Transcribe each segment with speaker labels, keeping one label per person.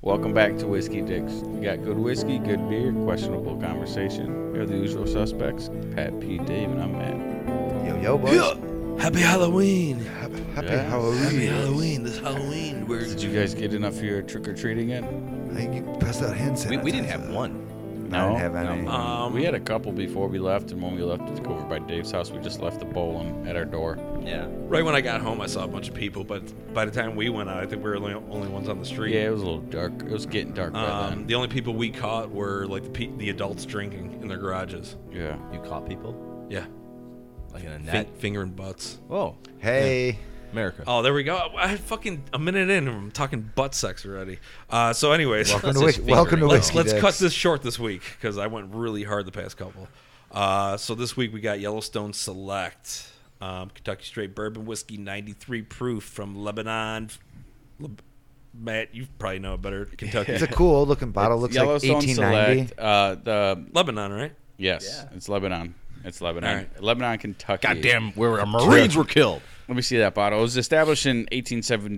Speaker 1: Welcome back to Whiskey Dicks. We got good whiskey, good beer, questionable conversation. You're the usual suspects. Pat, Pete, Dave, and I'm Matt.
Speaker 2: Yo, yo, boys.
Speaker 3: Happy Halloween!
Speaker 2: Happy, happy
Speaker 1: Yes.
Speaker 3: Happy
Speaker 2: Halloween.
Speaker 3: Halloween! This Halloween, we're
Speaker 1: Did you guys get enough of your trick or treating yet?
Speaker 2: Hey, you pass that hand
Speaker 3: we, we didn't
Speaker 2: sanitizer.
Speaker 3: have one.
Speaker 1: No.
Speaker 2: didn't have any.
Speaker 3: Um,
Speaker 1: we had a couple before we left, and when we left to go over by Dave's house, we just left the bowl on, at our door.
Speaker 3: yeah.
Speaker 4: Right when I got home, I saw a bunch of people, but by the time we went out, I think we were the only, only ones on the street.
Speaker 1: Yeah, it was a little dark. It was getting dark by
Speaker 4: Um,
Speaker 1: then.
Speaker 4: the only people we caught were like the pe- the adults drinking in their garages.
Speaker 1: Yeah.
Speaker 3: You caught people
Speaker 4: Yeah,
Speaker 3: like in a net.
Speaker 4: Fin- fingering butts.
Speaker 3: Oh,
Speaker 2: Hey,
Speaker 3: America!
Speaker 4: Oh, there we go. I had fucking a minute in, and I'm talking butt sex already. Uh, so, anyways,
Speaker 2: welcome
Speaker 3: Let's
Speaker 2: to,
Speaker 3: just
Speaker 2: whis- welcome to
Speaker 3: figure it out.
Speaker 4: let's
Speaker 2: Whiskey
Speaker 4: let's
Speaker 2: Dicks.
Speaker 4: cut this short this week because I went really hard the past couple. Uh, so this week we got Yellowstone Select, um, Kentucky Straight Bourbon Whiskey, 93 proof from Lebanon. Leb- Matt, you probably know it better. Kentucky,
Speaker 2: It's a cool old looking bottle. Looks like
Speaker 1: Yellowstone
Speaker 2: 1890.
Speaker 1: Select. Uh, the
Speaker 4: Lebanon, right?
Speaker 1: yes, it's Lebanon. It's Lebanon.
Speaker 4: All right.
Speaker 1: Lebanon, Kentucky.
Speaker 3: where our Marines were killed.
Speaker 1: Let me see that bottle. It was established in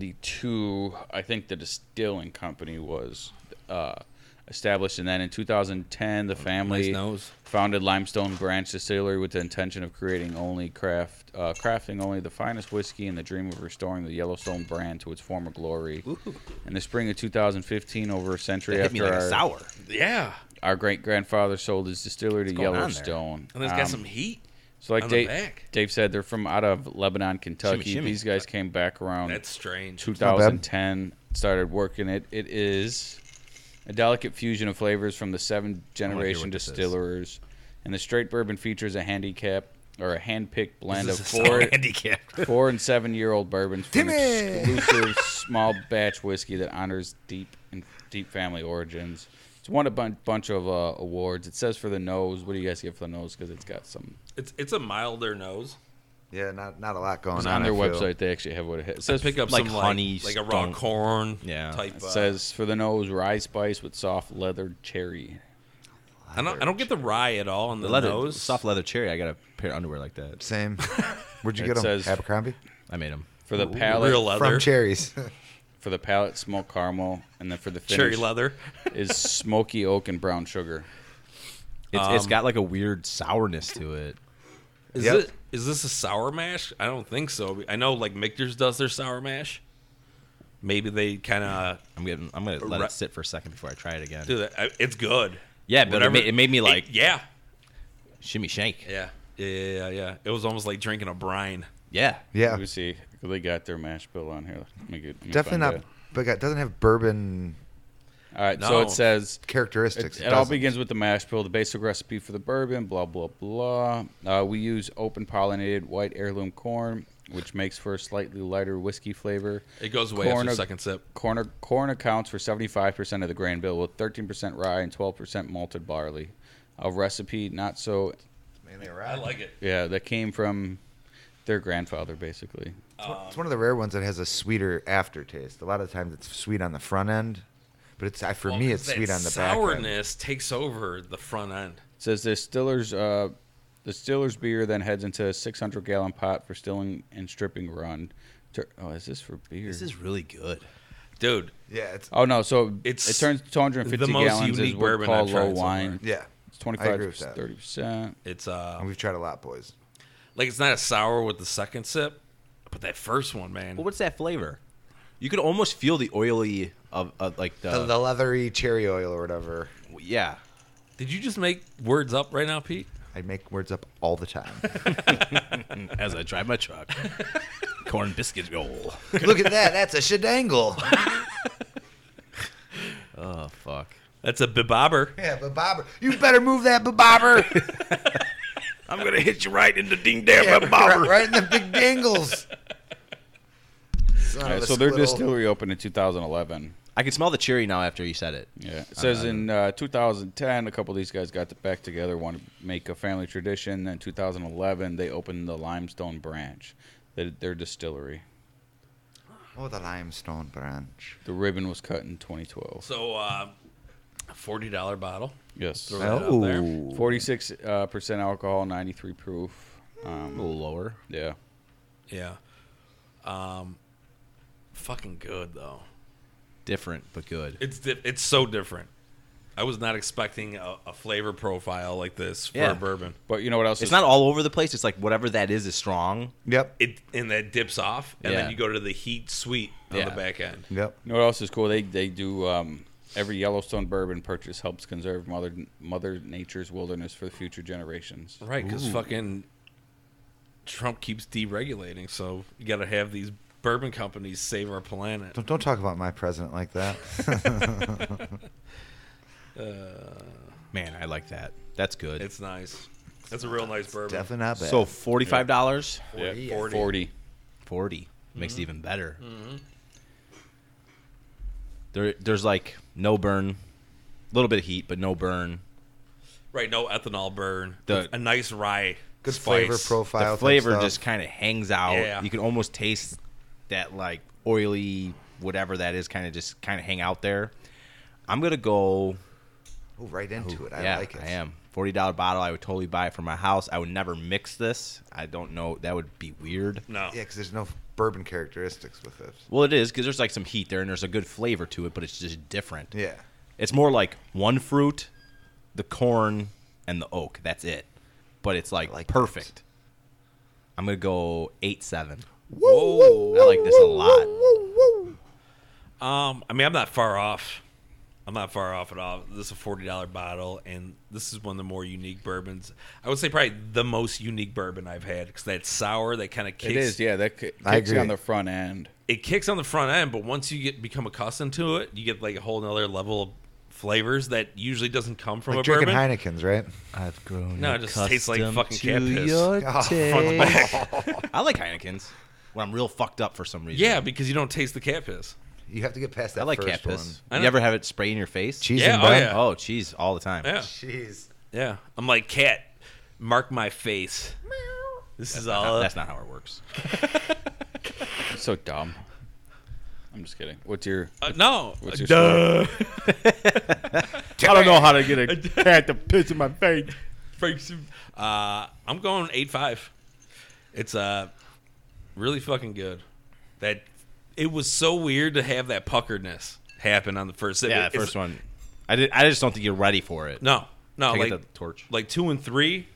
Speaker 1: 1872. I think the distilling company was uh, established, and then in 2010,
Speaker 3: Oh,
Speaker 1: the family
Speaker 4: nose.
Speaker 1: founded Limestone Branch Distillery with the intention of creating only craft, uh, crafting only the finest whiskey, and the dream of restoring the Yellowstone brand to its former glory. In the spring of 2015, over a century
Speaker 3: It hit
Speaker 1: after
Speaker 3: me like
Speaker 1: our,
Speaker 3: a sour.
Speaker 4: Yeah,
Speaker 1: our great grandfather sold his distillery to
Speaker 3: going on there?
Speaker 1: Yellowstone.
Speaker 4: and it's got
Speaker 1: Um,
Speaker 4: some heat.
Speaker 1: so like
Speaker 4: on the
Speaker 1: Dave,
Speaker 4: back.
Speaker 1: Dave said, they're from out of Lebanon, Kentucky.
Speaker 3: shimmy.
Speaker 1: These guys came back around
Speaker 4: That's strange.
Speaker 1: 2010 started working it. It is a delicate fusion of flavors from the seven generation
Speaker 3: what this is.
Speaker 1: distillers, and the straight bourbon features a handicap or a hand-picked blend of
Speaker 4: This is
Speaker 1: four,
Speaker 3: handicapped.
Speaker 1: four and seven-year-old bourbons from
Speaker 2: Timmy!
Speaker 1: exclusive small batch whiskey that honors deep and deep family origins. It's won a bun- bunch of uh, awards. It says for the nose. What do you guys get for the nose? Because it's got some.
Speaker 4: It's it's a milder nose.
Speaker 2: Yeah, not not a lot going
Speaker 1: It's
Speaker 2: on
Speaker 1: on their
Speaker 2: I feel.
Speaker 1: website. They actually have what it has.
Speaker 4: Says pick up
Speaker 3: like
Speaker 4: some
Speaker 3: honey
Speaker 4: like, like a raw
Speaker 3: stunk.
Speaker 4: corn.
Speaker 3: Yeah.
Speaker 4: type.
Speaker 1: It
Speaker 4: uh,
Speaker 1: says for the nose, rye spice with soft leather cherry.
Speaker 4: I don't I don't get the rye at all on the,
Speaker 3: The leather,
Speaker 4: nose.
Speaker 3: soft leather cherry. I got a pair of underwear like that.
Speaker 2: Same. Where'd you
Speaker 1: It
Speaker 2: get them?
Speaker 1: says-
Speaker 2: Abercrombie?
Speaker 3: I made them.
Speaker 1: For the palate,
Speaker 4: real leather,
Speaker 2: From cherries.
Speaker 1: for the palate, smoked caramel, and then for the finish
Speaker 4: cherry leather.
Speaker 1: is smoky oak and brown sugar.
Speaker 3: It's, it's got like a weird sourness to it.
Speaker 4: Is
Speaker 2: Yep.
Speaker 4: it is this a sour mash? I don't think so. I know like Michter's does their sour mash. Maybe they kind of
Speaker 3: I'm getting. I'm gonna let
Speaker 4: Right.
Speaker 3: it sit for a second before I try it again.
Speaker 4: do that. I- It's good.
Speaker 3: Yeah, but it
Speaker 4: Whatever-
Speaker 3: made, it made me like
Speaker 4: yeah,
Speaker 3: shimmy shank.
Speaker 4: yeah, yeah, yeah, yeah, yeah. It was almost like drinking a brine.
Speaker 3: Yeah.
Speaker 1: Let
Speaker 2: Yeah.
Speaker 1: me see. They got their mash bill on here. Let me get, let me
Speaker 2: Definitely
Speaker 1: find
Speaker 2: not.
Speaker 1: it.
Speaker 2: But it doesn't have bourbon
Speaker 1: All right, so
Speaker 4: No.
Speaker 1: it says
Speaker 2: characteristics.
Speaker 1: It, it all
Speaker 2: doesn't.
Speaker 1: begins with the mash bill, the basic recipe for the bourbon, blah, blah, blah. Uh, we use open pollinated white heirloom corn, which makes for a slightly lighter whiskey flavor.
Speaker 4: It goes away
Speaker 1: Corn
Speaker 4: after
Speaker 1: of-
Speaker 4: the second sip.
Speaker 1: Corn, corn accounts for 75% of the grain bill, with 13% rye and 12% malted barley. A recipe not so,
Speaker 2: Mainly
Speaker 4: I
Speaker 2: rye.
Speaker 4: like it.
Speaker 1: yeah, that came from their grandfather, basically.
Speaker 2: It's one- it's one of the rare ones that has a sweeter aftertaste. A lot of times it's sweet on the front end, but it's I- for me it's sweet on the back. end.
Speaker 4: sourness takes over the front end.
Speaker 1: It says the stiller's, uh, the stiller's beer then heads into a 600 gallon pot for stilling and stripping run. Tur- Oh, is this for beer?
Speaker 3: This is really good.
Speaker 4: Dude,
Speaker 2: Yeah, it's
Speaker 1: Oh no! So
Speaker 4: It's
Speaker 1: it's it turns 250
Speaker 4: the most
Speaker 1: gallons is
Speaker 4: unique
Speaker 1: what we
Speaker 4: bourbon
Speaker 1: call
Speaker 4: I've tried
Speaker 1: low
Speaker 4: so
Speaker 1: wine.
Speaker 4: far.
Speaker 2: yeah.
Speaker 1: It's
Speaker 2: I agree
Speaker 1: 25
Speaker 2: with that.
Speaker 1: 30 percent.
Speaker 4: it's uh
Speaker 2: And we've tried a lot, boys.
Speaker 4: like it's not a sour with the second sip, but that first one, man.
Speaker 3: Well, what's that flavor? You could almost feel the oily of, of like the,
Speaker 2: the, the leathery cherry oil or whatever.
Speaker 3: yeah.
Speaker 4: Did you just make words up right now, Pete?
Speaker 2: I make words up all the time.
Speaker 3: As I drive my truck, corn biscuits roll.
Speaker 2: Look at that. That's a shedangle.
Speaker 3: Oh fuck!
Speaker 4: That's a bibobber.
Speaker 2: yeah, babobber. You better move that babobber.
Speaker 3: I'm gonna hit you right in the ding dam,
Speaker 2: Yeah, right, right in the big dangles. Son of a
Speaker 1: so their
Speaker 2: squiddle.
Speaker 1: distillery opened in 2011.
Speaker 3: I can smell the cherry now after you said it.
Speaker 1: Yeah, it says in uh, 2010, a couple of these guys got t- back together, wanted to make a family tradition. Then 2011, they opened the Limestone branch, the, their distillery.
Speaker 2: Oh, the limestone branch.
Speaker 1: The ribbon was cut in 2012.
Speaker 4: So, uh, forty dollar bottle.
Speaker 1: Yes,
Speaker 4: Throw that
Speaker 3: Oh.
Speaker 4: out there.
Speaker 1: 46 uh, percent alcohol, 93 proof.
Speaker 3: a
Speaker 1: Um,
Speaker 3: little lower.
Speaker 1: yeah,
Speaker 4: Yeah. Um, fucking good though.
Speaker 3: different but good.
Speaker 4: It's di- it's so different. I was not expecting a, a flavor profile like this for
Speaker 3: Yeah.
Speaker 4: a bourbon.
Speaker 1: But you know what else?
Speaker 3: It's
Speaker 1: is,
Speaker 3: not all over the place. It's like whatever that is is strong.
Speaker 2: Yep.
Speaker 4: It and that dips off, and
Speaker 3: Yeah.
Speaker 4: then you go to the heat sweet on
Speaker 3: Yeah.
Speaker 4: the back end.
Speaker 2: Yep.
Speaker 1: You know what else is cool? They they do um, every Yellowstone bourbon purchase helps conserve mother mother nature's wilderness for future generations.
Speaker 4: Right, because fucking Trump keeps deregulating, so you got to have these bourbon companies save our planet.
Speaker 2: Don't, don't talk about my president like that.
Speaker 3: Man, I like that. That's good.
Speaker 4: It's nice. That's a real nice bourbon.
Speaker 2: Definitely not bad.
Speaker 3: so forty-five dollars,
Speaker 1: Yeah,
Speaker 4: 40.
Speaker 1: 40.
Speaker 3: forty makes it even better. There, there's like no burn, a little bit of heat, but no burn.
Speaker 4: Right, no ethanol burn.
Speaker 3: The-
Speaker 4: a nice rye.
Speaker 2: good
Speaker 4: spice.
Speaker 2: flavor profile.
Speaker 3: the
Speaker 2: type
Speaker 3: flavor
Speaker 2: stuff.
Speaker 3: just kind of hangs out.
Speaker 4: Yeah.
Speaker 3: You can almost taste that like oily whatever that is kind of just kind of hang out there. I'm gonna go.
Speaker 2: Ooh, right into it. I
Speaker 3: yeah,
Speaker 2: like it.
Speaker 3: I am forty dollar bottle. I would totally buy it for my house. I would never mix this. I don't know. That would be weird.
Speaker 4: No.
Speaker 2: Yeah, because there's no bourbon characteristics with this.
Speaker 3: Well, it is because there's like some heat there and there's a good flavor to it, but it's just different.
Speaker 2: Yeah.
Speaker 3: It's more like one fruit, the corn, and the oak. That's it. But it's like,
Speaker 2: I like
Speaker 3: perfect. I'm gonna go eight seven.
Speaker 4: Whoa.
Speaker 3: I like this a lot.
Speaker 4: Um, I mean, I'm not far off. I'm not far off at all. This is a forty dollar bottle, and this is one of the more unique bourbons. I would say probably the most unique bourbon I've had because that sour that kind of kicks.
Speaker 1: It is, yeah. That ki-
Speaker 2: I
Speaker 1: kicks you on
Speaker 2: agree.
Speaker 1: the front end.
Speaker 4: It kicks on the front end, but once you get become accustomed to it, you get like a whole nother level of flavors that usually doesn't come from
Speaker 2: Like
Speaker 4: a
Speaker 2: drinking
Speaker 4: bourbon. Ah,
Speaker 2: Heineken's, right?
Speaker 3: I've grown.
Speaker 4: No, it just tastes like
Speaker 3: accustomed
Speaker 4: fucking cat piss.
Speaker 3: to your
Speaker 2: Oh, fuck.
Speaker 3: taste. I like Heineken's when I'm real fucked up for some reason.
Speaker 4: yeah, because you don't taste the cat piss.
Speaker 2: You have to get past that
Speaker 3: I like
Speaker 2: first
Speaker 3: cat piss.
Speaker 4: I
Speaker 3: You
Speaker 4: know.
Speaker 3: ever have it spray in your face?
Speaker 2: Cheese
Speaker 4: Yeah,
Speaker 2: and
Speaker 4: oh,
Speaker 2: bun.
Speaker 4: yeah.
Speaker 3: Oh, cheese all the time.
Speaker 4: Yeah,
Speaker 2: Jeez.
Speaker 4: yeah. I'm like cat. Mark my face. This is all.
Speaker 3: That's not how it works.
Speaker 1: It's so dumb. I'm just kidding. What's your
Speaker 4: Uh, no.
Speaker 1: what's your
Speaker 3: I don't know how to get a cat to piss in my face.
Speaker 4: Frank's- Uh, I'm going eight five. It's uh really fucking good. That it was so weird to have that puckeredness happen on the first. sip.
Speaker 3: Yeah,
Speaker 4: It-
Speaker 3: the
Speaker 4: it's-
Speaker 3: first one. I did, I just don't think you're ready for it.
Speaker 4: No, no,
Speaker 3: Can I
Speaker 4: like
Speaker 3: get the torch?
Speaker 4: like two and three.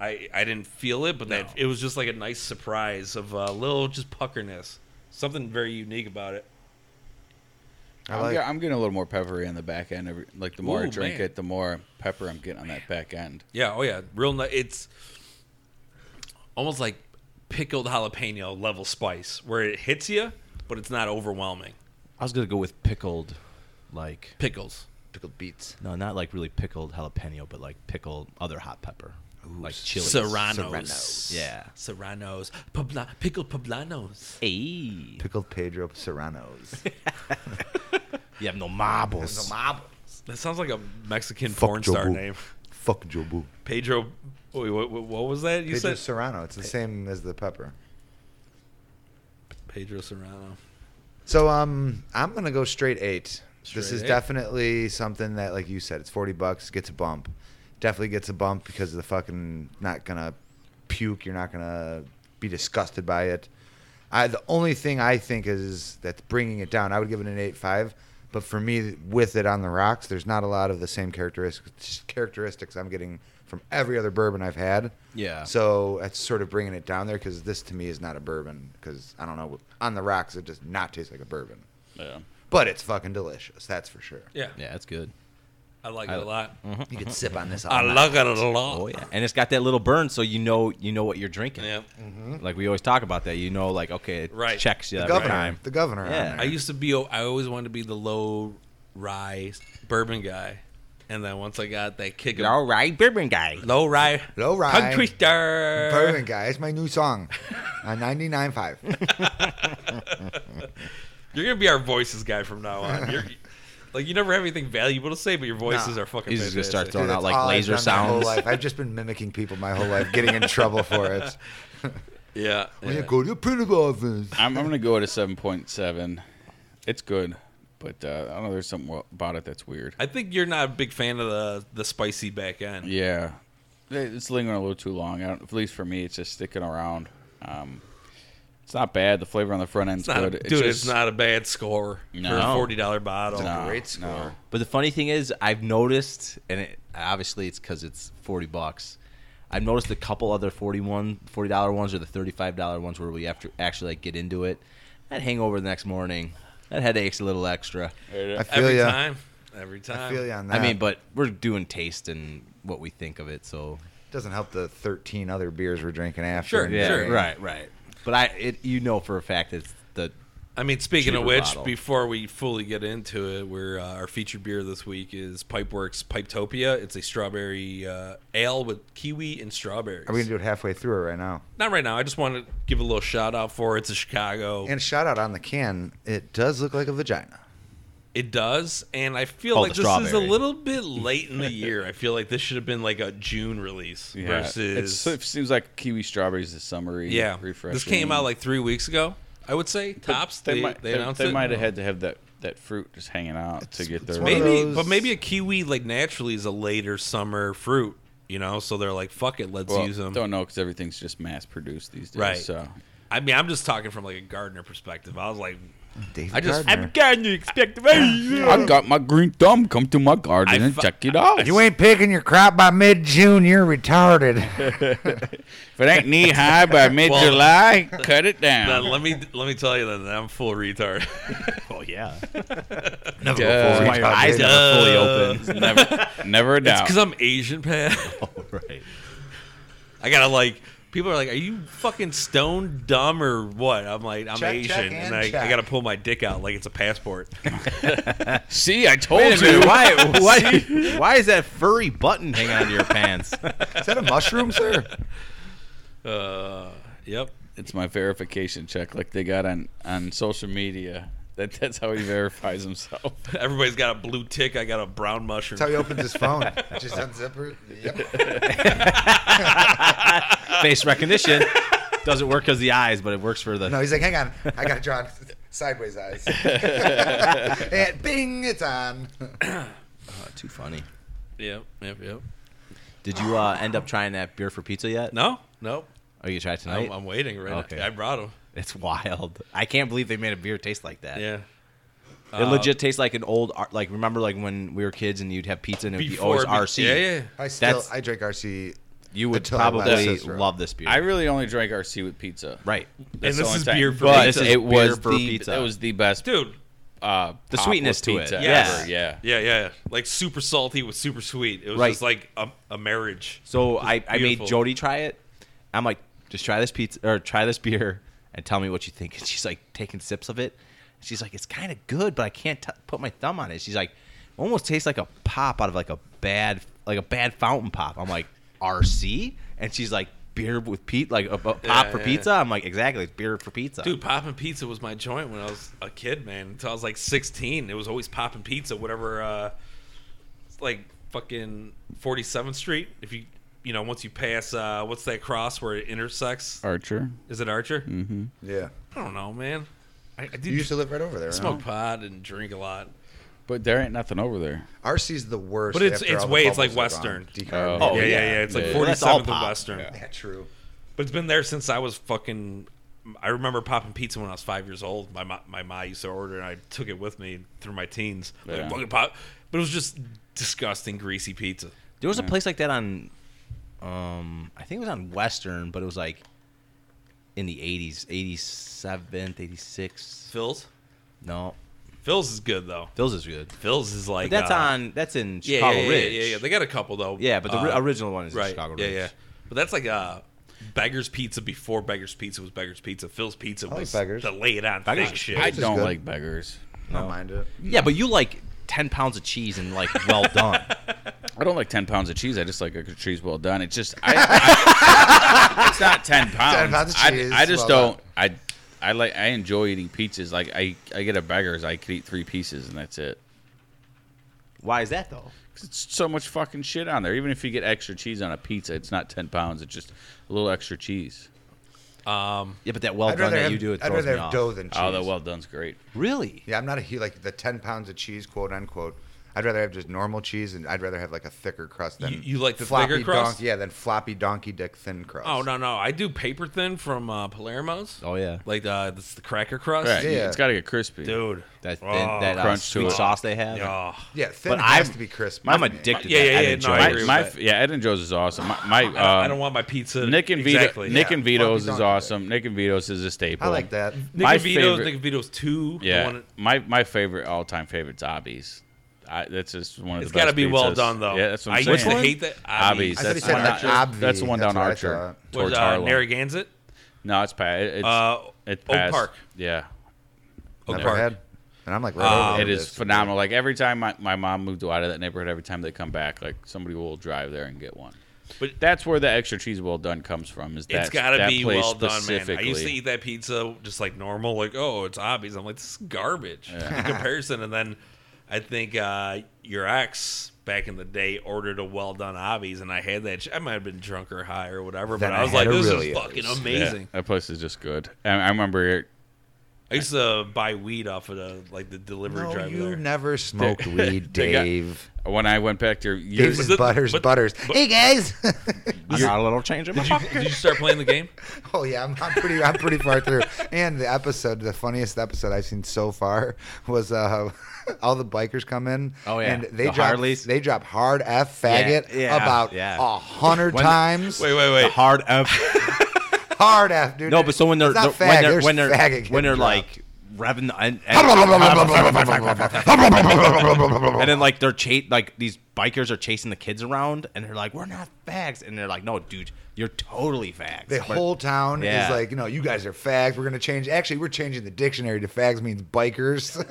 Speaker 4: I I didn't feel it, but that it was just like a nice surprise of a little just puckerness. Something very unique about it.
Speaker 2: I
Speaker 1: I'm,
Speaker 2: like
Speaker 1: get- I'm getting a little more peppery on the back end. Every, like the more I
Speaker 4: Ooh,
Speaker 1: drink
Speaker 4: man.
Speaker 1: it, the more pepper I'm getting on that back end.
Speaker 4: Yeah, oh yeah, real nice. It's almost like pickled jalapeno level spice, where it hits you, but it's not overwhelming.
Speaker 3: I was gonna go with pickled, like
Speaker 4: Pickles.
Speaker 2: pickled beets.
Speaker 3: no, not like really pickled jalapeno, but like pickled other hot pepper, like chili.
Speaker 4: Serranos.
Speaker 3: Yeah.
Speaker 4: Serranos. Pobla- pickled poblanos.
Speaker 3: Ayy.
Speaker 2: Pickled Pedro Serranos.
Speaker 3: You have no marbles.
Speaker 4: That sounds like a Mexican
Speaker 2: Fuck
Speaker 4: porn
Speaker 2: Joe
Speaker 4: star
Speaker 2: Boo.
Speaker 4: name.
Speaker 2: Fuck Jobu.
Speaker 4: Pedro. Wait, what, what, what was that? You
Speaker 2: Pedro
Speaker 4: said
Speaker 2: Serrano. It's the same as the pepper.
Speaker 4: Pedro Serrano.
Speaker 2: So um, I'm gonna go straight eight. this
Speaker 4: Straight
Speaker 2: is
Speaker 4: eight.
Speaker 2: definitely something that, like you said, it's forty bucks. Gets a bump. Definitely gets a bump because of the fucking not gonna puke. You're not gonna be disgusted by it. I, the only thing I think is that's bringing it down. I would give it an eight five, but for me, with it on the rocks, there's not a lot of the same characteristics characteristics I'm getting from every other bourbon I've had.
Speaker 3: Yeah.
Speaker 2: So that's sort of bringing it down there because this to me is not a bourbon because I don't know on the rocks it does not taste like a bourbon,
Speaker 1: Yeah.
Speaker 2: but it's fucking delicious. That's for sure.
Speaker 4: Yeah,
Speaker 3: Yeah, that's good.
Speaker 4: I like it a lot.
Speaker 2: You could sip on this. All
Speaker 4: I
Speaker 2: night.
Speaker 4: like it a lot.
Speaker 3: Oh yeah, and it's got that little burn, so you know you know what you're drinking.
Speaker 4: Yeah.
Speaker 3: Like we always talk about that. You know, like okay, it
Speaker 4: Right.
Speaker 3: checks you
Speaker 2: the
Speaker 3: every
Speaker 2: governor.
Speaker 3: time.
Speaker 2: The governor. on
Speaker 3: Yeah.
Speaker 2: there.
Speaker 4: I used to be. I always wanted to be the low rye bourbon guy, and then once I got that kick of
Speaker 3: All right, bourbon guy.
Speaker 4: low rye,
Speaker 2: Low rye.
Speaker 4: tongue twister.
Speaker 2: Bourbon guy. It's my new song on 99.5.
Speaker 4: You're gonna be our voices guy from now on. You're, like you never have anything valuable to say, but your voices
Speaker 2: Nah.
Speaker 4: are fucking.
Speaker 3: He's just gonna start
Speaker 4: fantastic.
Speaker 3: throwing out
Speaker 2: That's
Speaker 3: like
Speaker 2: all I've
Speaker 3: laser
Speaker 2: done My whole
Speaker 3: sounds.
Speaker 2: life. I've just been mimicking people my whole life, getting in trouble for it. "Oh,
Speaker 4: Yeah,
Speaker 2: Yeah.
Speaker 4: yeah.
Speaker 2: Go to the printing office.
Speaker 1: I'm, I'm gonna go at a 7.7. It's good, but uh, I don't know. There's something wa- about it that's weird.
Speaker 4: I think you're not a big fan of the the spicy back end.
Speaker 1: Yeah, it's lingering a little too long. I don't, at least for me, it's just sticking around. Um, It's not bad. The flavor on the front end's
Speaker 4: It's not
Speaker 1: good.
Speaker 4: a, dude, it's
Speaker 1: just-
Speaker 4: not a bad score for
Speaker 1: No.
Speaker 4: a forty dollar bottle.
Speaker 1: No,
Speaker 2: Great score.
Speaker 1: no.
Speaker 3: But the funny thing is, I've noticed, and it, obviously it's because it's forty bucks. I've noticed a couple other 41 forty dollar ones or the thirty five dollar ones where we have to actually like get into it. That hangover the next morning, that headache's a little extra.
Speaker 2: I feel
Speaker 4: Every
Speaker 2: you. I
Speaker 4: time, every time.
Speaker 2: feel you on that.
Speaker 3: I mean, but we're doing taste and what we think of it, so
Speaker 2: doesn't help the 13 other beers we're drinking after.
Speaker 4: Sure, Yeah, sure.
Speaker 3: right, right. But I, it, you know for a fact it's the
Speaker 4: I mean, speaking of
Speaker 3: Cheaper
Speaker 4: which,
Speaker 3: bottle.
Speaker 4: before we fully get into it, we're, uh, our featured beer this week is Pipeworks Pipetopia. It's a strawberry uh, ale with kiwi and strawberries.
Speaker 2: Are we gonna do it halfway through it right now?
Speaker 4: Not right now. I just want to give a little shout out for it. It's a Chicago.
Speaker 2: And shout out on the can, it does look like a vagina.
Speaker 4: It does, and I feel
Speaker 3: Called
Speaker 4: like
Speaker 3: the
Speaker 4: this is a
Speaker 3: strawberry.
Speaker 4: little bit late in the year. I feel like this should have been like a June release
Speaker 1: Yeah, it's,
Speaker 4: versus
Speaker 1: it seems like kiwi strawberries is summery.
Speaker 4: yeah.
Speaker 1: refreshing.
Speaker 4: This came out like three weeks ago, I would say.
Speaker 1: But
Speaker 4: Tops.
Speaker 1: They,
Speaker 4: They,
Speaker 1: might,
Speaker 4: they
Speaker 1: they,
Speaker 4: announced
Speaker 1: they
Speaker 4: it.
Speaker 1: might have had to have that, that fruit just hanging out to
Speaker 2: It's-
Speaker 1: get
Speaker 2: it's
Speaker 1: their.
Speaker 2: one of
Speaker 4: maybe,
Speaker 2: those-
Speaker 4: but maybe a kiwi like naturally is a later summer fruit, you know. So they're like, fuck it, let's
Speaker 1: well,
Speaker 4: use them.
Speaker 1: Don't know because everything's just mass produced these days.
Speaker 4: Right.
Speaker 1: So
Speaker 4: I mean, I'm just talking from like a gardener perspective. I was like,
Speaker 2: David
Speaker 4: I just-
Speaker 2: Gardner.
Speaker 3: gardener expectation.
Speaker 1: I got my green thumb. Come to my garden
Speaker 4: I
Speaker 1: and
Speaker 4: fu-
Speaker 1: check it out.
Speaker 2: you ain't picking your crop by mid June, you're retarded.
Speaker 1: if it ain't knee high by mid July, cut it
Speaker 4: "Now,
Speaker 1: down.
Speaker 4: let me let me tell you that I'm full retard.
Speaker 3: oh yeah,
Speaker 2: Never
Speaker 1: Duh. That's
Speaker 2: before
Speaker 1: why
Speaker 3: your
Speaker 2: retarded.
Speaker 3: eyes never fully
Speaker 4: Duh.
Speaker 3: open.
Speaker 1: never, never a
Speaker 4: It's
Speaker 1: doubt.
Speaker 4: because I'm Asian, Pat.
Speaker 3: right.
Speaker 4: I gotta like. People are like, "Are you fucking stone dumb or what?" I'm like, "I'm
Speaker 2: Check,
Speaker 4: Asian,"
Speaker 2: check,
Speaker 4: and,
Speaker 2: and
Speaker 4: I, I
Speaker 2: check.
Speaker 4: gotta pull my dick out like it's a passport.
Speaker 1: See, I told
Speaker 3: Wait a
Speaker 1: you.
Speaker 3: minute, why, why, why is that furry button hanging onto your pants?
Speaker 2: Is that a mushroom, sir?
Speaker 4: Uh, yep.
Speaker 1: It's my verification check, like they got on on social media. That that's how he verifies himself.
Speaker 4: Everybody's got a blue tick. I got a brown mushroom.
Speaker 2: That's how he opens his phone. Just unzipper. Yep.
Speaker 3: Face recognition doesn't work because the eyes, but it works for the.
Speaker 2: No, he's like, hang on, I gotta draw on sideways eyes. and bing, it's on.
Speaker 3: Oh, too funny.
Speaker 4: Yep. Yep. Yep.
Speaker 3: Did you uh, end up trying that beer for pizza yet?
Speaker 4: No. Nope.
Speaker 3: Oh, you tried tonight.
Speaker 4: I'm, I'm waiting right
Speaker 3: Okay.
Speaker 4: now. I brought them.
Speaker 3: It's wild. I can't believe they made a beer taste like that.
Speaker 4: Yeah. Uh,
Speaker 3: It legit tastes like an old ar- like remember like when we were kids and you'd have pizza and it would be always
Speaker 4: be-
Speaker 3: RC.
Speaker 4: Yeah. Yeah.
Speaker 2: I still,
Speaker 3: That's-
Speaker 2: I drink RC.
Speaker 3: You would
Speaker 2: Until I left
Speaker 3: probably
Speaker 2: Cicero.
Speaker 3: love this beer.
Speaker 1: I really only drank RC with pizza.
Speaker 3: right.
Speaker 1: That's
Speaker 4: And this
Speaker 1: the only
Speaker 4: is
Speaker 1: time.
Speaker 4: beer for
Speaker 1: but
Speaker 3: pizza. This is
Speaker 1: It was
Speaker 3: beer for
Speaker 1: the,
Speaker 3: pizza.
Speaker 1: That was the best,
Speaker 4: Dude.
Speaker 1: Uh,
Speaker 3: The
Speaker 1: pop
Speaker 3: sweetness
Speaker 1: with
Speaker 3: to it.
Speaker 1: pizza
Speaker 3: Yes.
Speaker 1: ever, Yeah.
Speaker 4: Yeah. Yeah. Like super salty with super sweet. It was
Speaker 3: Right.
Speaker 4: just like a, a marriage.
Speaker 3: So I, I made
Speaker 4: beautiful.
Speaker 3: Jody try it. I'm like, just try this pizza or try this beer and tell me what you think. And she's like taking sips of it. She's like, it's kind of good, but I can't t- put my thumb on it. She's like, almost tastes like a pop out of like a bad like a bad fountain pop. I'm like, RC, and she's like, beer with Pete like a, a pop
Speaker 4: Yeah,
Speaker 3: for
Speaker 4: yeah.
Speaker 3: pizza. I'm like, exactly, it's beer for pizza.
Speaker 4: Dude, popping pizza was my joint when I was a kid, man. Until I was like 16, it was always popping pizza. Whatever, uh, it's like fucking 47th Street. If you, you know, once you pass, uh, what's that cross where it intersects?
Speaker 1: Archer.
Speaker 4: Is it Archer?
Speaker 2: Yeah.
Speaker 4: I don't know, man. I, I did
Speaker 2: You used to live right over there.
Speaker 4: smoke pot and drink a lot.
Speaker 1: But there ain't nothing over there.
Speaker 2: Huh? RC's the worst.
Speaker 4: But it's-
Speaker 2: after
Speaker 4: it's
Speaker 2: all the
Speaker 4: way- it's
Speaker 2: bubbles
Speaker 4: like
Speaker 2: are gone.
Speaker 4: Western.
Speaker 2: Decarbonated.
Speaker 3: Oh,
Speaker 4: yeah, yeah,
Speaker 3: yeah.
Speaker 4: yeah. It's like
Speaker 1: Yeah.
Speaker 4: 47th
Speaker 1: Well,
Speaker 3: that's all
Speaker 4: and
Speaker 3: pop.
Speaker 4: Western.
Speaker 1: Yeah.
Speaker 2: Yeah, true.
Speaker 4: But it's been there since I was fucking. I remember popping pizza when I was five years old. My ma, my ma used to order, and I took it with me through my teens. Like,
Speaker 1: Yeah.
Speaker 4: fucking pop, but it was just disgusting, greasy pizza.
Speaker 3: There was a place like that on, um, I think it was on Western, but it was like in the 80s, 87th, 86th.
Speaker 4: Phil's,
Speaker 3: No,
Speaker 4: Phil's is good though.
Speaker 3: Phil's is good.
Speaker 4: Phil's is like
Speaker 3: But that's
Speaker 4: uh,
Speaker 3: on that's in
Speaker 4: yeah,
Speaker 3: Chicago
Speaker 4: yeah, yeah,
Speaker 3: Ridge.
Speaker 4: yeah, yeah. They got a couple though.
Speaker 3: Yeah, but the ri-
Speaker 4: Uh,
Speaker 3: original one is in
Speaker 4: right,
Speaker 3: Chicago
Speaker 4: yeah,
Speaker 3: Ridge.
Speaker 4: yeah. But that's like uh, Beggar's Pizza before Beggar's Pizza was Beggar's Pizza. Phil's Pizza
Speaker 2: like
Speaker 4: was
Speaker 2: Beggar's.
Speaker 4: the lay it on
Speaker 3: Beggar's
Speaker 4: thick
Speaker 3: is
Speaker 4: shit.
Speaker 1: I
Speaker 2: is
Speaker 1: don't
Speaker 2: good.
Speaker 1: like beggars.
Speaker 2: I don't mind it.
Speaker 3: Yeah, but you like ten pounds of cheese and like well done.
Speaker 1: I don't like ten pounds of cheese. I just like a cheese well done. It's just I. I it's not ten pounds.
Speaker 2: 10 pounds of
Speaker 1: I-
Speaker 2: cheese
Speaker 1: I, just
Speaker 2: well
Speaker 1: don't. I I like. I enjoy eating pizzas. Like I, I get a beggars. I could eat three pieces and that's it.
Speaker 3: Why is that though?
Speaker 1: 'Cause It's so much fucking shit on there. Even if you get extra cheese on a pizza, it's not ten pounds. It's just a little extra cheese.
Speaker 4: Um,
Speaker 3: Yeah, but that well
Speaker 2: I'd
Speaker 3: done
Speaker 2: rather
Speaker 3: that
Speaker 2: have,
Speaker 3: you do it
Speaker 2: I'd
Speaker 3: throws
Speaker 2: rather
Speaker 3: me
Speaker 2: have
Speaker 3: off.
Speaker 2: dough than cheese.
Speaker 1: Oh, the well done's great.
Speaker 3: Really?
Speaker 2: Yeah, I'm not a huge like the 10 pounds of cheese, quote unquote. I'd rather have just normal cheese, and I'd rather have like a thicker crust than
Speaker 4: You- you like the
Speaker 2: floppy
Speaker 4: thicker crust?
Speaker 2: donk- yeah, than floppy donkey dick thin crust.
Speaker 4: Oh no no, I do paper thin from uh, Palermo's.
Speaker 3: Oh, yeah.
Speaker 4: like the it's the cracker crust.
Speaker 1: Right,
Speaker 2: Yeah.
Speaker 1: it's got to get crispy.
Speaker 4: dude.
Speaker 3: That thin,
Speaker 4: Oh,
Speaker 3: that uh,
Speaker 1: crunch to
Speaker 3: sweet
Speaker 1: it.
Speaker 3: sauce they have.
Speaker 4: Yeah.
Speaker 2: Yeah, thin
Speaker 3: But
Speaker 2: has
Speaker 3: I'm-
Speaker 2: to be crisp.
Speaker 3: I'm
Speaker 2: to me.
Speaker 3: addicted.
Speaker 4: Yeah,
Speaker 3: to that.
Speaker 4: yeah,
Speaker 3: I
Speaker 4: yeah, no,
Speaker 3: enjoy
Speaker 4: I
Speaker 3: it.
Speaker 1: My,
Speaker 4: agree with
Speaker 1: my
Speaker 4: that.
Speaker 1: f- yeah, Ed and Joe's is awesome. My, my uh,
Speaker 4: I don't want my pizza.
Speaker 1: Nick and Vito,
Speaker 4: exactly.
Speaker 1: Nick
Speaker 2: Yeah,
Speaker 1: and Vito's
Speaker 2: Funky
Speaker 1: is
Speaker 2: Donkey
Speaker 1: awesome. Nick and Vito's is a staple.
Speaker 2: I like that.
Speaker 4: Nick
Speaker 1: my
Speaker 4: and Vito's,
Speaker 1: favorite-
Speaker 4: Nick and Vito's two. the
Speaker 1: Yeah,
Speaker 4: one-
Speaker 1: my my favorite all time favorite's Abby's. I, that's just one of
Speaker 4: It's
Speaker 1: got to
Speaker 4: be well done though.
Speaker 1: Yeah, that's what I'm
Speaker 4: I
Speaker 1: saying.
Speaker 4: used to hate that.
Speaker 1: Abby's.
Speaker 2: I thought
Speaker 1: That's,
Speaker 2: he
Speaker 1: the
Speaker 2: said
Speaker 1: one down-
Speaker 2: Archer.
Speaker 1: that's the one
Speaker 2: That's
Speaker 1: down
Speaker 2: what I
Speaker 1: Archer
Speaker 2: thought.
Speaker 1: towards
Speaker 4: was uh,
Speaker 1: Harlem.
Speaker 4: Narragansett.
Speaker 1: no, it's past. It's,
Speaker 4: Uh,
Speaker 1: it's
Speaker 4: Oak
Speaker 1: past.
Speaker 4: Park.
Speaker 1: Yeah,
Speaker 4: Oak
Speaker 2: Never
Speaker 4: Park.
Speaker 2: had. And I'm like, right over
Speaker 1: Um, it is
Speaker 2: this.
Speaker 1: phenomenal. Like every time my, my mom moved out of that neighborhood, every time they come back, like somebody will drive there and get one. But
Speaker 4: But-
Speaker 1: that's where the extra cheese well done comes from. Is that
Speaker 4: It's got to
Speaker 1: that
Speaker 4: be
Speaker 1: place
Speaker 4: well done, man. I used to
Speaker 1: specifically.
Speaker 4: eat that pizza just like normal, like oh, it's obvious. I'm like this is garbage in comparison. And then I think uh, your ex back in the day ordered a well done obvious, and I had that. sh- I might have been drunk or high or whatever,
Speaker 2: Then
Speaker 4: but
Speaker 2: I
Speaker 4: I was
Speaker 2: had
Speaker 4: like,
Speaker 2: a
Speaker 4: this
Speaker 2: really
Speaker 4: is fucking
Speaker 2: obvious.
Speaker 1: Yeah,
Speaker 4: amazing.
Speaker 1: that place is just good. I, I remember it.
Speaker 4: I used to buy weed off of the like the delivery
Speaker 2: No,
Speaker 4: driver.
Speaker 2: you
Speaker 4: there.
Speaker 2: never smoked weed,
Speaker 1: They got-
Speaker 2: Dave.
Speaker 1: when I went back there
Speaker 2: Dave
Speaker 1: years.
Speaker 2: is
Speaker 4: it-
Speaker 2: butters,
Speaker 4: but-
Speaker 2: butters.
Speaker 4: but-
Speaker 2: hey guys.
Speaker 3: I'm not a little change in my
Speaker 4: Did you, did you start playing the game?
Speaker 2: oh yeah, I'm, I'm pretty. I'm pretty far through. And the episode, the funniest episode I've seen so far was uh, all the bikers come in.
Speaker 3: Oh, yeah.
Speaker 2: and they
Speaker 3: The
Speaker 2: drop
Speaker 3: Harleys.
Speaker 2: they drop hard f faggot
Speaker 3: yeah,
Speaker 2: about a
Speaker 3: yeah.
Speaker 2: hundred
Speaker 3: When-
Speaker 2: times.
Speaker 4: Wait, wait,
Speaker 3: The
Speaker 4: wait.
Speaker 3: hard F.
Speaker 2: Hard f, dude.
Speaker 3: No, but so when they're,
Speaker 2: It's not
Speaker 3: they're-
Speaker 2: fag,
Speaker 3: when they're
Speaker 2: there's
Speaker 3: when they're
Speaker 2: faggot getting
Speaker 3: when they're
Speaker 2: dropped.
Speaker 3: like revving the, and, and- and then like they're cha- like these bikers are chasing the kids around and they're like we're not fags and they're like no dude you're totally fags
Speaker 2: The
Speaker 3: But-
Speaker 2: whole town
Speaker 3: Yeah.
Speaker 2: is like, you know, you guys are fags. We're gonna change. Actually, we're changing the dictionary to fags means bikers.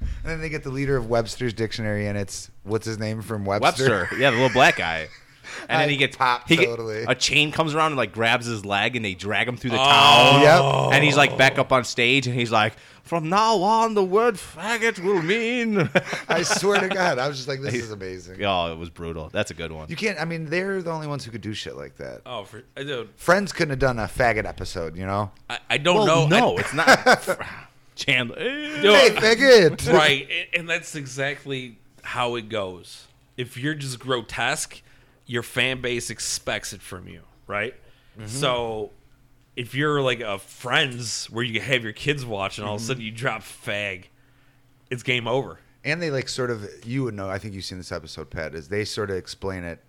Speaker 2: and then they get the leader of Webster's dictionary, and it's what's his name from Webster.
Speaker 3: Webster yeah the little black guy and
Speaker 2: I
Speaker 3: then he gets
Speaker 2: popped
Speaker 3: he get-
Speaker 2: totally.
Speaker 3: a chain comes around and like grabs his leg and they drag him through the
Speaker 4: Oh.
Speaker 3: town
Speaker 2: Yep.
Speaker 3: and he's like back up on stage and he's like from now on the word faggot will mean
Speaker 2: I swear to God, I was just like, this is amazing.
Speaker 3: oh it was brutal that's a good one
Speaker 2: You can't. I mean, they're the only ones who could do shit like that.
Speaker 4: Oh, for, I don't,
Speaker 2: Friends couldn't have done a faggot episode, you know?
Speaker 4: I, I don't
Speaker 3: Well,
Speaker 4: know. I-
Speaker 3: no, it's not Chandler.
Speaker 4: Yo,
Speaker 2: hey, faggot.
Speaker 4: right a- and that's exactly how it goes if you're just grotesque your fan base expects it from you right
Speaker 3: Mm-hmm.
Speaker 4: so if you're like a friends where you have your kids watch and all
Speaker 3: Mm-hmm.
Speaker 4: of a sudden you drop fag it's game over
Speaker 2: And they like sort of you would know. I think you've seen this episode, Pat. Is they sort of explain it.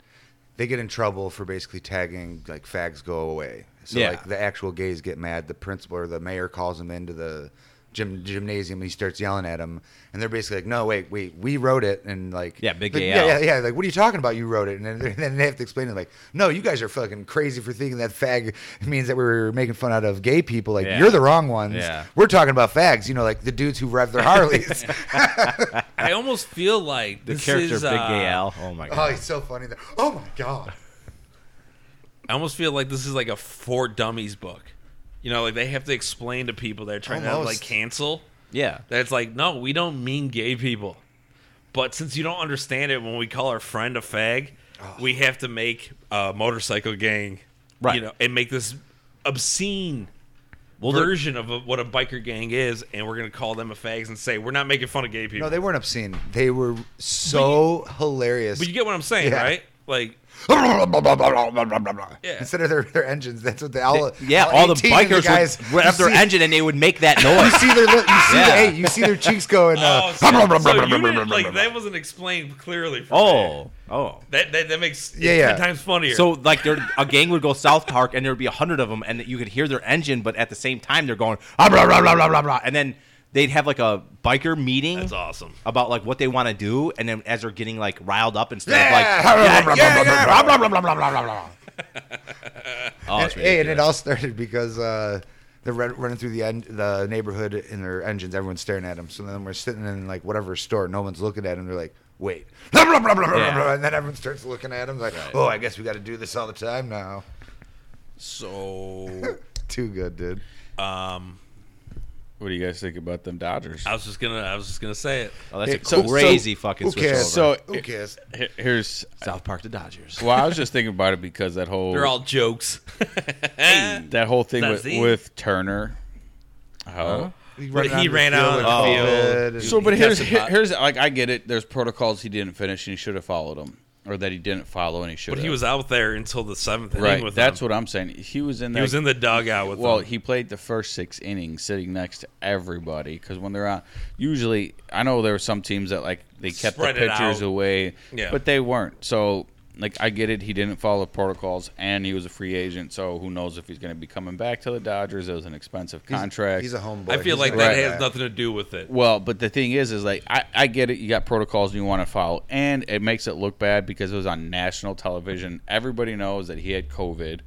Speaker 2: They get in trouble for basically tagging like fags go away. So
Speaker 3: Yeah.
Speaker 2: like the actual gays get mad. The principal or the mayor calls them into the gym, gymnasium. He starts yelling at them, and they're basically like, "No, wait, wait, we wrote it." And like,
Speaker 3: Yeah, big
Speaker 2: like,
Speaker 3: gay
Speaker 2: yeah, yeah,
Speaker 3: out.
Speaker 2: yeah. Like, what are you talking about? You wrote it, and then, then they have to explain it. Like, no, you guys are fucking crazy for thinking that fag means that we were making fun out of gay people. Like,
Speaker 3: Yeah.
Speaker 2: you're the wrong ones.
Speaker 3: Yeah.
Speaker 2: We're talking about fags. You know, like the dudes who rev their Harleys.
Speaker 4: i almost feel like
Speaker 3: The
Speaker 4: this
Speaker 3: character
Speaker 4: is,
Speaker 3: Big Gay
Speaker 4: uh,
Speaker 3: Al. Oh my
Speaker 2: Oh,
Speaker 3: god.
Speaker 2: he's so funny. That, oh my god.
Speaker 4: i almost feel like this is like a for dummies book you know like they have to explain to people that are
Speaker 3: Oh,
Speaker 4: trying to
Speaker 2: Almost.
Speaker 4: like cancel
Speaker 3: Yeah.
Speaker 4: That's like, no, we don't mean gay people. But since you don't understand it, when we call our friend a fag,
Speaker 2: Oh.
Speaker 4: we have to make a motorcycle gang, You
Speaker 3: Right.
Speaker 4: know, and make this obscene
Speaker 3: the-
Speaker 4: version of a, what a biker gang is, and we're gonna call them a fags and say we're not making fun of gay people.
Speaker 2: No, they weren't obscene. They were so hilarious.
Speaker 4: but you get what I'm saying,
Speaker 2: Yeah.
Speaker 4: right? Like,
Speaker 2: Oh,
Speaker 4: yeah.
Speaker 2: Instead of their, their engines, that's what they all.
Speaker 3: Yeah, all the
Speaker 2: 18 of
Speaker 3: bikers
Speaker 2: guys
Speaker 3: would rev
Speaker 2: you
Speaker 3: their
Speaker 2: see-
Speaker 3: engine and they would make that
Speaker 2: You
Speaker 3: noise.
Speaker 2: see their li- you see
Speaker 3: Yeah.
Speaker 2: the- hey, you see their cheeks going. Uh,
Speaker 4: oh, so, so you didn't, like that wasn't explained clearly. For me.
Speaker 3: oh. Oh.
Speaker 4: that that, that makes it
Speaker 2: Yeah, yeah.
Speaker 4: ten times funnier.
Speaker 3: So like there a gang would go South Park and there'd be a hundred of them and you could hear their engine, but at the same time they're going "Ah, blah, blah, blah, blah, blah, blah," and then they'd have like a biker meeting
Speaker 4: that's awesome.
Speaker 3: about like what they want to do and then as they're getting like riled up instead of like
Speaker 2: Yeah,
Speaker 3: yeah, yeah, yeah, blah, blah, blah, blah, blah, blah, blah. Oh,
Speaker 2: and,
Speaker 3: it's
Speaker 2: hey, and it
Speaker 3: ridiculous.
Speaker 2: all started because uh, they're run- running through the en- the neighborhood in their engines. Everyone's staring at them. So then we're sitting in like whatever store. No one's looking at them. They're like, wait, blah, blah, blah, blah, blah,
Speaker 3: Yeah.
Speaker 2: blah, and then everyone starts looking at them. Like, oh, I guess we got to do this all the time now.
Speaker 4: So
Speaker 2: Too good, dude.
Speaker 1: What do you guys think about them Dodgers?
Speaker 4: I was just gonna I was just gonna say it.
Speaker 3: Oh, that's a
Speaker 2: Hey, so- so-
Speaker 3: crazy fucking
Speaker 2: who
Speaker 3: switch over.
Speaker 2: cares?
Speaker 1: So
Speaker 2: Who cares?
Speaker 1: he- here's
Speaker 3: South Park to Dodgers.
Speaker 1: well, I was just thinking about it because that whole
Speaker 4: They're all jokes.
Speaker 1: that whole thing with, Oh.
Speaker 4: Zazie.
Speaker 1: with Turner, how
Speaker 4: But he ran out
Speaker 2: of
Speaker 4: on the field.
Speaker 1: So, but
Speaker 4: He
Speaker 1: here's
Speaker 4: kept it hot.
Speaker 1: here's like I get it. There's protocols he didn't finish and he should have followed them, or that he didn't follow and he should.
Speaker 4: But
Speaker 1: have.
Speaker 4: he was out there until the seventh inning
Speaker 1: right.
Speaker 4: with
Speaker 1: That's
Speaker 4: them.
Speaker 1: what I'm saying. He was in.
Speaker 4: he
Speaker 1: There,
Speaker 4: was in the dugout with
Speaker 1: Well,
Speaker 4: them.
Speaker 1: he played the first six innings sitting next to everybody because when they're on, usually I know there were some teams that like they kept
Speaker 4: Spread
Speaker 1: the
Speaker 4: it
Speaker 1: pitchers
Speaker 4: out.
Speaker 1: away,
Speaker 4: Yeah.
Speaker 1: but they weren't. So like I get it, he didn't follow protocols and he was a free agent. So who knows if he's going to be coming back to the Dodgers? It was an expensive contract.
Speaker 2: He's a homeboy.
Speaker 4: I feel
Speaker 2: He's
Speaker 4: like
Speaker 2: not
Speaker 4: that
Speaker 2: like
Speaker 4: has nothing to do with it.
Speaker 1: well, but the thing is, is like I, I get it. You got protocols you want to follow, and it makes it look bad because it was on national television. Everybody knows that he had COVID,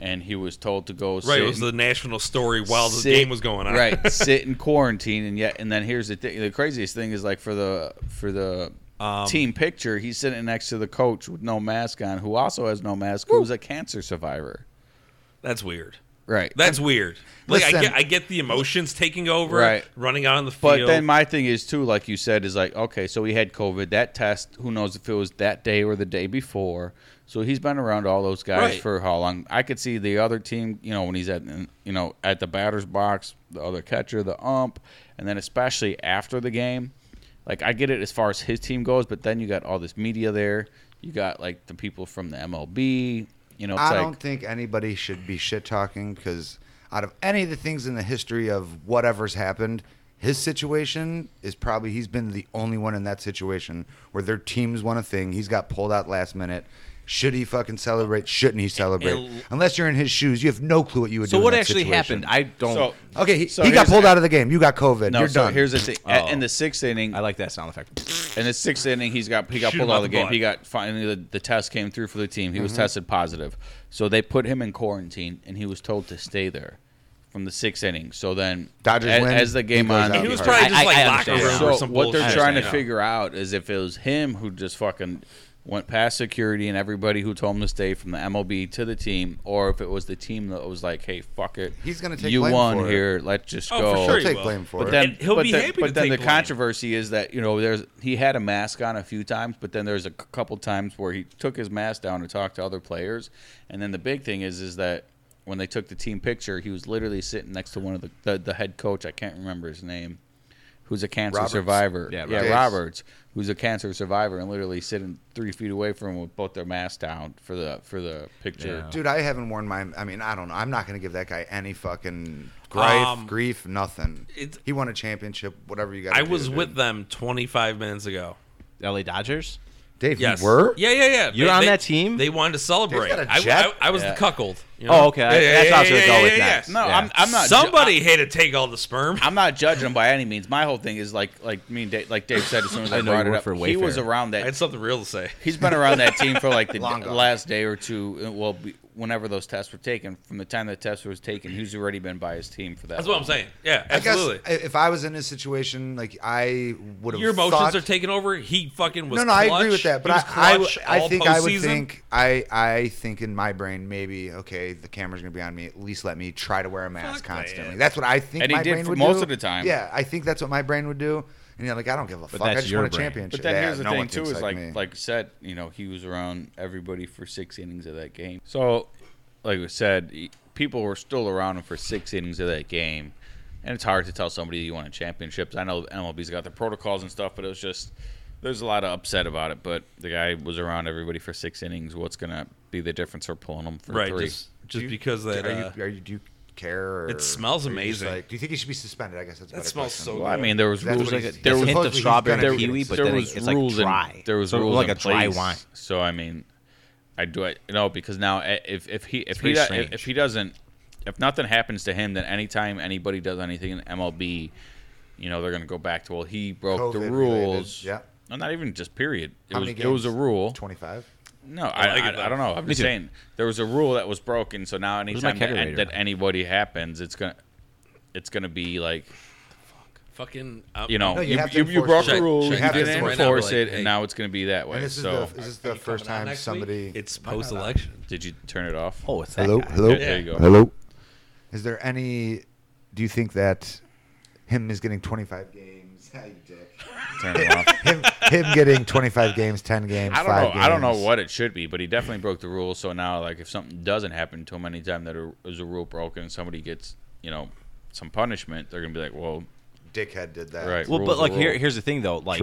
Speaker 1: and he was told to go.
Speaker 4: Right,
Speaker 1: sit
Speaker 4: it was
Speaker 1: in-
Speaker 4: the national story while the
Speaker 1: sit-
Speaker 4: game was going on.
Speaker 1: Right, sit in quarantine, and yet, and then here's the thing. The craziest thing is like for the for the
Speaker 4: Um,
Speaker 1: team picture, he's sitting next to the coach with no mask on, who also has no mask, who's a cancer survivor.
Speaker 4: That's weird.
Speaker 1: Right.
Speaker 4: That's weird. Like I
Speaker 2: Listen.
Speaker 4: get, I get the emotions taking over,
Speaker 1: Right.
Speaker 4: running out on the
Speaker 1: But
Speaker 4: field.
Speaker 1: then my thing is too, like you said, is like okay, so he had COVID. That test, who knows if it was that day or the day before. So he's been around all those guys
Speaker 4: Right.
Speaker 1: for how long? I could see the other team, you know, when he's at you know at the batter's box, the other catcher, the ump, and then especially after the game. Like I get it as far as his team goes, but then you got all this media there. You got like the people from the MLB. You know, it's
Speaker 2: I
Speaker 1: like
Speaker 2: don't think anybody should be shit talking because out of any of the things in the history of whatever's happened, his situation is probably he's been the only one in that situation where their teams won a thing. He's got pulled out last minute. Should he fucking celebrate? Shouldn't he celebrate?
Speaker 4: And-
Speaker 2: Unless you're in his shoes, you have no clue what you would
Speaker 3: So
Speaker 2: do. in
Speaker 3: what
Speaker 2: that
Speaker 3: actually
Speaker 2: situation.
Speaker 3: happened? I don't.
Speaker 1: So-
Speaker 2: Okay, he,
Speaker 1: So
Speaker 2: he got
Speaker 1: here's-
Speaker 2: pulled out of the game. You got COVID.
Speaker 1: no.
Speaker 2: Oh, you're
Speaker 1: so
Speaker 2: done.
Speaker 1: here's the thing.
Speaker 3: Oh.
Speaker 1: In the sixth inning,
Speaker 3: I like that sound effect.
Speaker 1: In the sixth inning, he's got he got
Speaker 4: Shoot
Speaker 1: pulled
Speaker 4: him
Speaker 1: out of
Speaker 4: out
Speaker 1: the
Speaker 4: the
Speaker 1: game.
Speaker 4: block.
Speaker 1: He got finally the, the test came through for the team. He
Speaker 2: Mm-hmm.
Speaker 1: was tested positive, so they put him in quarantine, and he was told to stay there from the sixth inning. So then,
Speaker 2: Dodgers
Speaker 1: as,
Speaker 2: win,
Speaker 1: as the
Speaker 2: he
Speaker 1: game
Speaker 2: goes
Speaker 1: on,
Speaker 2: out.
Speaker 4: he was
Speaker 2: I-
Speaker 4: probably
Speaker 3: I-
Speaker 4: just like
Speaker 3: I
Speaker 4: locker
Speaker 3: understand.
Speaker 4: room
Speaker 1: so
Speaker 4: or some
Speaker 1: what they're
Speaker 4: bullshit,
Speaker 1: trying to
Speaker 4: you know.
Speaker 1: figure out is if it was him who just fucking went past security and everybody who told him to stay from the MLB to the team, or if it was the team that was like, "Hey, fuck it,
Speaker 2: He's gonna take
Speaker 1: you
Speaker 2: blame
Speaker 1: won
Speaker 2: for it.
Speaker 1: here. Let's just
Speaker 4: Oh,
Speaker 1: go."
Speaker 4: for
Speaker 2: He'll
Speaker 4: sure he
Speaker 2: take
Speaker 4: will.
Speaker 2: blame for
Speaker 1: But
Speaker 2: it.
Speaker 1: then,
Speaker 4: And he'll
Speaker 1: but
Speaker 4: be
Speaker 1: then,
Speaker 4: happy
Speaker 1: but
Speaker 4: to
Speaker 1: then
Speaker 4: take
Speaker 1: the
Speaker 4: blame.
Speaker 1: controversy is that you know there's he had a mask on a few times, but then there's a c- couple times where he took his mask down to talk to other players, and then the big thing is is that when they took the team picture, he was literally sitting next to one of the the, the head coach. I can't remember his name. Who's a cancer
Speaker 2: Roberts.
Speaker 1: survivor?
Speaker 3: Yeah,
Speaker 1: yeah,
Speaker 2: Roberts.
Speaker 1: Roberts, who's a cancer survivor, and literally sitting three feet away from him with both their masks down for the for the picture.
Speaker 4: Oh.
Speaker 3: Yeah.
Speaker 2: Dude, I haven't worn mine. I mean, I don't know. I'm not going to give that guy any fucking grief,
Speaker 4: Um,
Speaker 2: grief, nothing.
Speaker 4: it's-
Speaker 2: he won a championship, whatever you got.
Speaker 4: I was with them 25 minutes ago.
Speaker 3: L.A. Dodgers.
Speaker 2: Dave.
Speaker 4: Yes.
Speaker 2: You were?
Speaker 4: Yeah, yeah, yeah.
Speaker 3: You're
Speaker 4: They-
Speaker 3: on
Speaker 4: they-
Speaker 3: that team?
Speaker 4: They wanted to celebrate.
Speaker 2: got a
Speaker 4: I,
Speaker 2: jet?
Speaker 4: I- I was
Speaker 1: Yeah.
Speaker 4: the cuckuld. you know?
Speaker 3: Oh, okay. I- that's what I was gonna go with next.
Speaker 1: No,
Speaker 3: Yeah.
Speaker 1: I'm, I'm not. ju-
Speaker 4: Somebody had to take all the sperm.
Speaker 1: I'm not judging him by any means. My whole thing is like like me and Dave, like Dave said as soon as I,
Speaker 3: I know
Speaker 1: brought
Speaker 3: you
Speaker 1: it
Speaker 3: work
Speaker 1: up.
Speaker 3: for
Speaker 1: he was
Speaker 3: Wayfair.
Speaker 1: around
Speaker 4: I
Speaker 1: that.
Speaker 4: had something real to say.
Speaker 1: He's been around that team for like the
Speaker 2: Long
Speaker 1: d-
Speaker 2: gone.
Speaker 1: last day or two. uh, Well, be- whenever those tests were taken, from the time the test was taken, he's already been by his team for that.
Speaker 4: That's what I'm
Speaker 1: long.
Speaker 4: saying. Yeah,
Speaker 2: I guess
Speaker 4: absolutely.
Speaker 2: i- if I was in his situation, like I would have.
Speaker 4: Your emotions
Speaker 2: thought,
Speaker 4: are taking over. He fucking was.
Speaker 2: No, no, I agree
Speaker 4: clutch.
Speaker 2: with that.
Speaker 4: He
Speaker 2: But
Speaker 4: was
Speaker 2: I, I, w-
Speaker 4: clutch
Speaker 2: I
Speaker 4: all
Speaker 2: think I would
Speaker 4: postseason.
Speaker 2: think I, I think in my brain maybe okay, the camera's going to be on me. At least let me try to wear a mask
Speaker 4: Fuck
Speaker 2: constantly.
Speaker 4: that.
Speaker 2: That's what I think.
Speaker 1: And he
Speaker 2: my
Speaker 1: did
Speaker 2: brain
Speaker 1: for
Speaker 2: would
Speaker 1: most
Speaker 2: do.
Speaker 1: of the time.
Speaker 2: Yeah, I think that's what my brain would do. And you're like, I don't give a fuck. I
Speaker 3: that's
Speaker 2: just
Speaker 3: your
Speaker 2: won a
Speaker 3: brain.
Speaker 2: championship.
Speaker 1: But then
Speaker 2: Yeah,
Speaker 1: here's the
Speaker 2: no one
Speaker 1: thing too
Speaker 2: thinks
Speaker 1: is like
Speaker 2: me.
Speaker 1: like, you said, you know, he was around everybody for six innings of that game. So, like we said, e- people were still around him for six innings of that game, and it's hard to tell somebody you won a championships. I know MLB's got their protocols and stuff, but it was just there's a lot of upset about it. But the guy was around everybody for six innings. What's gonna be the difference for pulling him for
Speaker 4: right
Speaker 1: three?
Speaker 4: just
Speaker 2: Do
Speaker 4: just
Speaker 2: you-
Speaker 4: because that
Speaker 2: are
Speaker 4: uh,
Speaker 2: you, are you, do you care? Or
Speaker 4: it smells
Speaker 2: are you just
Speaker 4: amazing.
Speaker 2: Like, do you think he should be suspended? I guess that's a
Speaker 4: That
Speaker 2: better
Speaker 4: smells
Speaker 2: question.
Speaker 4: so
Speaker 1: Well, I mean, there was
Speaker 2: That's
Speaker 1: rules.
Speaker 2: what he's-
Speaker 1: there
Speaker 2: that's
Speaker 1: was
Speaker 2: hint of strawberry
Speaker 1: there,
Speaker 2: kiwi,
Speaker 1: was-
Speaker 2: but
Speaker 1: there
Speaker 2: then
Speaker 1: was rules in- there was
Speaker 3: So it
Speaker 1: rules
Speaker 3: was
Speaker 1: in
Speaker 3: like a dry
Speaker 1: place.
Speaker 3: wine.
Speaker 1: So I mean, I do it. No, because now eh, if if he if he
Speaker 3: pretty
Speaker 1: do-
Speaker 3: strange.
Speaker 1: if he doesn't if nothing happens to him, then anytime anybody does anything in MLB, you know they're gonna go back to well he broke the
Speaker 2: COVID-related,
Speaker 1: rules.
Speaker 2: yeah.
Speaker 1: No, not even just period. It
Speaker 2: How
Speaker 1: was
Speaker 2: many
Speaker 1: it was a
Speaker 2: games?
Speaker 1: rule.
Speaker 2: Twenty-five.
Speaker 1: No, I,
Speaker 4: like
Speaker 1: I,
Speaker 4: it, though.
Speaker 1: I, don't know. I'm
Speaker 3: Me
Speaker 1: just
Speaker 3: too.
Speaker 1: saying there was a rule that was broken. So now
Speaker 3: Where's my
Speaker 1: anytime that,
Speaker 3: kegerator?
Speaker 1: that anybody happens, it's gonna it's gonna be like
Speaker 4: fucking. um,
Speaker 1: you know
Speaker 2: No, you
Speaker 1: you,
Speaker 2: have to
Speaker 1: you, you
Speaker 2: enforce
Speaker 1: broke
Speaker 2: it.
Speaker 1: the rules,
Speaker 4: Check-
Speaker 1: you
Speaker 4: check
Speaker 2: this
Speaker 1: didn't
Speaker 2: right
Speaker 4: now,
Speaker 1: enforce
Speaker 4: like,
Speaker 1: it,
Speaker 4: hey.
Speaker 1: and now it's going to be that way.
Speaker 2: And this is
Speaker 1: so
Speaker 2: the this is
Speaker 4: are
Speaker 2: the
Speaker 4: you
Speaker 2: first
Speaker 4: coming out
Speaker 2: time
Speaker 4: next week?
Speaker 2: somebody.
Speaker 4: It's post election.
Speaker 1: did you turn it off?
Speaker 3: Oh, it's that
Speaker 2: Hello,
Speaker 3: guy.
Speaker 2: hello,
Speaker 1: Yeah, there you go.
Speaker 2: hello. Is there any? Do you think that him is getting twenty-five games? Yeah, you dick.
Speaker 1: Turn it off.
Speaker 2: him, him getting twenty-five games, ten games,
Speaker 1: I don't know.
Speaker 2: five games.
Speaker 1: I don't know what it should be, but he definitely broke the rules. So now, like, if something doesn't happen to him anytime that a- is a rule broken, somebody gets you know some punishment, they're gonna be like, "Well,
Speaker 2: Dickhead did that.
Speaker 1: Right.
Speaker 3: Well,
Speaker 1: Rules
Speaker 3: but
Speaker 1: are
Speaker 3: like here,
Speaker 1: rules.
Speaker 3: here's the thing though. Like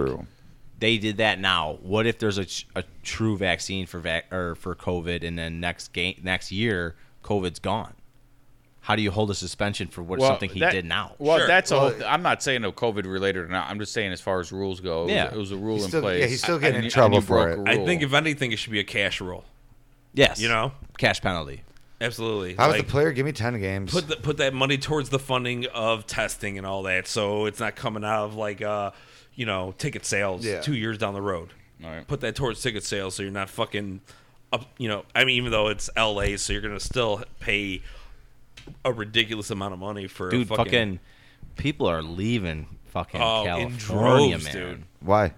Speaker 3: they did that now. What if there's a, ch- a true vaccine for vac- or for COVID, and then next game next year COVID's gone? How do you hold a suspension for what
Speaker 1: Well,
Speaker 3: something he
Speaker 1: that-
Speaker 3: did now?
Speaker 1: Well,
Speaker 4: Sure.
Speaker 1: that's a
Speaker 2: Well,
Speaker 1: whole. I'm not saying a COVID related or not. I'm just saying as far as rules go, it was-
Speaker 3: Yeah.
Speaker 1: it was a rule
Speaker 2: He's
Speaker 1: in
Speaker 2: still-
Speaker 1: place.
Speaker 2: yeah, he's still
Speaker 1: And
Speaker 2: getting in
Speaker 1: you- and
Speaker 2: trouble
Speaker 1: you
Speaker 2: for
Speaker 1: broke
Speaker 2: it.
Speaker 1: a
Speaker 4: I
Speaker 1: rule.
Speaker 4: think if anything, it should be a cash rule.
Speaker 3: yes,
Speaker 4: You know,
Speaker 3: cash penalty.
Speaker 4: absolutely.
Speaker 2: How about
Speaker 4: Like,
Speaker 2: the player? Give me ten games.
Speaker 4: put the, put that money towards the funding of testing and all that, so it's not coming out of like uh, you know, ticket sales
Speaker 2: Yeah.
Speaker 4: two years down the road.
Speaker 1: All right.
Speaker 4: Put that towards ticket sales, so you're not fucking up. You know, I mean, even though it's L.A., so you're gonna still pay a ridiculous amount of money for
Speaker 3: dude.
Speaker 4: a
Speaker 3: Fucking, people are leaving fucking
Speaker 4: Oh, in
Speaker 3: California,
Speaker 4: droves,
Speaker 3: man.
Speaker 4: dude.
Speaker 2: Why?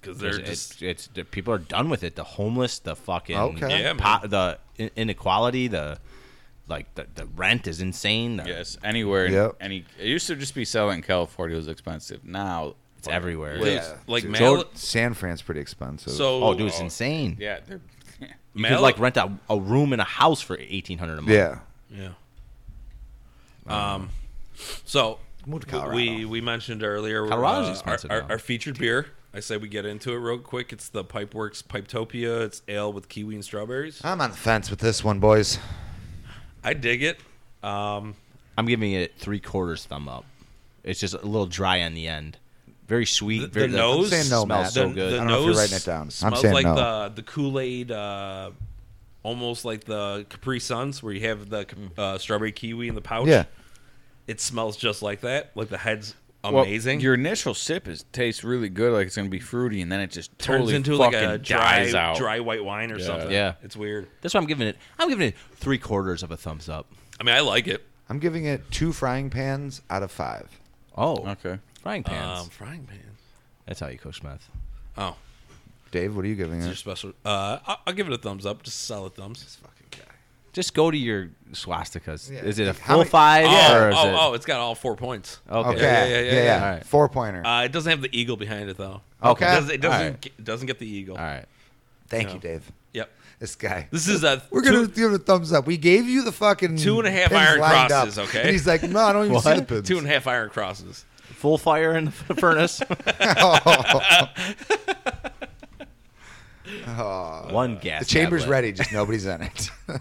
Speaker 4: because
Speaker 3: There's-
Speaker 4: they're just
Speaker 3: it's, it's the people are done with it. The homeless, the fucking
Speaker 2: Okay.
Speaker 4: Yeah,
Speaker 3: po- the in- inequality, the like the, the rent is insane. The,
Speaker 1: yes, anywhere, in
Speaker 2: Yep.
Speaker 1: any it used to just be selling in California was expensive. Now
Speaker 3: It's everywhere.
Speaker 4: Dude,
Speaker 2: Yeah.
Speaker 4: like
Speaker 2: Dude,
Speaker 4: Mal-
Speaker 2: San Fran's pretty expensive.
Speaker 4: so.
Speaker 3: Oh, dude, it's insane.
Speaker 1: yeah, they're,
Speaker 3: You
Speaker 4: Mal-
Speaker 3: could like rent a, a room in a house for eighteen hundred a month.
Speaker 2: yeah.
Speaker 4: Yeah. Um, so
Speaker 2: Move to
Speaker 4: w- we
Speaker 2: Colorado.
Speaker 4: we mentioned earlier
Speaker 3: Colorado's
Speaker 4: uh,
Speaker 3: expensive
Speaker 4: our, our,
Speaker 3: now.
Speaker 4: our featured beer. I say we get into it real quick. It's the Pipeworks Pipetopia. It's ale with kiwi and strawberries.
Speaker 2: I'm on the fence with this one, boys.
Speaker 4: I dig it. Um,
Speaker 3: I'm giving it three quarters thumb up. It's just a little dry on the end. Very sweet.
Speaker 4: the,
Speaker 3: very,
Speaker 4: the nose
Speaker 2: saying no,
Speaker 3: smells
Speaker 2: Matt.
Speaker 3: so
Speaker 4: the-
Speaker 3: good.
Speaker 4: The
Speaker 2: I don't know if
Speaker 4: nose
Speaker 2: you're writing it down. I'm
Speaker 4: Smells
Speaker 2: saying
Speaker 4: like
Speaker 2: no.
Speaker 4: the the Kool Aid, uh, almost like the Capri Suns, where you have the uh, strawberry kiwi in the pouch.
Speaker 2: Mm. Yeah.
Speaker 4: It smells just like that. Like the head's
Speaker 1: well,
Speaker 4: amazing.
Speaker 1: your initial sip is tastes really good, like it's gonna be fruity, and then it just
Speaker 4: Turns
Speaker 1: totally
Speaker 4: into like
Speaker 1: fucking
Speaker 4: a dry,
Speaker 1: dies out.
Speaker 4: dry white wine or something.
Speaker 3: Yeah.
Speaker 4: it's weird.
Speaker 3: That's why I'm giving it. I'm giving it three quarters of a thumbs up.
Speaker 4: I mean, I like it.
Speaker 2: I'm giving it two frying pans out of five.
Speaker 3: Oh,
Speaker 1: Okay,
Speaker 3: frying pans.
Speaker 4: Um, frying pan.
Speaker 3: That's how you cook meth.
Speaker 4: Oh,
Speaker 2: Dave, what are you giving
Speaker 4: it's your
Speaker 2: it?
Speaker 4: special. Uh, I'll, I'll give it a thumbs up. Just solid thumbs.
Speaker 3: Just go to your swastikas.
Speaker 2: Yeah.
Speaker 3: Is it a
Speaker 2: Like, how
Speaker 3: full
Speaker 2: many-
Speaker 3: five? or
Speaker 4: Oh,
Speaker 3: is
Speaker 4: oh,
Speaker 3: it,
Speaker 4: oh, it's got all four points.
Speaker 3: Okay.
Speaker 2: Okay.
Speaker 4: Yeah,
Speaker 2: Yeah,
Speaker 4: yeah,
Speaker 2: yeah,
Speaker 4: yeah, yeah.
Speaker 3: All right.
Speaker 2: Four pointer.
Speaker 4: Uh, it doesn't have the eagle behind it though.
Speaker 2: Okay.
Speaker 4: It doesn't, it doesn't,
Speaker 3: Alright.
Speaker 4: get, it doesn't get the eagle.
Speaker 3: All right.
Speaker 2: Thank
Speaker 4: no.
Speaker 2: you, Dave.
Speaker 4: Yep.
Speaker 2: This guy.
Speaker 4: This is a
Speaker 2: We're gonna
Speaker 4: two,
Speaker 2: give it a thumbs up. We gave you the fucking
Speaker 4: Two and a half
Speaker 2: pins
Speaker 4: iron
Speaker 2: lined
Speaker 4: crosses,
Speaker 2: up.
Speaker 4: okay?
Speaker 2: And he's like, no, I don't even see the
Speaker 3: What?
Speaker 2: pins.
Speaker 4: two and a half iron crosses.
Speaker 3: Full fire in the furnace. One gas.
Speaker 2: Oh. the chamber's
Speaker 3: tablet.
Speaker 2: ready, just nobody's in it.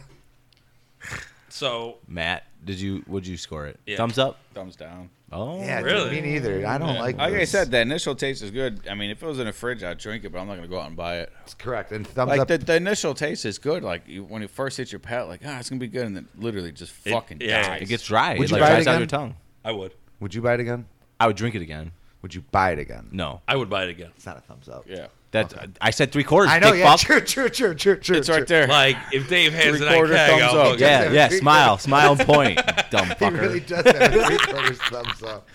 Speaker 4: So
Speaker 3: Matt, did you? Would you score it?
Speaker 4: Yeah.
Speaker 3: Thumbs up.
Speaker 1: thumbs down.
Speaker 3: Oh,
Speaker 2: yeah, dude,
Speaker 4: Really?
Speaker 2: me neither. I don't like.
Speaker 1: Like I
Speaker 2: this.
Speaker 1: said, the initial taste is good. I mean, if it was in a fridge, I'd drink it, but I'm not gonna go out and buy it.
Speaker 2: That's correct. And thumbs
Speaker 1: Like
Speaker 2: up.
Speaker 1: the, the initial taste is good. Like you, when it first hits your palate, like ah, it's gonna be good, and then literally just fucking
Speaker 4: yeah.
Speaker 1: dies.
Speaker 3: It gets dry.
Speaker 2: Would
Speaker 3: it
Speaker 2: you
Speaker 3: like
Speaker 2: buy it
Speaker 3: dries out
Speaker 2: again?
Speaker 3: your tongue.
Speaker 4: I would.
Speaker 2: Would you buy it again?
Speaker 3: I would drink it again.
Speaker 2: Would you buy it again?
Speaker 3: No,
Speaker 4: I would buy it again.
Speaker 2: It's not a thumbs up.
Speaker 1: yeah.
Speaker 3: that I said three quarters.
Speaker 2: I know.
Speaker 3: dick
Speaker 2: Yeah,
Speaker 3: fuck.
Speaker 2: true, true, true, true, true.
Speaker 1: It's right
Speaker 2: true.
Speaker 1: there.
Speaker 4: Like if Dave has it, I
Speaker 1: Three-quarter
Speaker 4: keg.
Speaker 1: thumbs
Speaker 4: I'll
Speaker 1: up.
Speaker 4: fuck it.
Speaker 3: Yeah, yeah. Smile, smile, and point. Dumb
Speaker 2: He
Speaker 3: fucker.
Speaker 2: really does have a three quarters thumbs up.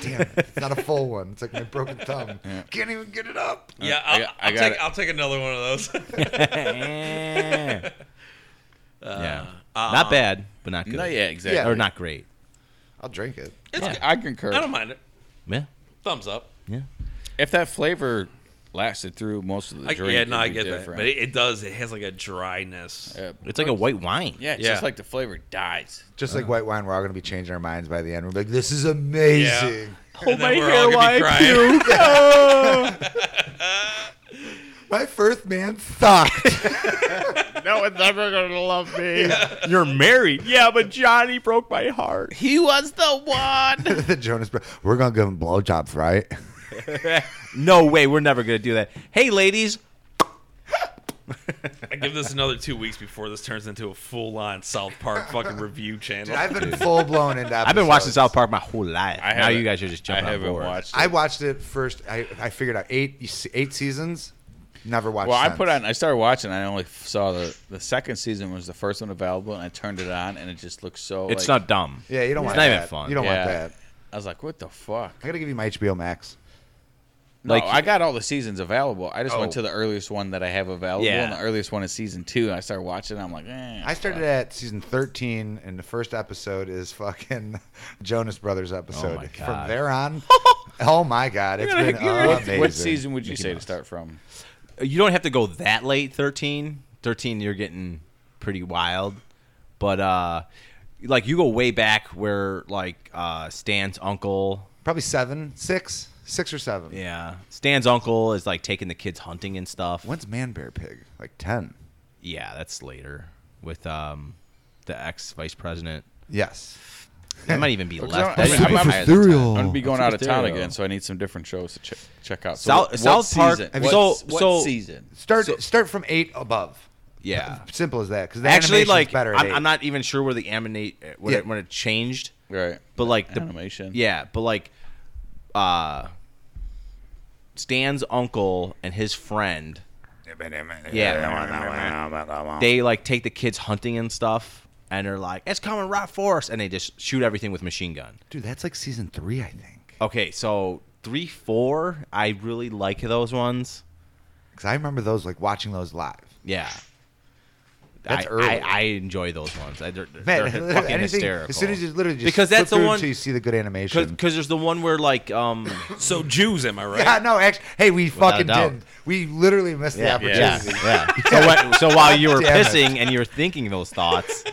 Speaker 2: Damn, it, it's not a full one. It's like my broken thumb. Can't even get it up.
Speaker 4: Yeah,
Speaker 1: I
Speaker 4: I'll,
Speaker 1: got- I
Speaker 4: I'll
Speaker 1: got
Speaker 4: take
Speaker 1: it.
Speaker 4: I'll take another one of those.
Speaker 3: yeah.
Speaker 4: uh,
Speaker 3: not bad, but not good.
Speaker 1: No, yeah, exactly.
Speaker 2: Yeah.
Speaker 3: Or not great.
Speaker 2: I'll drink it.
Speaker 4: It's
Speaker 3: Yeah.
Speaker 4: good.
Speaker 1: I concur.
Speaker 4: I don't mind it.
Speaker 3: Yeah.
Speaker 4: Thumbs up.
Speaker 3: Yeah.
Speaker 1: If that flavor lasted through most of the
Speaker 4: I,
Speaker 1: drink,
Speaker 4: yeah,
Speaker 1: it'd
Speaker 4: no, I
Speaker 1: be
Speaker 4: get that,
Speaker 1: different.
Speaker 4: but it, it does. It has like a dryness.
Speaker 1: yeah,
Speaker 3: It's like a white wine.
Speaker 1: yeah, it's
Speaker 4: Yeah.
Speaker 1: just like the flavor dies.
Speaker 2: Just like white wine, we're all going to be changing our minds by the end. We're like, this is amazing.
Speaker 4: Oh my hair,
Speaker 2: My first man sucked.
Speaker 1: No one's ever gonna love me.
Speaker 3: You're married. Yeah, but Johnny broke my heart.
Speaker 1: He was the one.
Speaker 2: the Jonas, Bro- we're going to give him blowjobs, right?
Speaker 3: No way. We're never going to do that. Hey, ladies.
Speaker 4: I give this another two weeks before this turns into a full-on South Park fucking review channel.
Speaker 2: Dude, I've been full blown into.
Speaker 3: I've been watching South Park my whole life.
Speaker 1: I
Speaker 3: now
Speaker 1: haven't-
Speaker 3: you guys are just
Speaker 1: I
Speaker 3: jumping on
Speaker 1: haven't
Speaker 3: board.
Speaker 1: watched. It.
Speaker 2: I watched it first. I, I figured out eight eight seasons. Never watched.
Speaker 1: well, I
Speaker 2: since.
Speaker 1: put on. I started watching. I only saw the the second season was the first one available, and I turned it on, and it just looked so.
Speaker 3: It's
Speaker 1: like-
Speaker 3: not dumb.
Speaker 2: Yeah, you don't
Speaker 3: It's
Speaker 2: want
Speaker 3: not
Speaker 2: that.
Speaker 3: even fun.
Speaker 2: You don't
Speaker 1: Yeah.
Speaker 2: want that.
Speaker 1: I was like, what the fuck?
Speaker 2: I gotta give you my HBO Max.
Speaker 1: No,
Speaker 3: Like-
Speaker 1: I got all the seasons available. I just went
Speaker 2: Oh.
Speaker 1: to the earliest one that I have available,
Speaker 3: Yeah.
Speaker 1: and the earliest one is season two. And I started watching. And I'm like, eh,
Speaker 2: I started at season 13, and the first episode is fucking Jonas Brothers episode.
Speaker 3: Oh my
Speaker 2: From
Speaker 3: God.
Speaker 2: there on, oh my god, it's been
Speaker 1: What,
Speaker 2: amazing.
Speaker 1: what season would you say to
Speaker 3: Mouse.
Speaker 1: start from?
Speaker 3: You don't have to go that late. 13. 13, you're getting pretty wild. But uh like you go way back where like uh, Stan's uncle.
Speaker 2: Probably seven, six, six or seven.
Speaker 3: Yeah, Stan's uncle is like taking the kids hunting and stuff.
Speaker 2: When's Man Bear Pig? Like ten.
Speaker 3: Yeah, that's later with um, the ex vice president.
Speaker 2: Yes.
Speaker 3: That might even be
Speaker 1: Because
Speaker 3: left.
Speaker 1: I'm-
Speaker 3: That should
Speaker 1: I'm-
Speaker 3: be
Speaker 1: I'm
Speaker 3: higher than
Speaker 1: I'm
Speaker 3: ten.
Speaker 1: gonna be going out of town
Speaker 3: Mysterio.
Speaker 1: again, so I need some different shows to ch- check out. So
Speaker 3: South-
Speaker 1: what,
Speaker 3: South
Speaker 1: what
Speaker 3: Park-
Speaker 1: Season?
Speaker 3: I
Speaker 2: mean-
Speaker 1: What-
Speaker 3: So-
Speaker 1: what
Speaker 3: so-
Speaker 1: season?
Speaker 2: Start start from eight above.
Speaker 3: Yeah.
Speaker 2: Simple as that. Because
Speaker 3: Actually, like
Speaker 2: better. At
Speaker 3: I'm,
Speaker 2: eight.
Speaker 3: I'm not even sure where the animate when,
Speaker 2: Yeah.
Speaker 3: it, when it changed,
Speaker 1: Right.
Speaker 3: but like the
Speaker 1: animation.
Speaker 3: Yeah, but like, uh, Stan's uncle and his friend,
Speaker 2: Yeah.
Speaker 3: they like take the kids hunting and stuff, and they're like, "It's coming right for us," and they just shoot everything with machine gun.
Speaker 2: Dude, that's like season three, I think.
Speaker 3: Okay, so three, four, I really like those ones.
Speaker 2: Because I remember those like watching those live.
Speaker 3: Yeah.
Speaker 2: That's
Speaker 3: I,
Speaker 2: early.
Speaker 3: I, I enjoy those ones. I, they're, they're
Speaker 2: Man,
Speaker 3: fucking
Speaker 2: anything,
Speaker 3: hysterical.
Speaker 2: as soon as you literally just
Speaker 3: Because
Speaker 2: flip
Speaker 3: that's the
Speaker 2: through
Speaker 3: one-
Speaker 2: until you see the good animation.
Speaker 3: because there's the one where like um
Speaker 4: So Jews, am I right?
Speaker 2: yeah, no, actually, hey, we fucking
Speaker 3: a doubt.
Speaker 2: did. We literally missed the opportunity.
Speaker 3: yeah yeah. So, what, so while you were
Speaker 2: Damn it.
Speaker 3: pissing and you were thinking those thoughts,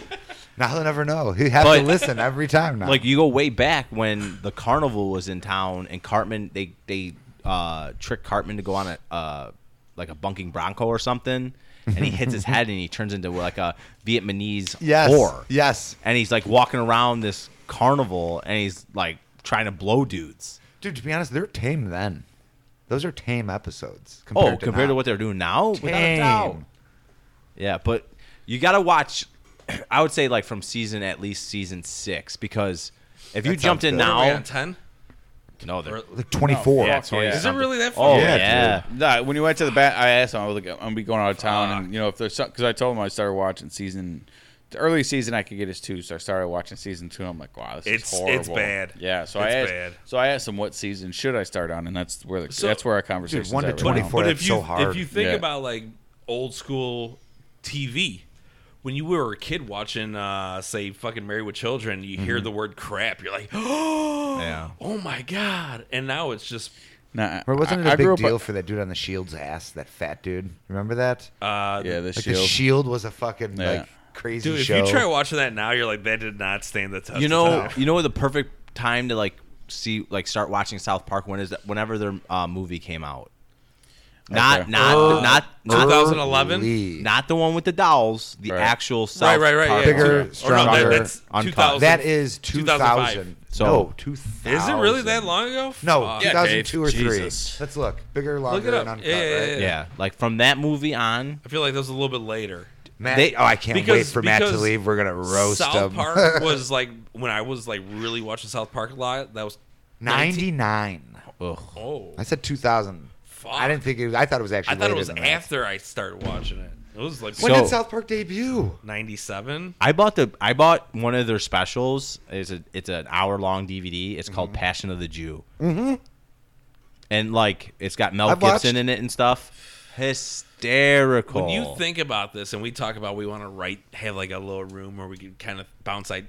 Speaker 2: Now he'll never know. He has to
Speaker 3: But-
Speaker 2: listen every time now.
Speaker 3: like you go way back when the carnival was in town and Cartman they they uh trick Cartman to go on a uh like a bunking bronco or something and he hits his head and he turns into like a Vietnamese
Speaker 2: yes,
Speaker 3: whore.
Speaker 2: yes,
Speaker 3: And he's like walking around this carnival and he's like trying to blow dudes.
Speaker 2: dude. To be honest, they're tame then. Those are tame episodes. Compared
Speaker 3: Oh,
Speaker 2: to
Speaker 3: compared
Speaker 2: now.
Speaker 3: to what they're doing now? Without a
Speaker 2: Tame.
Speaker 3: doubt. Yeah, but you got to watch, I would say, like from season at least season six, because if you
Speaker 2: That
Speaker 3: jumped
Speaker 2: sounds
Speaker 3: in
Speaker 2: good.
Speaker 4: Are we on
Speaker 3: now,
Speaker 4: ten?
Speaker 3: no, they're,
Speaker 2: like twenty four.
Speaker 1: Yeah, twenty-
Speaker 4: Is it really that?
Speaker 3: oh,
Speaker 4: far?
Speaker 2: Yeah,
Speaker 3: yeah.
Speaker 1: Nah, when you went to the bat, I asked him. I was like, I'm gonna be going out of town, and you know, if there's because I told him I started watching season, the early season I could get is two, so I started watching season two. I'm like, wow, this
Speaker 4: It's-
Speaker 1: is horrible.
Speaker 4: it's bad.
Speaker 1: Yeah, so
Speaker 4: It's
Speaker 1: I asked,
Speaker 4: bad.
Speaker 1: so I asked him what season should I start on, and that's where the,
Speaker 4: So-
Speaker 1: that's where our conversation.
Speaker 2: one to
Speaker 1: right now.
Speaker 2: 24.
Speaker 4: But
Speaker 2: that's
Speaker 4: if you
Speaker 2: so hard.
Speaker 4: if you think
Speaker 1: Yeah.
Speaker 4: about like old school TV, when you were a kid watching, uh, say, fucking Married with Children, you hear
Speaker 1: Mm-hmm.
Speaker 4: the word crap, you're like, oh,
Speaker 3: Yeah.
Speaker 4: oh my god! And now it's just
Speaker 1: Nah,
Speaker 2: Or wasn't it
Speaker 1: I-
Speaker 2: a
Speaker 1: I grew
Speaker 2: big
Speaker 1: up-
Speaker 2: deal for that dude on the Shield's ass? That fat dude. Remember that?
Speaker 4: uh,
Speaker 1: Yeah, the
Speaker 2: like
Speaker 1: shield.
Speaker 2: the Shield was a fucking
Speaker 1: Yeah.
Speaker 2: like crazy
Speaker 4: dude.
Speaker 2: show.
Speaker 4: If you try watching that now, you're like, that did not stand the test.
Speaker 3: You
Speaker 4: of
Speaker 3: know,
Speaker 4: time."
Speaker 3: you know the perfect time to like see like start watching South Park when is that? Whenever their uh, movie came out. Not
Speaker 1: Okay.
Speaker 3: not
Speaker 2: Oh.
Speaker 3: not not
Speaker 4: 2011?
Speaker 2: Holy.
Speaker 3: not the one with the dowels. The
Speaker 1: Right.
Speaker 3: actual South
Speaker 4: right, right, right.
Speaker 3: Park.
Speaker 4: yeah.
Speaker 2: Bigger,
Speaker 4: Or no,
Speaker 2: stronger,
Speaker 4: that's
Speaker 3: uncut.
Speaker 4: 2000.
Speaker 2: that is
Speaker 4: 2005.
Speaker 2: 2000.
Speaker 3: So-
Speaker 2: no, 2000.
Speaker 4: Is it really that long ago?
Speaker 2: No,
Speaker 4: Fuck.
Speaker 1: Yeah,
Speaker 2: 2002 or
Speaker 1: Dave,
Speaker 2: 3.
Speaker 1: Jesus.
Speaker 2: Let's look. Bigger, longer,
Speaker 4: it up.
Speaker 2: and uncut,
Speaker 4: Yeah, yeah,
Speaker 2: right?
Speaker 4: yeah.
Speaker 3: Yeah, like from that movie on.
Speaker 4: I feel like that was a little bit later.
Speaker 2: Matt,
Speaker 3: They-
Speaker 2: oh, I can't wait
Speaker 4: because-
Speaker 2: for Matt to
Speaker 4: because
Speaker 2: leave. We're going to roast
Speaker 4: South
Speaker 2: him.
Speaker 4: Park was like when I was like really watching South Park a lot. That was
Speaker 2: 99.
Speaker 3: Ugh.
Speaker 4: oh
Speaker 2: I said 2000.
Speaker 4: fuck.
Speaker 2: I didn't think it was. I thought it was actually
Speaker 4: I thought
Speaker 2: later
Speaker 4: it was
Speaker 2: than that.
Speaker 4: after I started watching it. It was like
Speaker 2: When
Speaker 3: So-
Speaker 2: did South Park debut?
Speaker 4: 97.
Speaker 3: I bought the I bought one of their specials. It's a it's an hour long DVD. It's called Passion of the Jew. Mm-hmm. And like it's got Mel
Speaker 2: I've
Speaker 3: Gibson
Speaker 2: watched-
Speaker 3: in it and stuff. Hysterical.
Speaker 4: When
Speaker 2: Oh.
Speaker 4: you think about this, and we talk about we want to write, have like a little room where we can kind of bounce. I,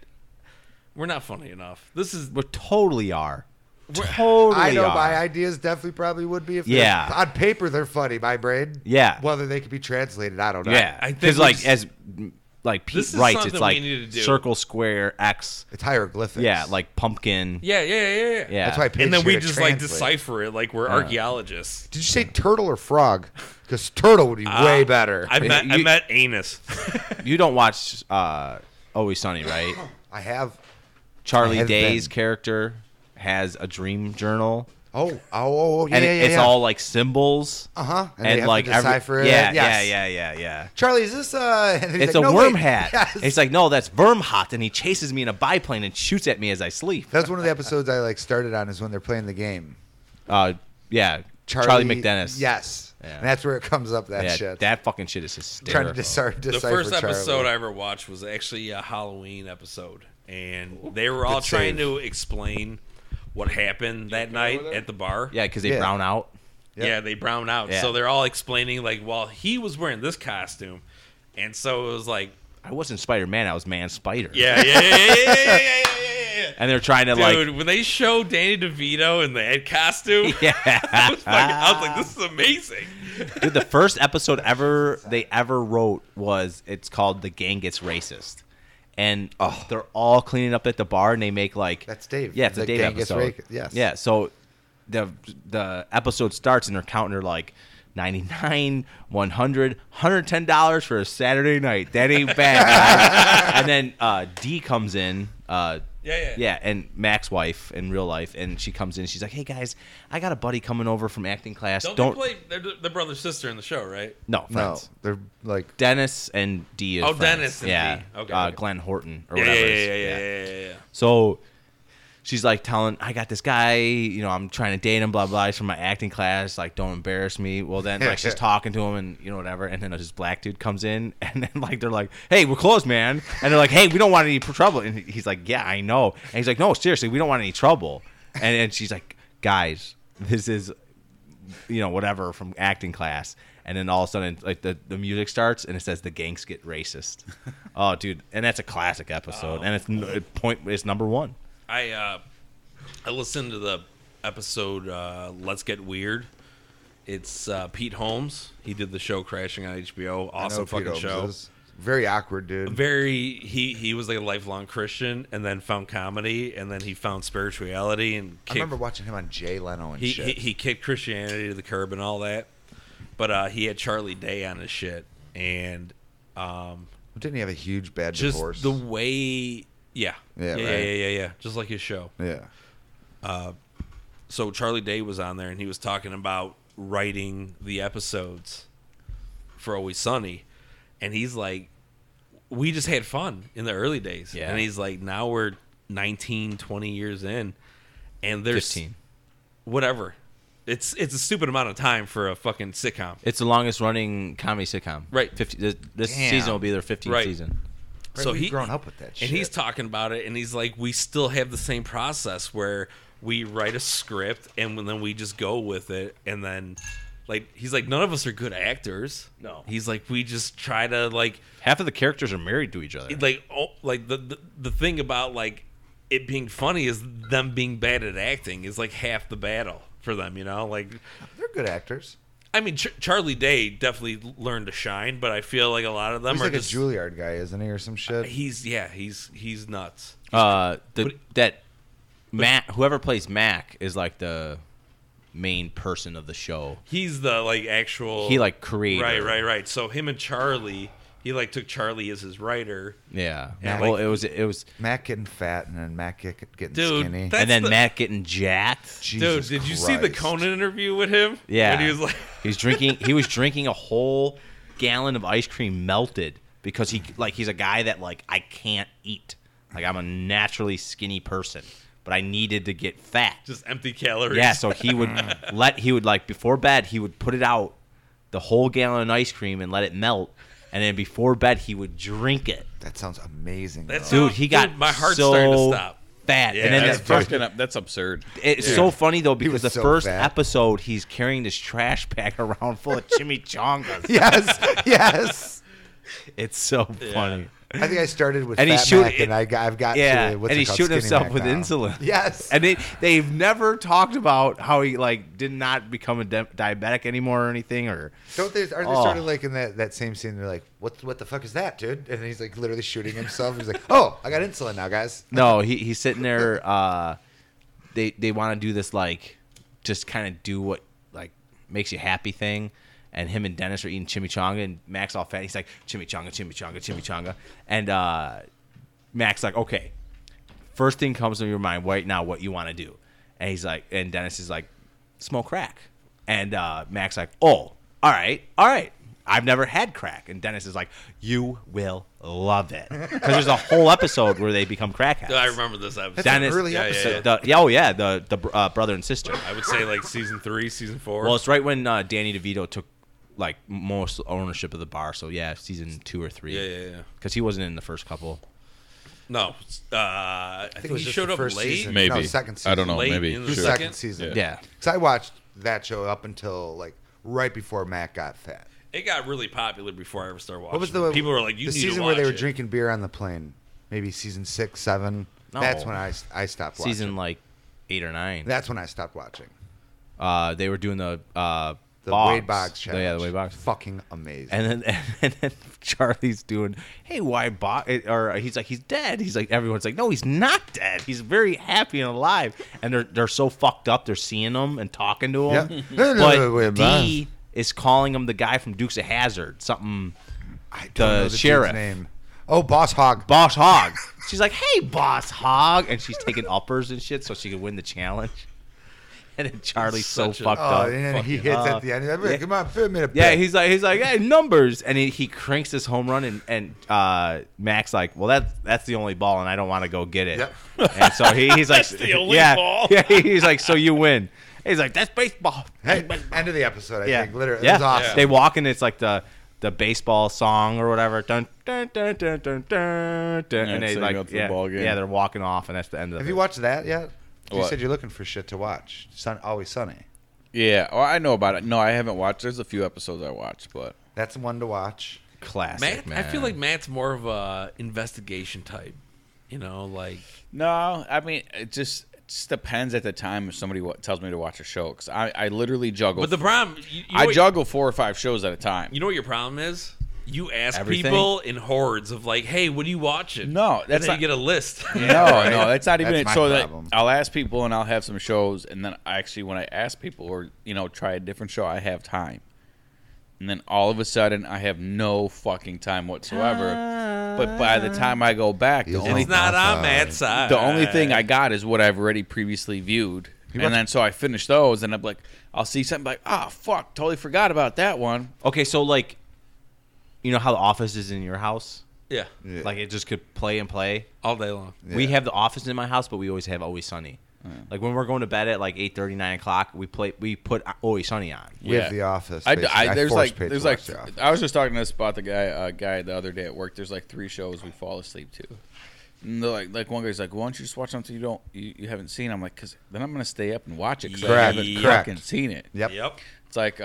Speaker 4: we're not funny enough. This is
Speaker 3: we totally are.
Speaker 4: We're-
Speaker 3: Totally
Speaker 2: I know
Speaker 3: are.
Speaker 2: my ideas definitely probably would be if they're-
Speaker 3: Yeah.
Speaker 2: on paper they're funny, my brain.
Speaker 3: Yeah.
Speaker 2: Whether they could be translated, I don't know.
Speaker 3: yeah,
Speaker 4: I think
Speaker 3: because
Speaker 4: we
Speaker 3: like
Speaker 4: just-
Speaker 3: as like Pete
Speaker 4: This is
Speaker 3: writes,
Speaker 4: something we
Speaker 3: it's like
Speaker 4: need to do.
Speaker 3: circle, square, X.
Speaker 2: It's hieroglyphics.
Speaker 3: Yeah, like pumpkin.
Speaker 4: yeah, yeah, yeah, yeah.
Speaker 3: Yeah.
Speaker 2: That's why I paid
Speaker 4: And then
Speaker 2: you
Speaker 4: we
Speaker 2: to
Speaker 4: just like
Speaker 2: translate.
Speaker 4: decipher it like we're archaeologists.
Speaker 2: Did you say turtle or frog? Because turtle would be
Speaker 4: Uh,
Speaker 2: way better.
Speaker 4: I met I
Speaker 3: you-
Speaker 4: met anus.
Speaker 3: You don't watch uh, Always Sunny, right?
Speaker 2: I have. I
Speaker 3: Charlie
Speaker 2: have
Speaker 3: Day's
Speaker 2: been.
Speaker 3: character has a dream journal.
Speaker 2: Oh, oh, oh, oh yeah,
Speaker 3: and
Speaker 2: yeah,
Speaker 3: it- it's
Speaker 2: yeah.
Speaker 3: all like symbols.
Speaker 2: Uh huh.
Speaker 3: And,
Speaker 2: they have to
Speaker 3: like every-
Speaker 2: decipher it.
Speaker 3: yeah,
Speaker 2: Yes.
Speaker 3: yeah, yeah, yeah, yeah.
Speaker 2: Charlie, is this uh? and he's
Speaker 3: It's
Speaker 2: like,
Speaker 3: a
Speaker 2: "No,
Speaker 3: worm
Speaker 2: wait."
Speaker 3: hat.
Speaker 2: Yes.
Speaker 3: It's like no, that's worm hot, and he chases me in a biplane and shoots at me as I sleep.
Speaker 2: that's one of the episodes I like started on is when they're playing the game.
Speaker 3: Uh, yeah, Charlie, McDennis.
Speaker 2: Yes.
Speaker 3: Yeah.
Speaker 2: And that's where it comes up. That
Speaker 3: yeah,
Speaker 2: shit.
Speaker 3: that fucking shit is
Speaker 2: trying to
Speaker 3: hysterical.
Speaker 2: decipher.
Speaker 4: the
Speaker 2: decipher
Speaker 4: first episode
Speaker 2: Charlie.
Speaker 4: I ever watched was actually a Halloween episode, and they were all
Speaker 2: Good
Speaker 4: trying
Speaker 2: save.
Speaker 4: to explain what happened that night at the bar.
Speaker 3: yeah, because they
Speaker 2: Yeah.
Speaker 3: brown out.
Speaker 2: Yep.
Speaker 4: Yeah, they brown out.
Speaker 3: Yeah.
Speaker 4: So they're all explaining like, well, he was wearing this costume, and so it was like,
Speaker 3: I wasn't Spider Man. I was Man Spider.
Speaker 4: yeah, yeah, yeah, yeah, yeah, yeah, yeah, yeah, yeah.
Speaker 3: and they're trying to
Speaker 4: Dude,
Speaker 3: like.
Speaker 4: when they show Danny DeVito in that costume, I,
Speaker 3: Yeah,
Speaker 4: was fucking, I was like, this is amazing.
Speaker 3: dude. The first episode ever they ever wrote was it's called "The Gang Gets Racist," and
Speaker 2: Oh.
Speaker 3: they're all cleaning up at the bar, and they make like
Speaker 2: That's Dave.
Speaker 3: Yeah, it's
Speaker 2: The
Speaker 3: a Dave
Speaker 2: Genghis
Speaker 3: episode.
Speaker 2: Rake- yes.
Speaker 3: yeah. So the the episode starts, and they're counting her like. 99 100 110 dollars for a saturday night that ain't bad guys. and then uh d comes in uh
Speaker 4: Yeah, yeah.
Speaker 3: yeah and mac's wife in real life and she comes in she's like hey guys i got a buddy coming over from acting class
Speaker 4: Don't,
Speaker 3: don't,
Speaker 4: they play? They're the brother sister in the show, right?
Speaker 3: no
Speaker 2: No,
Speaker 3: friends
Speaker 2: they're like
Speaker 3: Dennis and D. Is
Speaker 4: Oh,
Speaker 3: friends.
Speaker 4: Dennis and
Speaker 3: yeah.
Speaker 4: D. Okay,
Speaker 3: Uh,
Speaker 4: okay.
Speaker 3: Glenn Horton or
Speaker 4: Yeah,
Speaker 3: whatever.
Speaker 4: yeah,
Speaker 3: it is.
Speaker 4: yeah, yeah, yeah, yeah, yeah.
Speaker 3: So she's like telling, I got this guy, you know, I'm trying to date him, blah, blah. He's from my acting class. Like, don't embarrass me. Well, then, like, she's talking to him and, you know, whatever. And then this black dude comes in and then, like, they're like, hey, we're closed, man. And they're like, hey, we don't want any trouble. And he's like, yeah, I know. And he's like, no, seriously, we don't want any trouble. And, and she's like, guys, this is you know, whatever from acting class. And then all of a sudden, like the, the music starts and it says the gangs get racist. oh, dude. And that's a classic episode. And it's n-
Speaker 4: Oh.
Speaker 3: it point, it's number one.
Speaker 4: I uh, I listened to the episode uh, "Let's Get Weird." It's uh, Pete Holmes. He did the show "Crashing" on HBO.
Speaker 2: I know
Speaker 4: Awesome
Speaker 2: Pete
Speaker 4: fucking
Speaker 2: Holmes
Speaker 4: show.
Speaker 2: is. Very awkward, dude.
Speaker 4: Very he he was like a lifelong Christian, and then found comedy, and then he found spirituality, and
Speaker 2: I
Speaker 4: kicked,
Speaker 2: remember watching him on Jay Leno and
Speaker 4: he,
Speaker 2: shit.
Speaker 4: he he kicked Christianity to the curb and all that. But uh, he had Charlie Day on his shit, and um,
Speaker 2: Didn't he have a huge bad
Speaker 4: just
Speaker 2: divorce?
Speaker 4: the way,
Speaker 2: Yeah,
Speaker 4: yeah, yeah,
Speaker 2: right.
Speaker 4: yeah, yeah, yeah, just like his show.
Speaker 2: yeah.
Speaker 4: so Charlie Day was on there and he was talking about writing the episodes for Always Sunny, and he's like, we just had fun in the early days,
Speaker 3: Yeah.
Speaker 4: and he's like, now we're 19, 20 years in, and there's
Speaker 3: 15.
Speaker 4: whatever. It's it's a stupid amount of time for a fucking sitcom.
Speaker 3: It's the longest running comedy sitcom.
Speaker 4: Right.
Speaker 3: 50, this this
Speaker 2: Damn.
Speaker 3: season will be their 15th
Speaker 4: Right.
Speaker 3: season.
Speaker 4: so
Speaker 2: he's
Speaker 4: he
Speaker 2: grown up with that shit.
Speaker 4: And he's talking about it, and he's like, we still have the same process where we write a script and then we just go with it, and then like he's like, none of us are good actors.
Speaker 3: No.
Speaker 4: he's like, we just try to like
Speaker 3: Half of the characters are married to each other.
Speaker 4: like oh, like the, the the thing about like it being funny is them being bad at acting is like half the battle for them, you know, like.
Speaker 2: They're good actors.
Speaker 4: I mean, Ch- Charlie Day definitely learned to shine, but I feel like a lot of them
Speaker 2: He's
Speaker 4: are
Speaker 2: like
Speaker 4: just
Speaker 2: a Juilliard guy, isn't he, or some shit?
Speaker 4: he's yeah he's he's nuts.
Speaker 3: uh, the,
Speaker 4: but-
Speaker 3: that Matt, whoever plays Mac, is like the main person of the show.
Speaker 4: He's the like actual
Speaker 3: He like created.
Speaker 4: Right, right, right. So him and Charlie, he like took Charlie as his writer.
Speaker 3: Yeah.
Speaker 4: Yeah,
Speaker 3: well,
Speaker 4: like-
Speaker 3: it was it was,
Speaker 2: Matt getting fat and then Matt get- getting
Speaker 4: Dude,
Speaker 2: skinny.
Speaker 4: that- That's
Speaker 3: and then
Speaker 4: the-
Speaker 3: Matt getting jacked.
Speaker 2: Jesus
Speaker 4: Dude, did you see the
Speaker 2: Christ.
Speaker 4: Conan interview with him?
Speaker 3: Yeah.
Speaker 4: And he was like
Speaker 3: he's drinking. He was drinking a whole gallon of ice cream melted because he like he's a guy that like I can't eat. Like I'm a naturally skinny person, but I needed to get fat.
Speaker 4: just empty calories.
Speaker 3: yeah, so he would let he would like before bed he would put it out the whole gallon of ice cream and let it melt, and then before bed he would drink it.
Speaker 2: That sounds amazing.
Speaker 4: That's-
Speaker 2: though.
Speaker 3: Dude, he got
Speaker 4: Dude, my heart's
Speaker 3: so
Speaker 4: starting to stop.
Speaker 3: Fat,
Speaker 4: Yeah,
Speaker 3: and then
Speaker 1: That's
Speaker 3: that
Speaker 2: very-
Speaker 1: fucking up. That's absurd.
Speaker 3: It's so funny though because
Speaker 2: was
Speaker 3: the
Speaker 2: so
Speaker 3: first
Speaker 2: fat.
Speaker 3: episode he's carrying this trash bag around full of chimichangas.
Speaker 2: yes, yes.
Speaker 3: It's so funny.
Speaker 2: I think I started with
Speaker 3: And
Speaker 2: and fat
Speaker 3: he's shooting-
Speaker 2: Mac, and I got, I've got
Speaker 3: Yeah,
Speaker 2: to, what's
Speaker 3: and
Speaker 2: it
Speaker 3: he's
Speaker 2: called, Skinny
Speaker 3: shooting himself
Speaker 2: Mac
Speaker 3: with
Speaker 2: now.
Speaker 3: insulin.
Speaker 2: Yes,
Speaker 3: And they they've never talked about how he like did not become a di- diabetic anymore or anything or
Speaker 2: Don't they? Aren't they
Speaker 3: Oh.
Speaker 2: sort of like in that, that same scene? They're like, "What? What the fuck is that, dude?" And he's like literally shooting himself. He's like, "Oh, I got insulin now, guys."
Speaker 3: no he, he's sitting there uh they they want to do this like just kind of do what like makes you happy thing and him and Dennis are eating chimichanga and Max all fat he's like chimichanga chimichanga chimichanga and uh Max like okay first thing comes to your mind right now what you want to do and he's like and dennis is like smoke crack and uh, max like oh all right all right i've never had crack and dennis is like you will love it because there's a whole episode where they become crackheads
Speaker 4: I remember this episode.
Speaker 2: That's an
Speaker 3: dennis
Speaker 2: early
Speaker 4: yeah, yeah,
Speaker 2: episode.
Speaker 4: yeah.
Speaker 3: the, yeah, oh yeah the, the br- uh, brother and sister
Speaker 4: I would say like season three, season four.
Speaker 3: well it's right when uh, danny devito took like most ownership of the bar so yeah season two or three
Speaker 4: yeah, yeah, yeah.
Speaker 3: because he wasn't in the first couple
Speaker 4: No. Uh, I, think,
Speaker 2: it was
Speaker 4: he
Speaker 2: just
Speaker 4: showed
Speaker 2: the
Speaker 4: up late.
Speaker 2: first season.
Speaker 1: Maybe
Speaker 2: No, second
Speaker 1: I don't know.
Speaker 4: season.
Speaker 1: Maybe
Speaker 4: Late in the
Speaker 2: The
Speaker 1: sure.
Speaker 2: second
Speaker 4: second?
Speaker 2: season.
Speaker 3: yeah
Speaker 2: Because I watched that show up until like right before Matt got fat.
Speaker 4: It got really popular before I ever started watching.
Speaker 2: What was the
Speaker 4: it. people were like, you
Speaker 2: the
Speaker 4: need
Speaker 2: season
Speaker 4: to
Speaker 2: where they
Speaker 4: watch
Speaker 2: were
Speaker 4: it.
Speaker 2: drinking beer on the plane? Maybe season six, seven.
Speaker 3: No.
Speaker 2: That's when I I stopped watching.
Speaker 3: season like eight or nine
Speaker 2: That's when I stopped watching.
Speaker 3: uh, they were doing the uh,
Speaker 2: The
Speaker 3: Boggs.
Speaker 2: Wade Boggs
Speaker 3: Yeah, yeah, the
Speaker 2: challenge.
Speaker 3: Wade Boggs.
Speaker 2: Fucking amazing.
Speaker 3: And then and then Charlie's doing, hey, why Bob? Or he's like, he's dead. He's like, everyone's like, no, he's not dead. He's very happy and alive. And they're they're so fucked up. They're seeing him and talking to him.
Speaker 2: Yeah. No, no, no,
Speaker 3: But
Speaker 2: no, wait,
Speaker 3: D is calling him the guy from Dukes of Hazard, something
Speaker 2: I don't
Speaker 3: the
Speaker 2: know dude's
Speaker 3: sheriff.
Speaker 2: name. Oh, Boss Hog.
Speaker 3: Boss Hog. She's like, hey, Boss Hog, and she's taking uppers and shit so she can win the challenge. And then Charlie's so
Speaker 4: Such a-
Speaker 3: fucked
Speaker 2: oh,
Speaker 3: up.
Speaker 2: and then he hits at the end. He's like,
Speaker 3: yeah.
Speaker 2: Come on, fit me a
Speaker 3: Yeah,
Speaker 2: bit."
Speaker 3: he's like he's like hey, numbers, and he, he cranks this home run, and and uh, Max like, well that's that's the only ball, and I don't want to go get it.
Speaker 2: Yep.
Speaker 3: And so he, he's like,
Speaker 4: the only
Speaker 3: yeah,
Speaker 4: ball.
Speaker 3: yeah, he's like, so you win. He's like, that's baseball.
Speaker 2: Hey, end of the episode. I
Speaker 3: yeah,
Speaker 2: think literally,
Speaker 3: yeah.
Speaker 2: it was awesome.
Speaker 3: They walk and it's like the the baseball song or whatever. Dun dun dun dun dun dun. dun and
Speaker 1: it's
Speaker 3: they
Speaker 1: like
Speaker 3: like
Speaker 1: up to the
Speaker 3: yeah,
Speaker 1: ball game.
Speaker 3: yeah, they're walking off, and that's the end of
Speaker 2: Have
Speaker 3: it.
Speaker 2: you watched that yet? You
Speaker 1: What?
Speaker 2: said you're looking for shit to watch. Sun, always sunny.
Speaker 1: Yeah, oh, I know about it. No, I haven't watched. There's a few episodes I watched, but
Speaker 2: That's one to watch.
Speaker 3: Classic,
Speaker 4: Matt,
Speaker 3: man.
Speaker 4: I feel like Matt's more of a investigation type. You know, like
Speaker 1: no, I mean it just. It just depends at the time if somebody wa tells me to watch a show because I, I literally juggle.
Speaker 4: but the problem you, you know
Speaker 1: I
Speaker 4: what-
Speaker 1: juggle four or five shows at a time.
Speaker 4: You know what your problem is? You ask
Speaker 3: Everything.
Speaker 4: people in hordes of like, "Hey, what are you watching?"
Speaker 1: No,
Speaker 4: and
Speaker 1: that's
Speaker 4: then
Speaker 1: not-
Speaker 4: you get a list.
Speaker 1: No, no, that's not even
Speaker 2: That's
Speaker 1: it.
Speaker 2: my
Speaker 1: So that
Speaker 2: problem.
Speaker 1: I'll ask people and I'll have some shows, and then I actually when I ask people or you know try a different show, I have time, and then all of a sudden I have no fucking time whatsoever. But by the time I go back, the
Speaker 2: You'll
Speaker 1: only
Speaker 4: it's not
Speaker 2: Outside.
Speaker 4: on Matt's side.
Speaker 1: the only thing I got is what I've already previously viewed, and then so I finish those, and I'm like, I'll see something like, ah, fuck, totally forgot about that one.
Speaker 3: okay, so like, you know how the office is in your house?
Speaker 4: yeah,
Speaker 2: Yeah.
Speaker 3: Like it just could play and play.
Speaker 4: all day long.
Speaker 3: We
Speaker 2: Yeah.
Speaker 3: have the office in my house, but we always have Always Sunny. Like when we're going to bed at like 8 9 o'clock, we play we put Always Sunny on.
Speaker 2: With The Office,
Speaker 1: I, d-
Speaker 2: basically.
Speaker 1: I-
Speaker 2: I
Speaker 1: there's
Speaker 2: forced
Speaker 1: like
Speaker 2: Paige to
Speaker 1: there's like
Speaker 2: watch The Office.
Speaker 1: I was just talking to this about the guy uh, guy the other day at work. There's like three shows we fall asleep to. And they're like like one guy's like, why don't you just watch something you don't you, you haven't seen? I'm like, cause then I'm gonna stay up and watch it because I
Speaker 2: Correct,
Speaker 1: haven't
Speaker 2: correct.
Speaker 1: fucking seen it.
Speaker 2: Yep.
Speaker 4: Yep.
Speaker 1: It's like uh,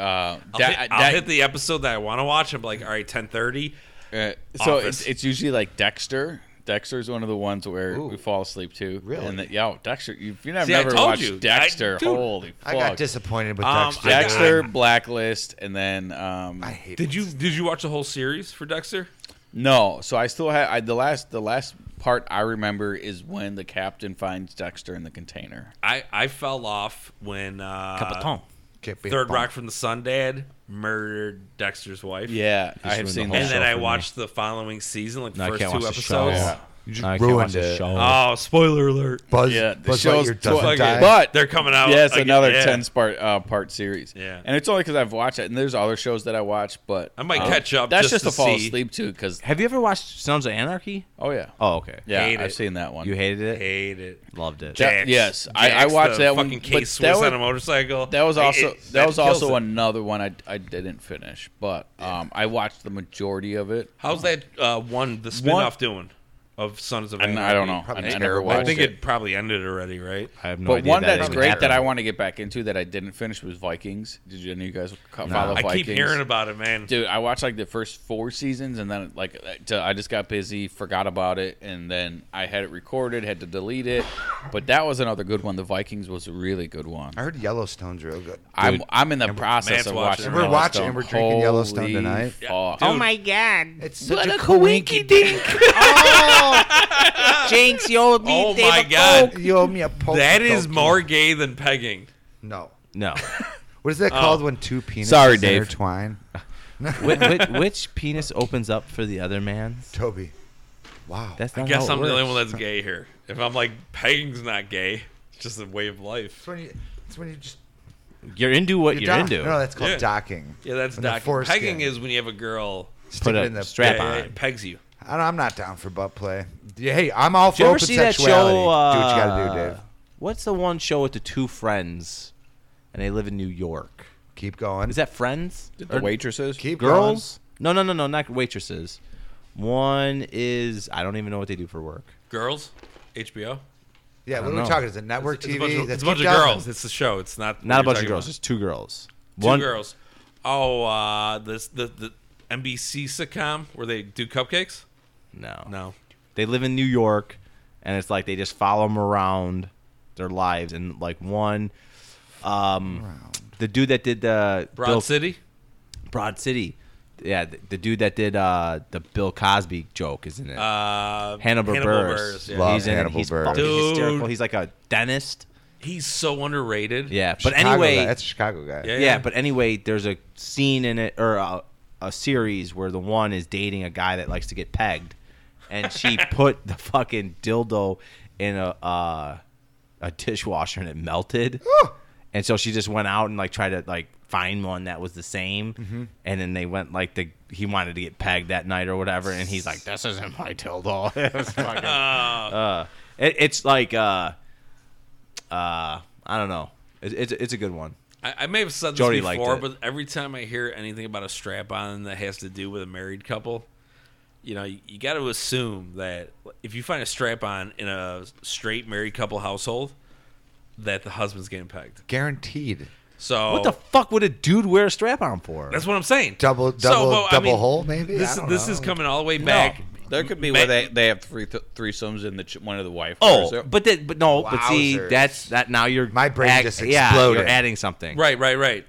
Speaker 4: I'll,
Speaker 1: that-
Speaker 4: hit, I'll
Speaker 1: that-
Speaker 4: hit the episode that I want to watch. I'm like, all right, 10:30.
Speaker 1: uh, so
Speaker 4: Office.
Speaker 1: it's, it's usually like Dexter. Dexter's one of the ones where we fall asleep to.
Speaker 2: Really?
Speaker 1: And that, yeah, Dexter. If you never,
Speaker 4: See, I
Speaker 1: never
Speaker 4: told
Speaker 1: watched
Speaker 4: you. I-
Speaker 1: Dexter,
Speaker 4: dude,
Speaker 1: holy fuck!
Speaker 2: I got disappointed with
Speaker 4: Um,
Speaker 2: Dexter.
Speaker 4: I-
Speaker 1: Dexter, Blacklist, and then um,
Speaker 2: I hate
Speaker 4: Did you did you watch the whole series for Dexter?
Speaker 1: No, so I still have I, the last the last part I remember is when the captain finds Dexter in the container.
Speaker 4: I I fell off when uh,
Speaker 3: Capiton.
Speaker 2: Can't be a
Speaker 4: Third
Speaker 2: bum.
Speaker 4: Rock from the Sun Dad murdered Dexter's wife.
Speaker 1: Yeah, I have
Speaker 3: ruined
Speaker 1: seen
Speaker 3: the whole
Speaker 4: and
Speaker 1: that.
Speaker 3: show.
Speaker 4: then I
Speaker 3: for me.
Speaker 4: watched the following season, like the
Speaker 3: No, I
Speaker 4: first
Speaker 3: can't
Speaker 4: two
Speaker 3: watch the
Speaker 4: episodes.
Speaker 3: show.
Speaker 1: Yeah.
Speaker 2: You just
Speaker 3: I can't watch
Speaker 2: ruined
Speaker 3: the
Speaker 2: it.
Speaker 3: show.
Speaker 4: Oh, spoiler alert!
Speaker 2: Buzz,
Speaker 1: Yeah, the
Speaker 2: Buzz
Speaker 1: show's
Speaker 2: Lightyear doesn't
Speaker 1: tw-
Speaker 2: die.
Speaker 1: But
Speaker 4: They're coming out
Speaker 1: Yes,
Speaker 4: again,
Speaker 1: another
Speaker 4: yeah.
Speaker 1: ten part uh, part series.
Speaker 4: Yeah.
Speaker 1: and it's only because I've watched it, and there's other shows that I watch, but uh,
Speaker 4: I might catch up
Speaker 1: That's
Speaker 4: just
Speaker 1: just,
Speaker 4: to
Speaker 1: a fall
Speaker 4: see.
Speaker 1: asleep too, because
Speaker 3: Have you ever watched Sons of Anarchy?
Speaker 1: oh yeah,
Speaker 3: Oh, okay.
Speaker 1: yeah,
Speaker 4: hate
Speaker 1: I've
Speaker 4: it.
Speaker 1: seen that one.
Speaker 3: You hated it?
Speaker 4: Hate it.
Speaker 3: Loved it.
Speaker 1: That-
Speaker 4: Jax.
Speaker 1: yes, I- I
Speaker 4: Jax,
Speaker 1: watched
Speaker 4: the
Speaker 1: that one,
Speaker 4: Fucking
Speaker 1: but
Speaker 4: K
Speaker 1: that
Speaker 4: Swiss
Speaker 1: was-
Speaker 4: on a motorcycle.
Speaker 1: That was
Speaker 4: Like,
Speaker 1: also
Speaker 4: it-
Speaker 1: that was
Speaker 4: kills
Speaker 1: also
Speaker 4: it.
Speaker 1: another one I, I didn't finish, but um, I watched the majority of it.
Speaker 4: How's that uh, one the spinoff doing of Sons of
Speaker 1: And
Speaker 4: Anarchy?
Speaker 1: I don't know. I,
Speaker 2: Probably
Speaker 1: I never
Speaker 2: terrible.
Speaker 1: watched
Speaker 4: I think
Speaker 1: it.
Speaker 4: it probably ended already, right?
Speaker 3: I have no
Speaker 1: but
Speaker 3: idea
Speaker 1: one
Speaker 3: that
Speaker 1: that's
Speaker 3: even
Speaker 1: great
Speaker 3: happened.
Speaker 1: that I want to get back into that I didn't finish was Vikings. Did you, any of you guys co- follow
Speaker 4: I
Speaker 1: Vikings?
Speaker 4: keep hearing about it, man.
Speaker 1: Dude, I watched like the first four seasons, and then like t- I just got busy, forgot about it, and then I had it recorded, had to delete it. But that was another good one. The Vikings was a really good one.
Speaker 2: I heard Yellowstone's real good.
Speaker 1: I'm I'm in the process
Speaker 4: Matt's
Speaker 1: of watching.
Speaker 4: watching it.
Speaker 2: We're watching-
Speaker 1: Yellowstone.
Speaker 2: we're drinking Yellowstone
Speaker 1: Holy
Speaker 2: tonight.
Speaker 1: fuck.
Speaker 4: Dude,
Speaker 5: God.
Speaker 2: It's such
Speaker 5: what
Speaker 2: a
Speaker 5: a coinky dink. Jinx, you owe me.
Speaker 4: Oh
Speaker 5: Dave
Speaker 4: my
Speaker 5: a
Speaker 4: God.
Speaker 5: Coke.
Speaker 2: You owe me a poke.
Speaker 4: That is
Speaker 2: donkey.
Speaker 4: more gay than pegging.
Speaker 2: No.
Speaker 3: No.
Speaker 2: What is
Speaker 4: Oh.
Speaker 2: that called when two penises
Speaker 1: Sorry, Dave.
Speaker 2: intertwine?
Speaker 3: which, which, which penis opens up for the other man's?
Speaker 2: Toby. Wow.
Speaker 3: That's
Speaker 2: I
Speaker 3: not
Speaker 4: Guess
Speaker 3: how it
Speaker 4: I'm the only
Speaker 3: works.
Speaker 4: one that's gay here. If I'm like pegging's not gay, it's just a way of
Speaker 2: It's
Speaker 4: life.
Speaker 2: when you, it's when you just.
Speaker 3: You're into what
Speaker 2: You're,
Speaker 3: you're,
Speaker 2: dock-
Speaker 3: into.
Speaker 2: No, that's called
Speaker 4: Yeah.
Speaker 2: docking.
Speaker 4: Yeah, that's
Speaker 2: When the
Speaker 4: not
Speaker 2: foreskin-
Speaker 4: pegging is when you have a girl
Speaker 2: Stick
Speaker 3: Put
Speaker 2: it
Speaker 3: a
Speaker 2: in the
Speaker 3: strap
Speaker 4: yeah, yeah,
Speaker 3: on.
Speaker 4: yeah, pegs you.
Speaker 2: I don't, I'm not down for butt play. Yeah, Hey, I'm all for
Speaker 3: Did you ever
Speaker 2: open
Speaker 3: see that
Speaker 2: sexuality.
Speaker 3: show? Uh,
Speaker 2: do what you gotta do, Dave.
Speaker 3: What's the one show with the two friends, and they live in New York?
Speaker 2: Keep going.
Speaker 3: Is that Friends?
Speaker 1: The waitresses.
Speaker 2: Keep
Speaker 3: girls? No, no, no, no, not waitresses. One is I don't even know what they do for work.
Speaker 4: Girls, HBO.
Speaker 2: Going. Yeah, what
Speaker 3: don't
Speaker 2: are we
Speaker 3: know.
Speaker 2: talking? Is it network
Speaker 4: It's a
Speaker 2: TV?
Speaker 4: bunch of,
Speaker 2: That's
Speaker 4: it's a bunch of
Speaker 2: keep going.
Speaker 4: girls. It's the show. It's not
Speaker 3: Not a
Speaker 4: what
Speaker 3: bunch of
Speaker 4: you're
Speaker 3: girls.
Speaker 4: talking
Speaker 3: It's two girls.
Speaker 4: about. Two
Speaker 3: one
Speaker 4: girls. Oh, uh, this the the NBC sitcom where they do cupcakes.
Speaker 3: No,
Speaker 4: No,
Speaker 3: They live in New York, and it's like they just follow them around their lives, and like one, um, the dude that did the
Speaker 4: Broad
Speaker 3: Bill-
Speaker 4: City.
Speaker 3: Broad City. Yeah, the, the dude that did uh, the Bill Cosby joke is in it.
Speaker 4: Uh,
Speaker 3: Hannibal Buress.
Speaker 4: yeah.
Speaker 2: Love
Speaker 3: he's in
Speaker 2: Hannibal
Speaker 3: it. He's
Speaker 2: Buress.
Speaker 3: fucking
Speaker 4: Dude.
Speaker 3: hysterical. He's like a dentist.
Speaker 4: He's so underrated.
Speaker 3: Yeah, but
Speaker 2: Chicago
Speaker 3: anyway,
Speaker 2: guy. that's a Chicago guy.
Speaker 4: Yeah.
Speaker 3: yeah, but anyway, there's a scene in it or a, a series where the one is dating a guy that likes to get pegged, and she put the fucking dildo in a uh, a dishwasher and it melted, and so she just went out and like tried to like find one that was the same, and then they went like the he wanted to get pegged that night or whatever, and he's like, this isn't my dildo. It was fucking- uh, it- it's like uh, uh, I don't know. It, it's it's a good one.
Speaker 4: I, I may have said this
Speaker 3: Jody liked
Speaker 4: before,
Speaker 3: it.
Speaker 4: but every time I hear anything about a strap on that has to do with a married couple, you know, you, you got to assume that if you find a strap on in a straight married couple household, that the husband's getting pegged.
Speaker 2: Guaranteed.
Speaker 4: So
Speaker 3: What the fuck would a dude wear a strap on for?
Speaker 4: Oh. that's what I'm saying.
Speaker 2: Double- double-
Speaker 4: but,
Speaker 2: double hole, maybe? I
Speaker 4: This
Speaker 2: don't
Speaker 4: this
Speaker 2: know.
Speaker 4: is coming all the way back.
Speaker 1: There could be
Speaker 4: Ma-
Speaker 1: where they, they have three th- threesomes and the ch- one of the wife.
Speaker 3: oh,
Speaker 1: wears it.
Speaker 3: but that, but no, but see,
Speaker 2: Wowzers.
Speaker 3: that's that. Now you're
Speaker 2: My brain just
Speaker 3: Yeah,
Speaker 2: exploded.
Speaker 3: you're adding something.
Speaker 4: Right, right, right.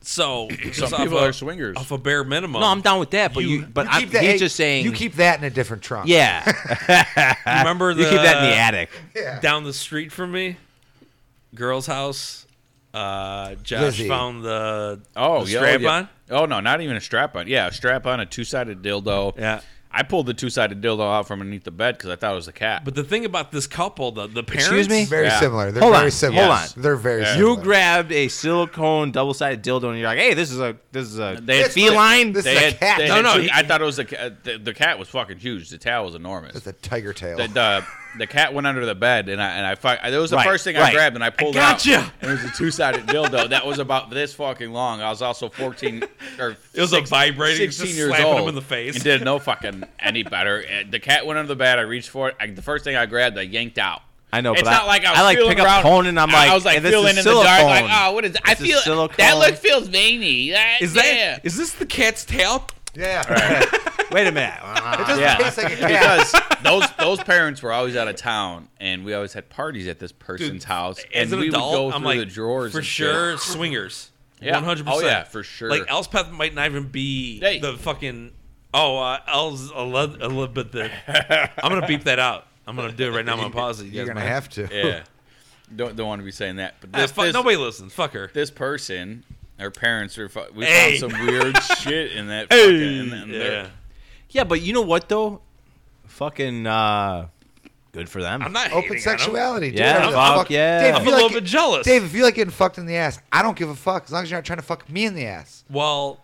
Speaker 4: So
Speaker 1: some
Speaker 4: just off
Speaker 1: people
Speaker 4: a,
Speaker 1: are swingers.
Speaker 4: off a bare minimum.
Speaker 3: No, I'm down with that. But
Speaker 4: You-
Speaker 3: you, but I'm,
Speaker 2: that-
Speaker 3: he's
Speaker 2: hey,
Speaker 3: just saying.
Speaker 2: You keep that in a different trunk.
Speaker 3: Yeah,
Speaker 4: You remember the
Speaker 3: you keep that in the attic.
Speaker 4: down the street from me, girl's house. Uh, Josh
Speaker 2: Lizzie.
Speaker 4: found the
Speaker 1: Oh,
Speaker 4: the
Speaker 1: yeah,
Speaker 4: strap
Speaker 1: yeah.
Speaker 4: on.
Speaker 1: Oh no, not even a strap on. Yeah, a strap on, a two sided dildo.
Speaker 4: Yeah.
Speaker 1: I pulled the two sided dildo out from underneath the bed because I thought it was a cat.
Speaker 4: But the thing about this couple, the the parents,
Speaker 3: Excuse me?
Speaker 2: Very
Speaker 1: Yeah.
Speaker 2: similar. They're
Speaker 3: Hold
Speaker 2: very
Speaker 3: on.
Speaker 2: similar.
Speaker 3: Hold on.
Speaker 2: They're very
Speaker 1: Yeah.
Speaker 2: similar.
Speaker 3: You grabbed a silicone double-sided dildo and you're like, "Hey, this is a this is a
Speaker 1: They had-
Speaker 3: feline."
Speaker 2: This
Speaker 1: they
Speaker 2: is a
Speaker 1: had,
Speaker 2: cat.
Speaker 1: they
Speaker 2: No,
Speaker 1: had
Speaker 4: no,
Speaker 1: two-
Speaker 4: he-
Speaker 1: I thought it was a cat. The, the cat was fucking huge. The towel was enormous.
Speaker 2: It's a tiger tail.
Speaker 1: the, the the cat went under the bed and I and I fi- that was the
Speaker 3: Right,
Speaker 1: first thing I
Speaker 3: right.
Speaker 1: grabbed and I pulled it out
Speaker 4: gotcha.
Speaker 1: and it was a two sided dildo that was about this fucking long. I was also fourteen or
Speaker 4: It was a vibrating,
Speaker 1: sixteen
Speaker 4: just
Speaker 1: years
Speaker 4: slapping
Speaker 1: old.
Speaker 4: him in the face.
Speaker 1: and did no fucking any better. And the cat went under the bed. I reached for it. I, the first thing I grabbed, I yanked out.
Speaker 3: I know,
Speaker 1: it's
Speaker 3: but
Speaker 1: not
Speaker 3: I-
Speaker 1: like I was
Speaker 3: I, like,
Speaker 1: feeling
Speaker 3: pick up
Speaker 1: around.
Speaker 3: phone and I'm
Speaker 1: I
Speaker 3: like,
Speaker 1: was like
Speaker 3: "Hey, this is
Speaker 1: feeling in the dark, like
Speaker 3: silicone.
Speaker 1: oh, what is? I
Speaker 3: This is
Speaker 1: feel that
Speaker 3: silicone."
Speaker 1: look feels veiny. That,
Speaker 4: is that is
Speaker 1: yeah.
Speaker 4: this the cat's tail?
Speaker 2: yeah.
Speaker 3: Wait a minute.
Speaker 2: It doesn't
Speaker 1: Yeah.
Speaker 2: taste like a cat.
Speaker 1: because those those parents were always out of town, and we always had parties at this person's house, and
Speaker 4: As an
Speaker 1: we
Speaker 4: adult,
Speaker 1: would go through
Speaker 4: I'm like,
Speaker 1: the drawers
Speaker 4: for
Speaker 1: and shit.
Speaker 4: sure. Swingers,
Speaker 1: Yeah.
Speaker 4: one hundred
Speaker 1: Oh,
Speaker 4: percent.
Speaker 1: yeah, for sure.
Speaker 4: Like Elspeth might not even be
Speaker 1: Hey.
Speaker 4: the fucking. Oh, uh, Els a little, a little bit. Then I'm gonna beep that out. I'm gonna do it right now. I'm gonna pause it. You
Speaker 2: You're
Speaker 4: guys
Speaker 2: gonna
Speaker 4: mind?
Speaker 2: have to.
Speaker 1: Yeah, don't don't want to be saying that. But
Speaker 4: Ah,
Speaker 1: this
Speaker 4: fuck,
Speaker 1: this,
Speaker 4: nobody listens. Fuck her.
Speaker 1: this person, her parents are. fu- We
Speaker 4: Hey.
Speaker 1: found some weird shit in that. fucking, and
Speaker 4: Yeah.
Speaker 1: they're-
Speaker 3: Yeah, but you know what though? Fucking uh, good for them.
Speaker 4: I'm not hating on
Speaker 2: Open
Speaker 4: 'em.
Speaker 2: sexuality. do
Speaker 3: Yeah,
Speaker 2: whatever the
Speaker 3: fuck yeah.
Speaker 2: Dave, if
Speaker 4: I'm a
Speaker 2: you
Speaker 4: little
Speaker 2: like
Speaker 4: bit
Speaker 2: it-
Speaker 4: jealous.
Speaker 2: Dave, if you like getting fucked in the ass, I don't give a fuck as long as you're not trying to fuck me in the ass
Speaker 4: Well,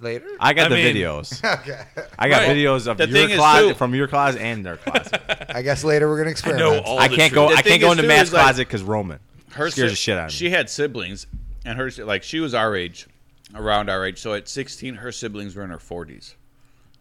Speaker 2: later.
Speaker 3: I got
Speaker 4: I
Speaker 3: the
Speaker 4: mean-
Speaker 3: videos.
Speaker 2: okay.
Speaker 3: I got
Speaker 4: Right.
Speaker 3: videos of
Speaker 1: The
Speaker 3: your
Speaker 1: thing is,
Speaker 3: closet
Speaker 1: too-
Speaker 3: from your closet and their closet.
Speaker 2: I guess later we're gonna
Speaker 4: I
Speaker 2: experiment.
Speaker 4: know all.
Speaker 3: I
Speaker 4: the
Speaker 3: can't
Speaker 4: truth.
Speaker 3: go.
Speaker 1: The
Speaker 3: I
Speaker 1: thing
Speaker 3: can't go
Speaker 1: is,
Speaker 3: into
Speaker 1: too,
Speaker 3: Matt's
Speaker 1: is, like,
Speaker 3: closet because Roman
Speaker 1: her
Speaker 3: scares
Speaker 1: si-
Speaker 3: the shit out of me.
Speaker 1: She had siblings, and her si- like she was our age, around our age. So at sixteen, her siblings were in her forties.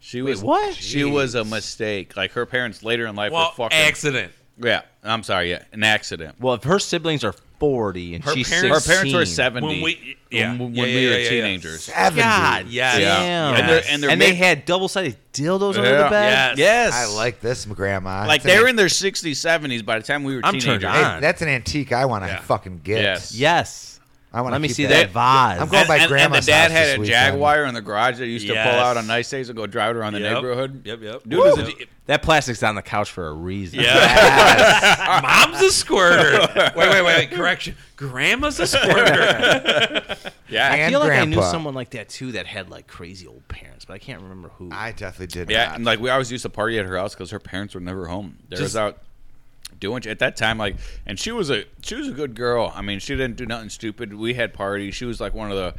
Speaker 1: She was
Speaker 3: what?
Speaker 1: She was a mistake. Like her parents later in life
Speaker 4: Well,
Speaker 1: were fucking
Speaker 4: accident.
Speaker 1: Yeah, I'm sorry. Yeah, an accident.
Speaker 3: well, if her siblings are forty and
Speaker 4: Her
Speaker 3: she's
Speaker 4: parents-
Speaker 1: Her parents were
Speaker 3: 16,
Speaker 1: seventy
Speaker 4: When we, yeah,
Speaker 1: when, when
Speaker 4: yeah,
Speaker 1: we
Speaker 4: yeah,
Speaker 1: were
Speaker 4: yeah, yeah.
Speaker 1: teenagers.
Speaker 2: Seventy.
Speaker 3: God,
Speaker 4: Yeah.
Speaker 3: damn.
Speaker 1: And they're- and they're
Speaker 3: they
Speaker 1: mid-
Speaker 3: had double-sided dildos under
Speaker 1: Yeah.
Speaker 3: the bed.
Speaker 4: Yes.
Speaker 2: I like this, grandma.
Speaker 1: Like
Speaker 2: That's an
Speaker 1: they were
Speaker 2: an-
Speaker 1: in their 60s, 70s by the time we were
Speaker 3: I'm
Speaker 1: teenagers.
Speaker 3: turned on.
Speaker 2: Hey, that's an antique I want to
Speaker 4: Yeah.
Speaker 2: fucking get.
Speaker 1: Yes.
Speaker 3: Yes.
Speaker 2: I want to
Speaker 3: Let me
Speaker 2: keep
Speaker 3: see
Speaker 2: that.
Speaker 3: that, vase.
Speaker 2: I'm going- by
Speaker 1: and, and the
Speaker 2: grandma's
Speaker 1: dad
Speaker 2: house
Speaker 1: had
Speaker 2: this
Speaker 1: a
Speaker 2: weekend.
Speaker 1: Jaguar in the garage that he used to pull
Speaker 4: Yes.
Speaker 1: out on nice days and go drive it around the
Speaker 4: Yep.
Speaker 1: neighborhood.
Speaker 4: Yep, yep.
Speaker 1: Dude was a,
Speaker 4: Yep.
Speaker 3: that plastic's on the couch for a reason.
Speaker 4: Yeah. Mom's a squirter. Wait, wait, wait, wait. Correction. Grandma's a squirter.
Speaker 1: yeah,
Speaker 3: I
Speaker 2: And
Speaker 3: feel like I knew
Speaker 2: grandpa.
Speaker 3: someone like that too that had like crazy old parents, but I can't remember who.
Speaker 2: I definitely did.
Speaker 1: Yeah,
Speaker 2: not.
Speaker 1: and like we always used to party at her house because her parents were never home. They was
Speaker 4: Just-
Speaker 1: out doing at that time. Like, and she was a she was a good girl. I mean, she didn't do nothing stupid. We had parties. She was like one of the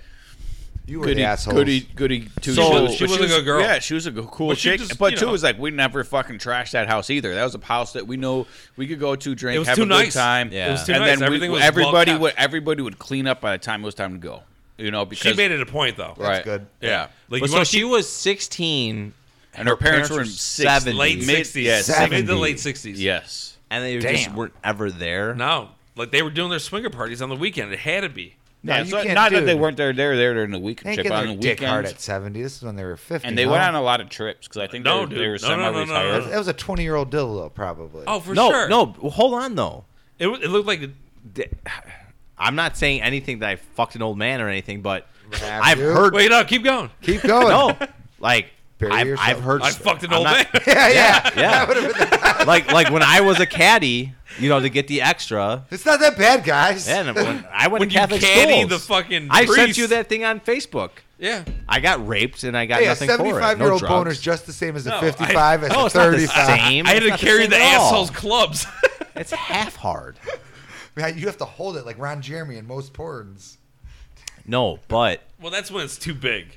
Speaker 2: you were
Speaker 1: goody
Speaker 2: the assholes.
Speaker 1: goody goody two
Speaker 4: So-
Speaker 1: shoes.
Speaker 4: She
Speaker 1: But
Speaker 4: was a good girl.
Speaker 1: Yeah, she was a go- cool
Speaker 4: But she
Speaker 1: chick.
Speaker 4: just,
Speaker 1: but
Speaker 4: you
Speaker 1: two
Speaker 4: know.
Speaker 1: was like we never fucking trashed that house either. That was a house that we know we could go to, drink,
Speaker 4: It was
Speaker 1: have
Speaker 4: too
Speaker 1: a
Speaker 4: nice.
Speaker 1: good time.
Speaker 3: Yeah. It was too
Speaker 1: and
Speaker 4: nice.
Speaker 1: then
Speaker 4: Everything
Speaker 1: we,
Speaker 4: was
Speaker 1: everybody
Speaker 4: well-kept.
Speaker 1: would everybody would clean up by the time it was time to go. You know because
Speaker 4: she made it a point, though.
Speaker 1: right.
Speaker 2: good.
Speaker 1: Yeah.
Speaker 4: Like,
Speaker 3: but
Speaker 4: you
Speaker 3: so
Speaker 4: want
Speaker 3: she was sixteen,
Speaker 1: And her, parents, were in
Speaker 3: parents were
Speaker 1: 60s,
Speaker 4: late
Speaker 1: mid-
Speaker 4: 60s.
Speaker 1: Yeah,
Speaker 4: Mid to
Speaker 2: 70s.
Speaker 4: late 60s.
Speaker 1: Yes.
Speaker 3: and they just
Speaker 2: Damn.
Speaker 3: weren't ever there.
Speaker 4: No. Like, they were doing their swinger parties on the weekend. It had to be.
Speaker 2: No,
Speaker 1: Yeah,
Speaker 2: you
Speaker 1: so
Speaker 2: can't
Speaker 1: not
Speaker 2: do-
Speaker 1: that they weren't there, they were there during the week
Speaker 2: They ain't
Speaker 1: trip
Speaker 2: getting
Speaker 1: on
Speaker 2: their
Speaker 1: the
Speaker 2: dick hard at
Speaker 1: weekends.
Speaker 2: seventy. This is when they were fifty.
Speaker 1: And they went
Speaker 2: huh?
Speaker 1: on a lot of trips because I think
Speaker 4: No,
Speaker 1: they,
Speaker 4: dude.
Speaker 1: were, they were
Speaker 4: No, no, no, no, no,
Speaker 1: semi-retired.
Speaker 4: no.
Speaker 2: That was a twenty-year-old dildo, probably.
Speaker 4: Oh, for
Speaker 3: no,
Speaker 4: sure.
Speaker 3: no. Hold on though.
Speaker 4: It, wa- it looked like.
Speaker 3: Th- I'm not saying anything that I fucked an old man or anything, but
Speaker 2: Have
Speaker 3: I've
Speaker 2: you?
Speaker 3: heard.
Speaker 4: Wait, no, keep going.
Speaker 2: Keep going.
Speaker 3: no, like
Speaker 2: Bury
Speaker 3: I've,
Speaker 2: yourself.
Speaker 3: I've heard.
Speaker 4: I fucked an
Speaker 3: I'm
Speaker 4: old
Speaker 3: not-
Speaker 4: man.
Speaker 2: Yeah, yeah,
Speaker 3: Yeah.
Speaker 2: That would've been the-
Speaker 3: like like when I was a caddy, you know, to get the extra.
Speaker 2: it's not that bad, guys.
Speaker 3: And when I went
Speaker 4: When
Speaker 3: to
Speaker 4: you
Speaker 3: Catholic
Speaker 4: caddy
Speaker 3: schools,
Speaker 4: the fucking
Speaker 3: I sent
Speaker 4: priest.
Speaker 3: you that thing on Facebook.
Speaker 4: Yeah.
Speaker 3: I got raped and I got
Speaker 2: Hey, a
Speaker 3: nothing for it. No
Speaker 2: seventy-five-year-old
Speaker 3: drugs.
Speaker 2: boner's just the same as a
Speaker 4: No, I-
Speaker 2: fifty-five as
Speaker 3: no,
Speaker 2: a
Speaker 3: it's not the
Speaker 2: thirty-five.
Speaker 3: same.
Speaker 4: I had
Speaker 3: It's
Speaker 4: to
Speaker 3: not the
Speaker 4: carry
Speaker 3: same
Speaker 4: the
Speaker 3: at all.
Speaker 4: asshole's clubs.
Speaker 3: It's half hard.
Speaker 2: Man, you have to hold it like Ron Jeremy in most porns.
Speaker 3: No, but
Speaker 4: well, that's when it's too big.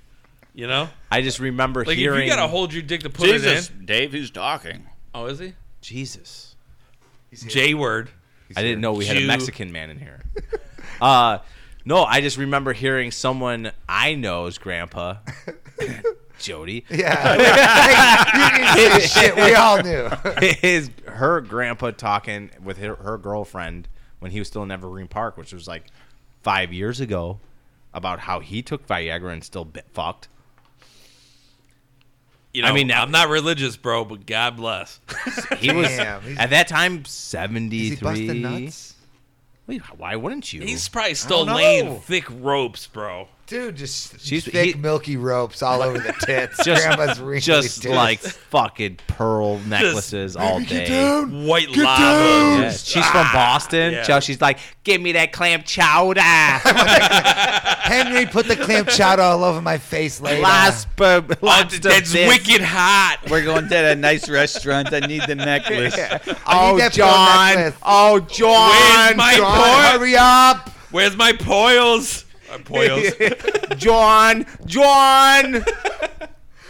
Speaker 4: You know?
Speaker 3: I just remember
Speaker 4: Like,
Speaker 3: hearing
Speaker 4: if you got to hold your dick to put
Speaker 1: Jesus,
Speaker 4: it in.
Speaker 1: Dave, who's talking?
Speaker 4: Oh, is he?
Speaker 3: Jesus.
Speaker 4: J word.
Speaker 2: He's
Speaker 3: I
Speaker 2: here.
Speaker 3: didn't know we had
Speaker 4: Jew.
Speaker 3: a Mexican man in here. Uh, no, I just remember hearing someone I know's grandpa, Jody,
Speaker 2: Yeah. Hey, you didn't say shit. We all knew.
Speaker 3: his her grandpa talking with her, her girlfriend when he was still in Evergreen Park, which was like five years ago, about how he took Viagra and still bit fucked.
Speaker 4: You know,
Speaker 3: I
Speaker 4: I
Speaker 3: mean,
Speaker 4: mean,
Speaker 3: now-
Speaker 4: I'm not religious, bro, but God bless.
Speaker 3: He was
Speaker 2: Damn, he's-
Speaker 3: at that time
Speaker 2: Is
Speaker 3: seventy
Speaker 2: he busting
Speaker 3: E three.
Speaker 2: nuts?
Speaker 3: Wait, why wouldn't you?
Speaker 4: He's probably still
Speaker 2: know.
Speaker 4: laying thick ropes, bro.
Speaker 2: Dude, just
Speaker 3: She's-
Speaker 2: thick
Speaker 3: he-
Speaker 2: milky ropes all over the tits.
Speaker 3: Just-
Speaker 2: Grandma's wrinkly
Speaker 3: just
Speaker 2: tits.
Speaker 3: like fucking pearl necklaces all day.
Speaker 4: White Ah,
Speaker 2: Get
Speaker 4: lava.
Speaker 2: down!
Speaker 3: Yeah, She's from
Speaker 2: Ah,
Speaker 3: Boston,
Speaker 4: yeah.
Speaker 3: so she's like, "Give me that clam chowder,
Speaker 2: Henry put the clamp chowder all over my face later.
Speaker 3: lobster,
Speaker 4: Oh,
Speaker 3: lobster
Speaker 4: that's
Speaker 3: bisque.
Speaker 4: wicked hot.
Speaker 1: We're going to that nice restaurant. I need the necklace.
Speaker 2: need
Speaker 3: Oh
Speaker 2: that pearl
Speaker 3: John,
Speaker 2: necklace.
Speaker 3: oh John,
Speaker 4: Where's my
Speaker 3: John,
Speaker 4: pork?
Speaker 2: Hurry up!
Speaker 4: Where's my poils? Uh, poils.
Speaker 3: John, John.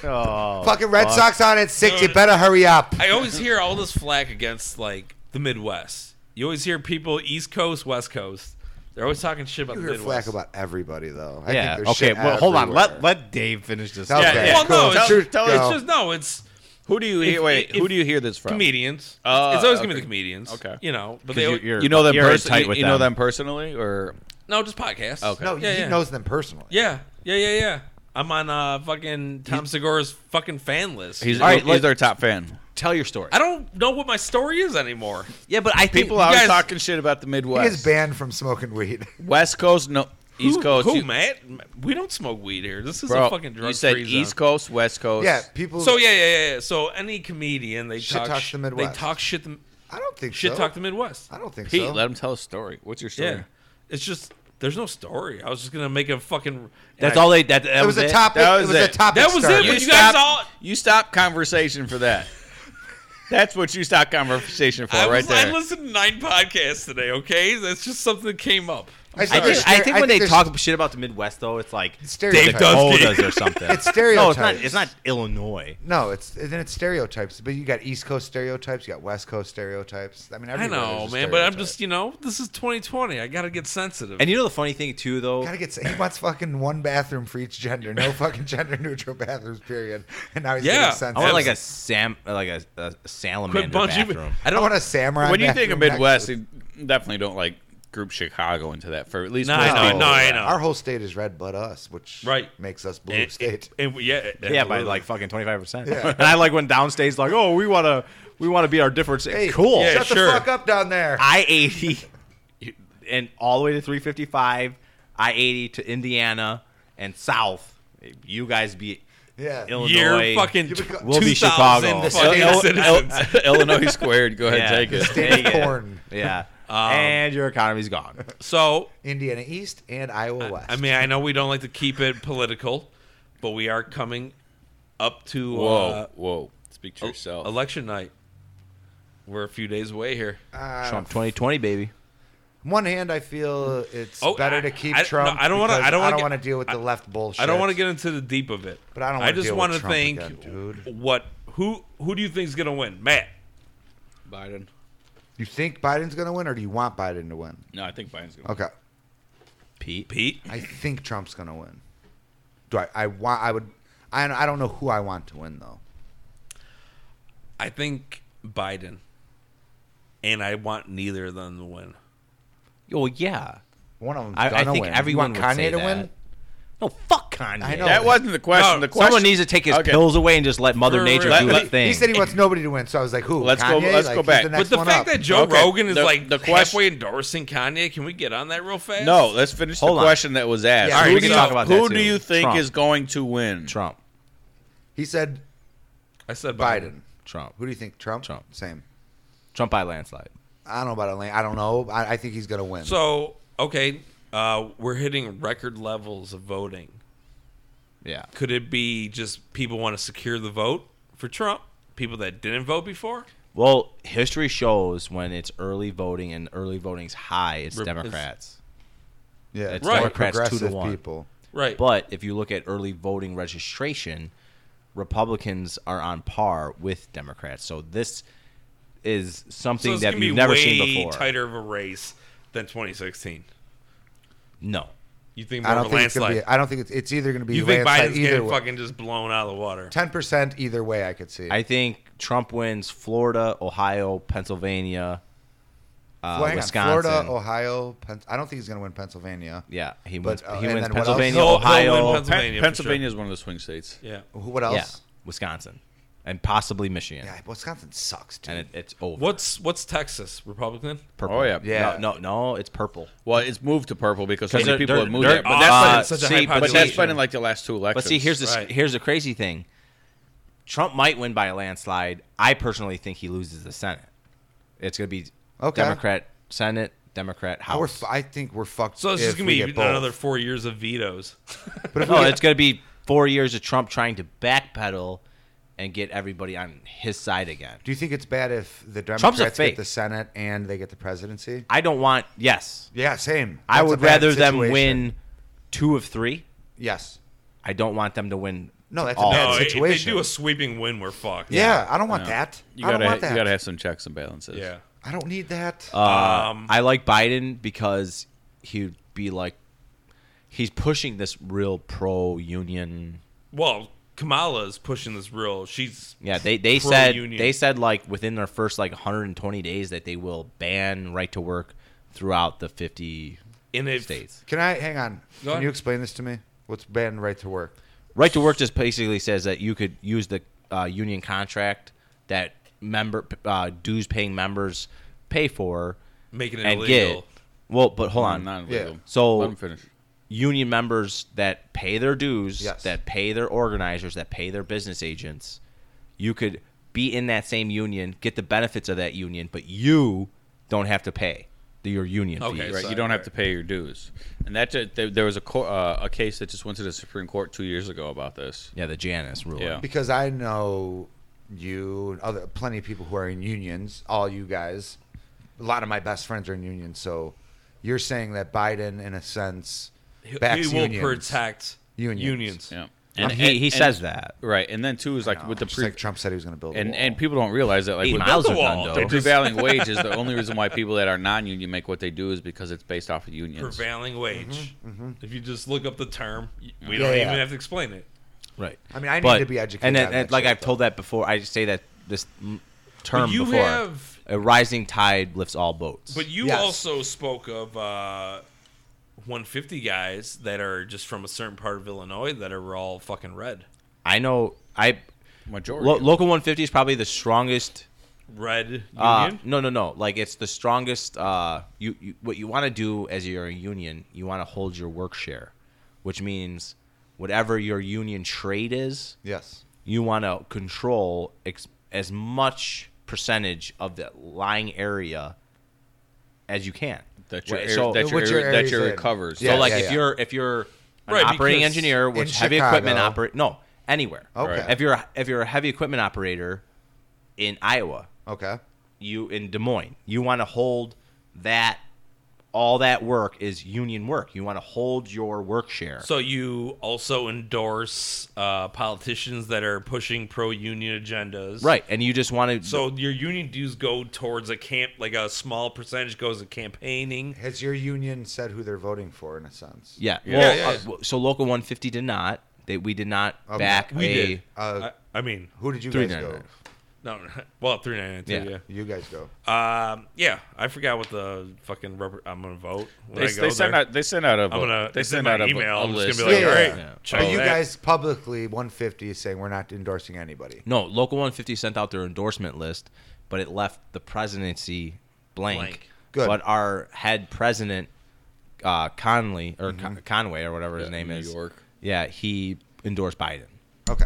Speaker 3: oh,
Speaker 2: Fucking Red Sox on at six. You better hurry up.
Speaker 4: I always hear all this flack against like the Midwest. You always hear people East Coast, West Coast. They're always talking shit about
Speaker 2: You
Speaker 4: the
Speaker 2: hear flack
Speaker 4: Midwest.
Speaker 2: about everybody though. I
Speaker 3: yeah.
Speaker 2: Think there's
Speaker 3: Okay,
Speaker 2: shit
Speaker 3: well, hold on.
Speaker 2: everywhere.
Speaker 3: Let let Dave finish this.
Speaker 2: Okay.
Speaker 4: yeah, yeah. Well,
Speaker 2: cool.
Speaker 4: no, it's,
Speaker 2: Shoot,
Speaker 1: tell-
Speaker 2: go.
Speaker 4: it's just no. It's
Speaker 1: Who do you hear?
Speaker 4: If-
Speaker 1: Wait,
Speaker 4: if-
Speaker 1: who do you hear this from?
Speaker 4: comedians.
Speaker 1: Uh,
Speaker 4: it's always gonna
Speaker 1: okay.
Speaker 4: be the comedians.
Speaker 1: Okay.
Speaker 4: you know, but
Speaker 3: 'Cause
Speaker 4: they
Speaker 3: you're- you're-
Speaker 1: You know them
Speaker 3: You're in
Speaker 1: personally.
Speaker 3: tight
Speaker 1: You,
Speaker 3: with
Speaker 1: you know
Speaker 3: them.
Speaker 1: them personally, or
Speaker 4: no, just podcasts.
Speaker 1: Okay.
Speaker 2: No,
Speaker 4: yeah,
Speaker 2: he
Speaker 4: yeah.
Speaker 2: knows them personally.
Speaker 4: Yeah, yeah, yeah, yeah. I'm on uh fucking Tom Segura's fucking fan list.
Speaker 1: he's,
Speaker 3: All right,
Speaker 1: he's
Speaker 3: let-
Speaker 1: their top fan.
Speaker 3: Tell your story.
Speaker 4: I don't know what my story is anymore.
Speaker 3: yeah, but I
Speaker 1: People
Speaker 4: you
Speaker 1: are
Speaker 4: guys-
Speaker 1: talking shit about the
Speaker 2: He is
Speaker 1: Midwest,
Speaker 2: banned from smoking weed.
Speaker 1: West Coast, no East
Speaker 4: who,
Speaker 1: Coast.
Speaker 4: Who,
Speaker 1: you,
Speaker 4: Matt? We don't smoke weed here. This is
Speaker 1: bro,
Speaker 4: a fucking drug
Speaker 1: you said
Speaker 4: free zone.
Speaker 1: East Coast, West Coast.
Speaker 2: yeah, people.
Speaker 4: So yeah, yeah, yeah. yeah. So any comedian, they
Speaker 2: Shit
Speaker 4: talk
Speaker 2: talks
Speaker 4: sh-
Speaker 2: the Midwest.
Speaker 4: They talk shit. The,
Speaker 2: I don't think
Speaker 4: shit
Speaker 2: so.
Speaker 4: talk the Midwest.
Speaker 2: I don't think
Speaker 1: Pete,
Speaker 2: so.
Speaker 1: let him tell a story. What's your story?
Speaker 4: Yeah, it's just there's no story. I was just gonna make a fucking.
Speaker 3: That's
Speaker 4: I-
Speaker 3: all they. That, that
Speaker 2: it was a
Speaker 3: it.
Speaker 2: topic.
Speaker 1: That
Speaker 2: it
Speaker 1: was
Speaker 2: was a
Speaker 1: it.
Speaker 2: topic.
Speaker 4: That was it,
Speaker 2: starter.
Speaker 4: but you guys all-
Speaker 1: you stop conversation for that. That's what you stop conversation for,
Speaker 4: I,
Speaker 1: right
Speaker 4: was,
Speaker 1: there.
Speaker 4: I listened to nine podcasts today. Okay, that's just something that came up.
Speaker 2: I
Speaker 3: I
Speaker 2: think,
Speaker 3: think,
Speaker 2: there's
Speaker 3: I
Speaker 2: stere-
Speaker 3: think when they
Speaker 2: there's-
Speaker 3: talk shit about the Midwest, though, it's like
Speaker 2: Stereotypes.
Speaker 3: Dakotas or
Speaker 2: It's
Speaker 3: something. No, it's not.
Speaker 2: stereotypes.
Speaker 3: It's not Illinois.
Speaker 2: No, it's then it's stereotypes. But you got East Coast stereotypes, you got West Coast stereotypes. I mean,
Speaker 4: I
Speaker 2: everywhere
Speaker 4: know,
Speaker 2: there's a
Speaker 4: man, but I'm
Speaker 2: stereotype.
Speaker 4: just you know this is 2020. I gotta get sensitive.
Speaker 3: And you know the funny thing too, though.
Speaker 2: Gotta get. He wants fucking one bathroom for each gender. No fucking gender neutral bathrooms. Period. And now he's
Speaker 4: Yeah.
Speaker 2: getting sensitive.
Speaker 3: I want like a sam, like a, a salamander
Speaker 4: Quit bungee-
Speaker 3: bathroom.
Speaker 4: I
Speaker 2: I
Speaker 4: don't
Speaker 2: want a samurai.
Speaker 1: when you think of
Speaker 2: bathroom next
Speaker 1: Midwest,
Speaker 2: to-
Speaker 1: you definitely don't like group Chicago into that for at least
Speaker 4: No,
Speaker 1: most
Speaker 4: I know,
Speaker 1: people.
Speaker 4: no, I know.
Speaker 2: Our whole state is red, but us, which
Speaker 4: Oh, Right. Eh,
Speaker 2: makes us blue
Speaker 4: and,
Speaker 2: state.
Speaker 4: and- yeah,
Speaker 3: Yeah, by
Speaker 4: absolutely.
Speaker 3: like fucking twenty five percent.
Speaker 2: Yeah.
Speaker 3: And I like when downstate's like, oh, we wanna we wanna be our different.
Speaker 2: Hey,
Speaker 3: cool.
Speaker 4: eh, yeah.
Speaker 2: Shut
Speaker 4: sure. Ah,
Speaker 2: the fuck up down there.
Speaker 3: I eighty, and all the way to three fifty five, I eighty to Indiana and south. You guys be
Speaker 2: Yeah.
Speaker 3: Illinois.
Speaker 4: You're fucking
Speaker 2: You become-
Speaker 3: We'll be
Speaker 4: 2000
Speaker 3: Chicago.
Speaker 4: fucking
Speaker 2: Ill- Ill-
Speaker 4: citizens.
Speaker 1: Illinois squared. Go ahead,
Speaker 3: Yeah.
Speaker 1: take it.
Speaker 2: State of
Speaker 3: Dang it.
Speaker 2: corn.
Speaker 3: Yeah.
Speaker 4: Um,
Speaker 3: and your economy's gone.
Speaker 4: So
Speaker 2: Indiana East and Iowa West.
Speaker 4: I mean, I know we don't like to keep it political, but we are coming up to
Speaker 1: Whoa,
Speaker 4: uh,
Speaker 1: whoa. Speak
Speaker 3: oh,
Speaker 1: to
Speaker 4: el-
Speaker 1: yourself.
Speaker 4: election night. We're a few days away here.
Speaker 2: Uh,
Speaker 3: Trump twenty twenty, baby.
Speaker 2: on one hand, I feel it's
Speaker 4: Oh,
Speaker 2: better
Speaker 4: I-
Speaker 2: to keep
Speaker 4: I- no,
Speaker 2: Trump.
Speaker 4: I don't wanna-
Speaker 2: because
Speaker 4: I don't wanna get-
Speaker 2: wanna deal with the left bullshit.
Speaker 4: I don't want to get into the deep of it,
Speaker 2: But I don't
Speaker 4: I
Speaker 2: wanna
Speaker 4: just
Speaker 2: deal with
Speaker 4: wanna
Speaker 2: Trump
Speaker 4: think
Speaker 2: again, dude.
Speaker 4: what who who do you think is gonna win, Matt?
Speaker 1: Biden.
Speaker 2: You think Biden's going to win, or do you want Biden to win?
Speaker 1: No, I think Biden's
Speaker 3: Oh.
Speaker 1: going. to
Speaker 2: Okay,
Speaker 3: Pete.
Speaker 4: Pete?
Speaker 2: I think Trump's going to win. Do I? I want. I would. I I don't know who I want to win though.
Speaker 4: I think Biden, and I want neither of them to win.
Speaker 3: Oh yeah.
Speaker 2: One of them.
Speaker 3: I, I
Speaker 2: gonna
Speaker 3: think
Speaker 2: win.
Speaker 3: everyone
Speaker 2: you
Speaker 3: would
Speaker 2: want Kanye
Speaker 3: say
Speaker 2: to
Speaker 3: that.
Speaker 2: win.
Speaker 3: No, fuck Kanye.
Speaker 2: I know.
Speaker 1: That wasn't the question.
Speaker 4: No,
Speaker 1: the question.
Speaker 3: Someone needs to take his
Speaker 1: Okay.
Speaker 3: pills away and just let Mother
Speaker 4: For
Speaker 3: Nature
Speaker 4: real.
Speaker 3: do
Speaker 1: Let-
Speaker 3: her
Speaker 1: he-
Speaker 3: thing.
Speaker 2: He said he wants nobody to win, so I was like, "Who?
Speaker 1: Let's go-
Speaker 2: Kanye?
Speaker 1: let's go
Speaker 2: Like, he's
Speaker 1: back.
Speaker 2: The
Speaker 1: But
Speaker 2: next
Speaker 4: But the
Speaker 2: one
Speaker 4: fact
Speaker 2: up.
Speaker 4: that Joe
Speaker 1: Okay,
Speaker 4: Rogan is
Speaker 1: the-
Speaker 4: like
Speaker 1: the question-
Speaker 4: halfway endorsing Kanye, can we get on that real fast?
Speaker 1: No, let's finish
Speaker 3: Hold
Speaker 1: the
Speaker 3: on.
Speaker 1: question that was asked.
Speaker 2: Yeah, All
Speaker 1: who
Speaker 2: right, we
Speaker 1: do
Speaker 2: can
Speaker 1: you,
Speaker 3: talk about
Speaker 1: who
Speaker 3: that
Speaker 1: do
Speaker 3: too.
Speaker 1: you think
Speaker 3: Trump.
Speaker 1: is going to win?
Speaker 3: Trump,
Speaker 2: he said
Speaker 4: I said
Speaker 2: Biden.
Speaker 3: Trump,
Speaker 2: Who do you think? Trump.
Speaker 3: Trump.
Speaker 2: Same.
Speaker 3: Trump by landslide.
Speaker 2: I don't know about Elaine. I don't know. I, I think he's gonna win.
Speaker 4: So okay, uh, we're hitting record levels of voting.
Speaker 3: Yeah,
Speaker 4: Could it be just people want to secure the vote for Trump? People that didn't vote before,
Speaker 3: Well, history shows when it's early voting and early voting's high, it's
Speaker 4: Rep-
Speaker 3: Democrats.
Speaker 2: yeah,
Speaker 3: It's
Speaker 4: Right.
Speaker 3: Democrats two to
Speaker 2: progressive
Speaker 3: one.
Speaker 2: people.
Speaker 4: right?
Speaker 3: But if you look at early voting registration, Republicans are on par with Democrats. So this is
Speaker 4: so
Speaker 3: something
Speaker 4: it's
Speaker 3: that
Speaker 4: gonna be
Speaker 3: we've never
Speaker 4: way
Speaker 3: seen before.
Speaker 4: tighter of a race than 2016.
Speaker 3: No.
Speaker 4: You think more
Speaker 2: I don't
Speaker 4: of a
Speaker 2: think it's gonna
Speaker 4: landslide?
Speaker 2: be. I don't think it's. It's either gonna be
Speaker 4: you think
Speaker 2: landslide
Speaker 4: Biden's
Speaker 2: either
Speaker 4: getting
Speaker 2: way.
Speaker 4: fucking just blown out of the water?
Speaker 2: Ten percent either way, I could see.
Speaker 3: I think Trump wins Florida, Ohio, Pennsylvania, uh,
Speaker 2: Well, hang on.
Speaker 3: Wisconsin.
Speaker 2: Florida, Ohio. Pen- I don't think he's gonna win Pennsylvania.
Speaker 3: Yeah, he
Speaker 2: But,
Speaker 3: wins.
Speaker 2: uh,
Speaker 3: he
Speaker 2: and then
Speaker 3: wins
Speaker 2: what else?
Speaker 3: Pennsylvania,
Speaker 4: He'll- he'll win
Speaker 3: Ohio,
Speaker 1: Pe-
Speaker 4: Pennsylvania
Speaker 1: Pennsylvania,
Speaker 4: for
Speaker 1: is one of the swing states.
Speaker 4: Yeah.
Speaker 2: Who? What else?
Speaker 3: yeah, Wisconsin, and possibly Michigan.
Speaker 2: Yeah, Wisconsin sucks, dude.
Speaker 3: And it, it's over.
Speaker 4: What's what's Texas Republican?
Speaker 3: purple?
Speaker 1: Oh, yeah.
Speaker 2: Yeah.
Speaker 3: No, no, no, it's purple.
Speaker 1: Well, it's moved to purple because so
Speaker 3: 'Cause
Speaker 1: many
Speaker 3: they're-
Speaker 1: people
Speaker 3: they're-
Speaker 1: have moved
Speaker 3: they're-
Speaker 1: there. But that's,
Speaker 3: uh,
Speaker 1: been,
Speaker 4: such a
Speaker 3: see,
Speaker 4: high
Speaker 1: but that's
Speaker 4: population.
Speaker 1: been in like the last two elections.
Speaker 3: But see, here's the
Speaker 4: Right.
Speaker 3: here's the crazy thing. Trump might win by a landslide. I personally think he loses the Senate. It's going to be
Speaker 2: Okay.
Speaker 3: Democrat Senate, Democrat House.
Speaker 2: we're, f- I think we're fucked.
Speaker 4: So it's
Speaker 2: if
Speaker 4: just gonna
Speaker 2: we
Speaker 4: be
Speaker 2: get both.
Speaker 4: another four years of vetoes.
Speaker 2: But if we
Speaker 3: no,
Speaker 2: get-
Speaker 3: it's going to be four years of Trump trying to backpedal and get everybody on his side again.
Speaker 2: do you think it's bad if the
Speaker 3: a
Speaker 2: Democrats get
Speaker 3: fake.
Speaker 2: the Senate and they get the presidency?
Speaker 3: I don't want. Yes,
Speaker 2: Yeah, same.
Speaker 3: I
Speaker 2: That's a
Speaker 3: would
Speaker 2: bad
Speaker 3: rather them
Speaker 2: situation.
Speaker 3: win two of three.
Speaker 2: Yes.
Speaker 3: I don't want them to win.
Speaker 2: No, that's a
Speaker 3: all.
Speaker 2: bad
Speaker 4: No, Oh, if they
Speaker 2: situation.
Speaker 4: do a sweeping win, we're fucked.
Speaker 2: Yeah, I don't want that.
Speaker 1: you
Speaker 2: I
Speaker 1: gotta
Speaker 2: don't
Speaker 1: ha-
Speaker 2: want that.
Speaker 1: you gotta uh, have some checks and balances.
Speaker 4: Yeah.
Speaker 2: I don't need that.
Speaker 4: Um,
Speaker 3: uh, I like Biden because he'd be like, he's pushing this real pro union.
Speaker 4: well, Kamala is pushing this real. She's
Speaker 3: Yeah, they they said
Speaker 4: Pro-union.
Speaker 3: they said like within their first like 120 days that they will ban right to work throughout the 50
Speaker 4: in it.
Speaker 3: states.
Speaker 2: Can I hang on?
Speaker 4: Go
Speaker 2: Can
Speaker 4: on.
Speaker 2: you explain this to me? What's ban right to work?
Speaker 3: Right to work just basically says that you could use the uh, union contract that member uh, dues paying members pay for
Speaker 4: Making it
Speaker 3: and
Speaker 4: illegal. Mm-hmm.
Speaker 3: get. Well, but
Speaker 1: Hold
Speaker 3: hold on.
Speaker 1: on, not
Speaker 2: Yeah.
Speaker 1: illegal.
Speaker 3: So-
Speaker 1: let him finish.
Speaker 3: union members that pay their dues,
Speaker 2: Yes.
Speaker 3: that pay their organizers, that pay their business agents, you could be in that same union, get the benefits of that union, but you don't have to pay the, your union
Speaker 4: Okay,
Speaker 3: fees.
Speaker 1: Right, you
Speaker 4: Sorry,
Speaker 1: don't have
Speaker 4: right.
Speaker 1: to pay your dues, and that ju- there, there was a co- uh, a case that just went to the Supreme Court two years ago about this.
Speaker 3: Yeah, the Janus rule.
Speaker 1: Yeah.
Speaker 2: Because I know you and other plenty of people who are in unions, all you guys. A lot of my best friends are in unions, so you're saying that Biden in a sense
Speaker 4: He-
Speaker 2: backs
Speaker 4: he will
Speaker 2: unions.
Speaker 4: protect
Speaker 2: Unions.
Speaker 4: unions.
Speaker 1: Yeah,
Speaker 3: And he, he
Speaker 1: and-
Speaker 3: says that.
Speaker 1: right, and then too is like
Speaker 2: No,
Speaker 1: with the
Speaker 2: just
Speaker 1: pre-
Speaker 2: like Trump said he was going to build a
Speaker 1: and
Speaker 2: wall.
Speaker 1: and people don't realize that like
Speaker 3: Eight
Speaker 1: with
Speaker 3: miles
Speaker 4: the
Speaker 3: of
Speaker 4: wall.
Speaker 1: the
Speaker 3: Dundo.
Speaker 1: prevailing wage is the only reason why people that are non-union make what they do is because it's based off of unions.
Speaker 4: Prevailing wage.
Speaker 3: Mm-hmm,
Speaker 4: If you just look up the term, y- we
Speaker 2: Yeah,
Speaker 4: don't
Speaker 2: yeah.
Speaker 4: even have to explain it.
Speaker 3: Right.
Speaker 2: I mean, I need
Speaker 3: But-
Speaker 2: to be educated
Speaker 3: And, then,
Speaker 2: on
Speaker 3: and
Speaker 2: that
Speaker 3: like
Speaker 2: shit,
Speaker 3: I've told that before, I say that this mm, term
Speaker 4: But you
Speaker 3: before.
Speaker 4: have-
Speaker 3: a rising tide lifts all boats.
Speaker 4: But you
Speaker 2: Yes.
Speaker 4: also spoke of uh, 150 guys that are just from a certain part of Illinois that are all fucking red.
Speaker 3: I know I
Speaker 1: Majority.
Speaker 3: lo- local 150 is probably the strongest
Speaker 4: Red union?
Speaker 3: Uh, no, no, no. Like it's the strongest. Uh, you, you what you want to do as your union, you want to hold your work share, which means whatever your union trade is,
Speaker 2: yes,
Speaker 3: you want to control ex- as much percentage of the lying area as you can.
Speaker 1: that your
Speaker 3: Wait,
Speaker 1: air-
Speaker 3: so,
Speaker 1: that your,
Speaker 2: Which
Speaker 1: air-
Speaker 2: your
Speaker 1: that
Speaker 2: area's
Speaker 1: your
Speaker 2: in.
Speaker 1: recovers.
Speaker 3: so
Speaker 2: Yeah,
Speaker 3: like
Speaker 2: yeah,
Speaker 3: if
Speaker 2: yeah.
Speaker 3: you're if you're an
Speaker 4: Right,
Speaker 3: operating
Speaker 4: because
Speaker 3: engineer,
Speaker 2: in
Speaker 3: which heavy
Speaker 2: Chicago-
Speaker 3: equipment operate no anywhere.
Speaker 2: Okay.
Speaker 1: Right.
Speaker 3: If you're a, if you're a heavy equipment operator in Iowa,
Speaker 2: okay,
Speaker 3: you in Des Moines. You want to hold that all that work is union work. You want to hold your work share.
Speaker 4: So you also endorse uh, politicians that are pushing pro-union agendas,
Speaker 3: right, and you just want to
Speaker 4: So your union dues go towards a camp, like a small percentage goes to campaigning.
Speaker 2: has your union said who they're voting for in a sense?
Speaker 3: yeah.
Speaker 1: Yeah.
Speaker 3: well,
Speaker 4: Yeah, yeah,
Speaker 3: uh, w- so local 150 did not. They we did not
Speaker 2: Okay.
Speaker 3: back
Speaker 4: We
Speaker 3: a
Speaker 4: did.
Speaker 2: Uh,
Speaker 4: I, I mean,
Speaker 2: Who did you
Speaker 3: Three
Speaker 2: guys
Speaker 3: nine
Speaker 2: go?
Speaker 3: nine.
Speaker 4: No, well, three ninety nine. Yeah.
Speaker 3: Yeah.
Speaker 2: You guys go.
Speaker 4: yeah. Um. Yeah. I forgot what the fucking rubber. I'm gonna vote. When
Speaker 1: They,
Speaker 4: I go
Speaker 1: they send
Speaker 4: there.
Speaker 1: out. They send out a.
Speaker 4: I'm gonna.
Speaker 1: They
Speaker 4: it's in
Speaker 1: send
Speaker 4: my
Speaker 1: out a,
Speaker 4: email.
Speaker 1: a
Speaker 4: I'm just
Speaker 1: list.
Speaker 4: gonna be like,
Speaker 2: Yeah,
Speaker 4: all
Speaker 2: yeah,
Speaker 4: right.
Speaker 3: yeah.
Speaker 4: check
Speaker 2: But you
Speaker 4: that.
Speaker 2: guys publicly 150 is saying we're not endorsing anybody.
Speaker 3: No, Local 150 sent out their endorsement list, but it left the presidency blank.
Speaker 4: Blank.
Speaker 2: Good.
Speaker 3: But our head president, uh, Conley or Con- Conway or whatever his
Speaker 1: Mm-hmm. Yeah,
Speaker 3: name
Speaker 1: New
Speaker 3: is,
Speaker 1: York.
Speaker 3: yeah, he endorsed Biden.
Speaker 2: Okay.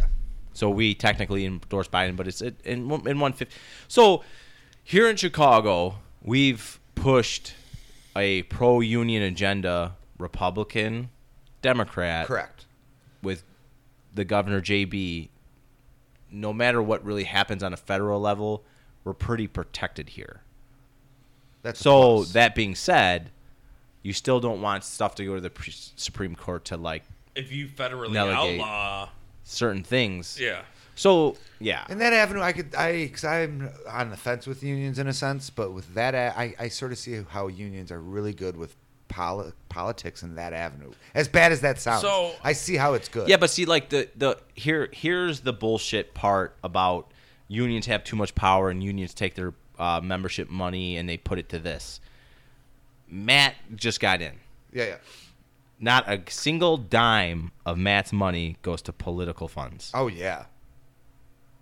Speaker 3: So we technically endorse Biden, but it's in in 150. So here in Chicago, we've pushed a pro-union agenda, Republican, Democrat,
Speaker 2: Correct.
Speaker 3: with the governor JB, no matter what really happens on a federal level, we're pretty protected here.
Speaker 2: That's a
Speaker 3: So
Speaker 2: plus.
Speaker 3: that being said, you still don't want stuff to go to the pre- Supreme Court to like
Speaker 4: If you federally
Speaker 3: Delegate.
Speaker 4: outlaw,
Speaker 3: certain things.
Speaker 4: yeah.
Speaker 3: So yeah,
Speaker 2: in that avenue, I could I because I'm on the fence with unions in a sense, but with that a- I I sort of see how unions are really good with poli- politics in that avenue. As bad as that sounds,
Speaker 4: So-
Speaker 2: I see how it's good.
Speaker 3: yeah, but see, like the the here here's the bullshit part about unions have too much power and unions take their uh, membership money and they put it to this. Matt just got in.
Speaker 2: yeah, yeah.
Speaker 3: Not a single dime of Matt's money goes to political funds.
Speaker 2: Oh yeah.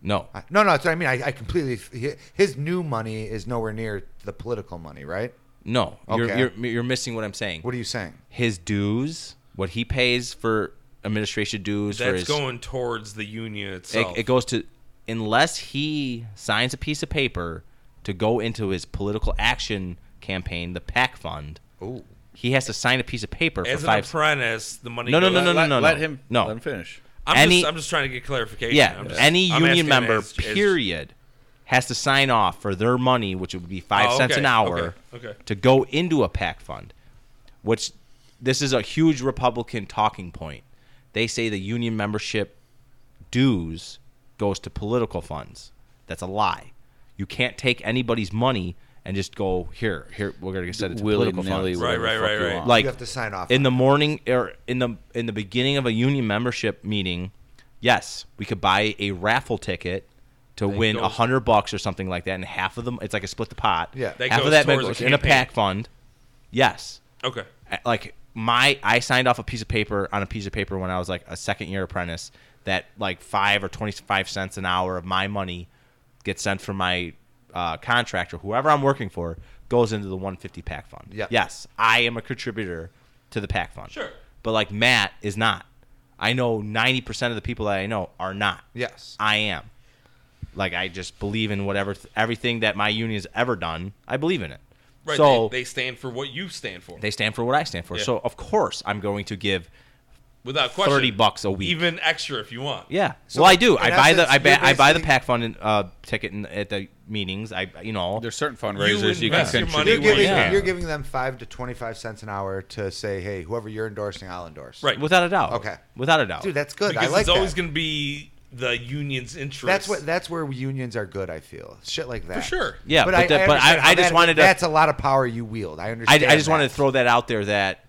Speaker 3: No.
Speaker 2: I- no, no, that's what I mean. I, I completely. hi- His new money is nowhere near the political money, right?
Speaker 3: No.
Speaker 2: Okay.
Speaker 3: You're, you're you're missing what I'm saying.
Speaker 2: What are you saying?
Speaker 3: His dues, what he pays for administration dues for
Speaker 4: That's
Speaker 3: his
Speaker 4: going towards the union
Speaker 3: it,
Speaker 4: itself.
Speaker 3: it goes to unless he signs a piece of paper to go into his political action campaign, the PAC fund.
Speaker 2: Oh,
Speaker 3: He has to sign a piece of paper for
Speaker 4: As an
Speaker 3: five
Speaker 4: apprentice, the money.
Speaker 3: No, no,
Speaker 4: goes-
Speaker 3: no, no, no,
Speaker 1: let,
Speaker 3: no,
Speaker 1: let
Speaker 3: no.
Speaker 1: him.
Speaker 3: No.
Speaker 1: Let him finish.
Speaker 4: I'm,
Speaker 3: Any-
Speaker 4: just, I'm just trying to get clarification.
Speaker 3: Yeah,
Speaker 4: I'm just-
Speaker 3: any
Speaker 4: I'm
Speaker 3: union
Speaker 4: asking
Speaker 3: member,
Speaker 4: as- as-
Speaker 3: period, has to sign off for their money, which would be five
Speaker 4: Oh,
Speaker 3: cents
Speaker 4: okay,
Speaker 3: an hour,
Speaker 4: okay, okay.
Speaker 3: to go into a PAC fund. Which this is a huge Republican talking point. They say the union membership dues goes to political funds. That's a lie. You can't take anybody's money and just go here, here. We're gonna set it to
Speaker 1: Willy
Speaker 3: political
Speaker 1: nilly.
Speaker 3: funds.
Speaker 4: Right, right, right, right.
Speaker 3: Like
Speaker 2: you have to sign off
Speaker 3: in
Speaker 2: on
Speaker 3: the morning or in the in the beginning of a union membership meeting, yes, we could buy a raffle ticket to win a
Speaker 4: goes-
Speaker 3: hundred bucks or something like that, and half of them it's like a split the pot.
Speaker 2: Yeah. That
Speaker 3: half
Speaker 4: goes
Speaker 3: of that
Speaker 4: towards
Speaker 3: goes
Speaker 4: the
Speaker 3: in a
Speaker 4: campaign.
Speaker 3: pack fund. Yes,
Speaker 4: Okay.
Speaker 3: Uh, like my I signed off a piece of paper on a piece of paper when I was like a second year apprentice that like five or twenty five cents an hour of my money gets sent from my uh, contractor, whoever I'm working for, goes into the 150 pack fund.
Speaker 2: Yeah.
Speaker 3: Yes, I am a contributor to the pack fund.
Speaker 4: Sure.
Speaker 3: But like Matt is not. I know 90% of the people that I know are not.
Speaker 2: Yes.
Speaker 3: I am. Like I just believe in whatever th- everything that my union has ever done. I believe in it.
Speaker 4: Right.
Speaker 3: so
Speaker 4: they, they stand for what you stand for.
Speaker 3: they stand for what I stand for.
Speaker 4: Yeah.
Speaker 3: So of course I'm going to give.
Speaker 4: Without question.
Speaker 3: 30 bucks a week.
Speaker 4: Even extra if you want.
Speaker 3: Yeah.
Speaker 2: So
Speaker 3: well, I
Speaker 2: in
Speaker 3: do. I buy the
Speaker 2: essence,
Speaker 3: I buy
Speaker 2: you're
Speaker 3: I buy the
Speaker 2: basically-
Speaker 3: pack fund and, uh, ticket in, at the meetings. I you know
Speaker 1: There's certain fundraisers you, can
Speaker 4: invest your money
Speaker 1: contribute.
Speaker 2: You're giving,
Speaker 3: Yeah.
Speaker 2: you're giving them five to twenty-five cents an hour to say, "Hey, whoever you're endorsing, I'll endorse."
Speaker 4: Right.
Speaker 3: without a doubt.
Speaker 2: Okay.
Speaker 3: Without a doubt.
Speaker 2: dude, that's good.
Speaker 4: Because
Speaker 2: I like
Speaker 4: it's
Speaker 2: that.
Speaker 4: always going to be the union's interest.
Speaker 2: That's what. That's where unions are good. I feel shit like that
Speaker 4: For sure.
Speaker 3: Yeah, but the- but
Speaker 2: understand
Speaker 3: I-
Speaker 2: how
Speaker 3: I just
Speaker 2: that-
Speaker 3: wanted to-
Speaker 2: That's a lot of power you wield. I
Speaker 3: I, I
Speaker 2: understand.
Speaker 3: just
Speaker 2: that.
Speaker 3: wanted to throw that out there that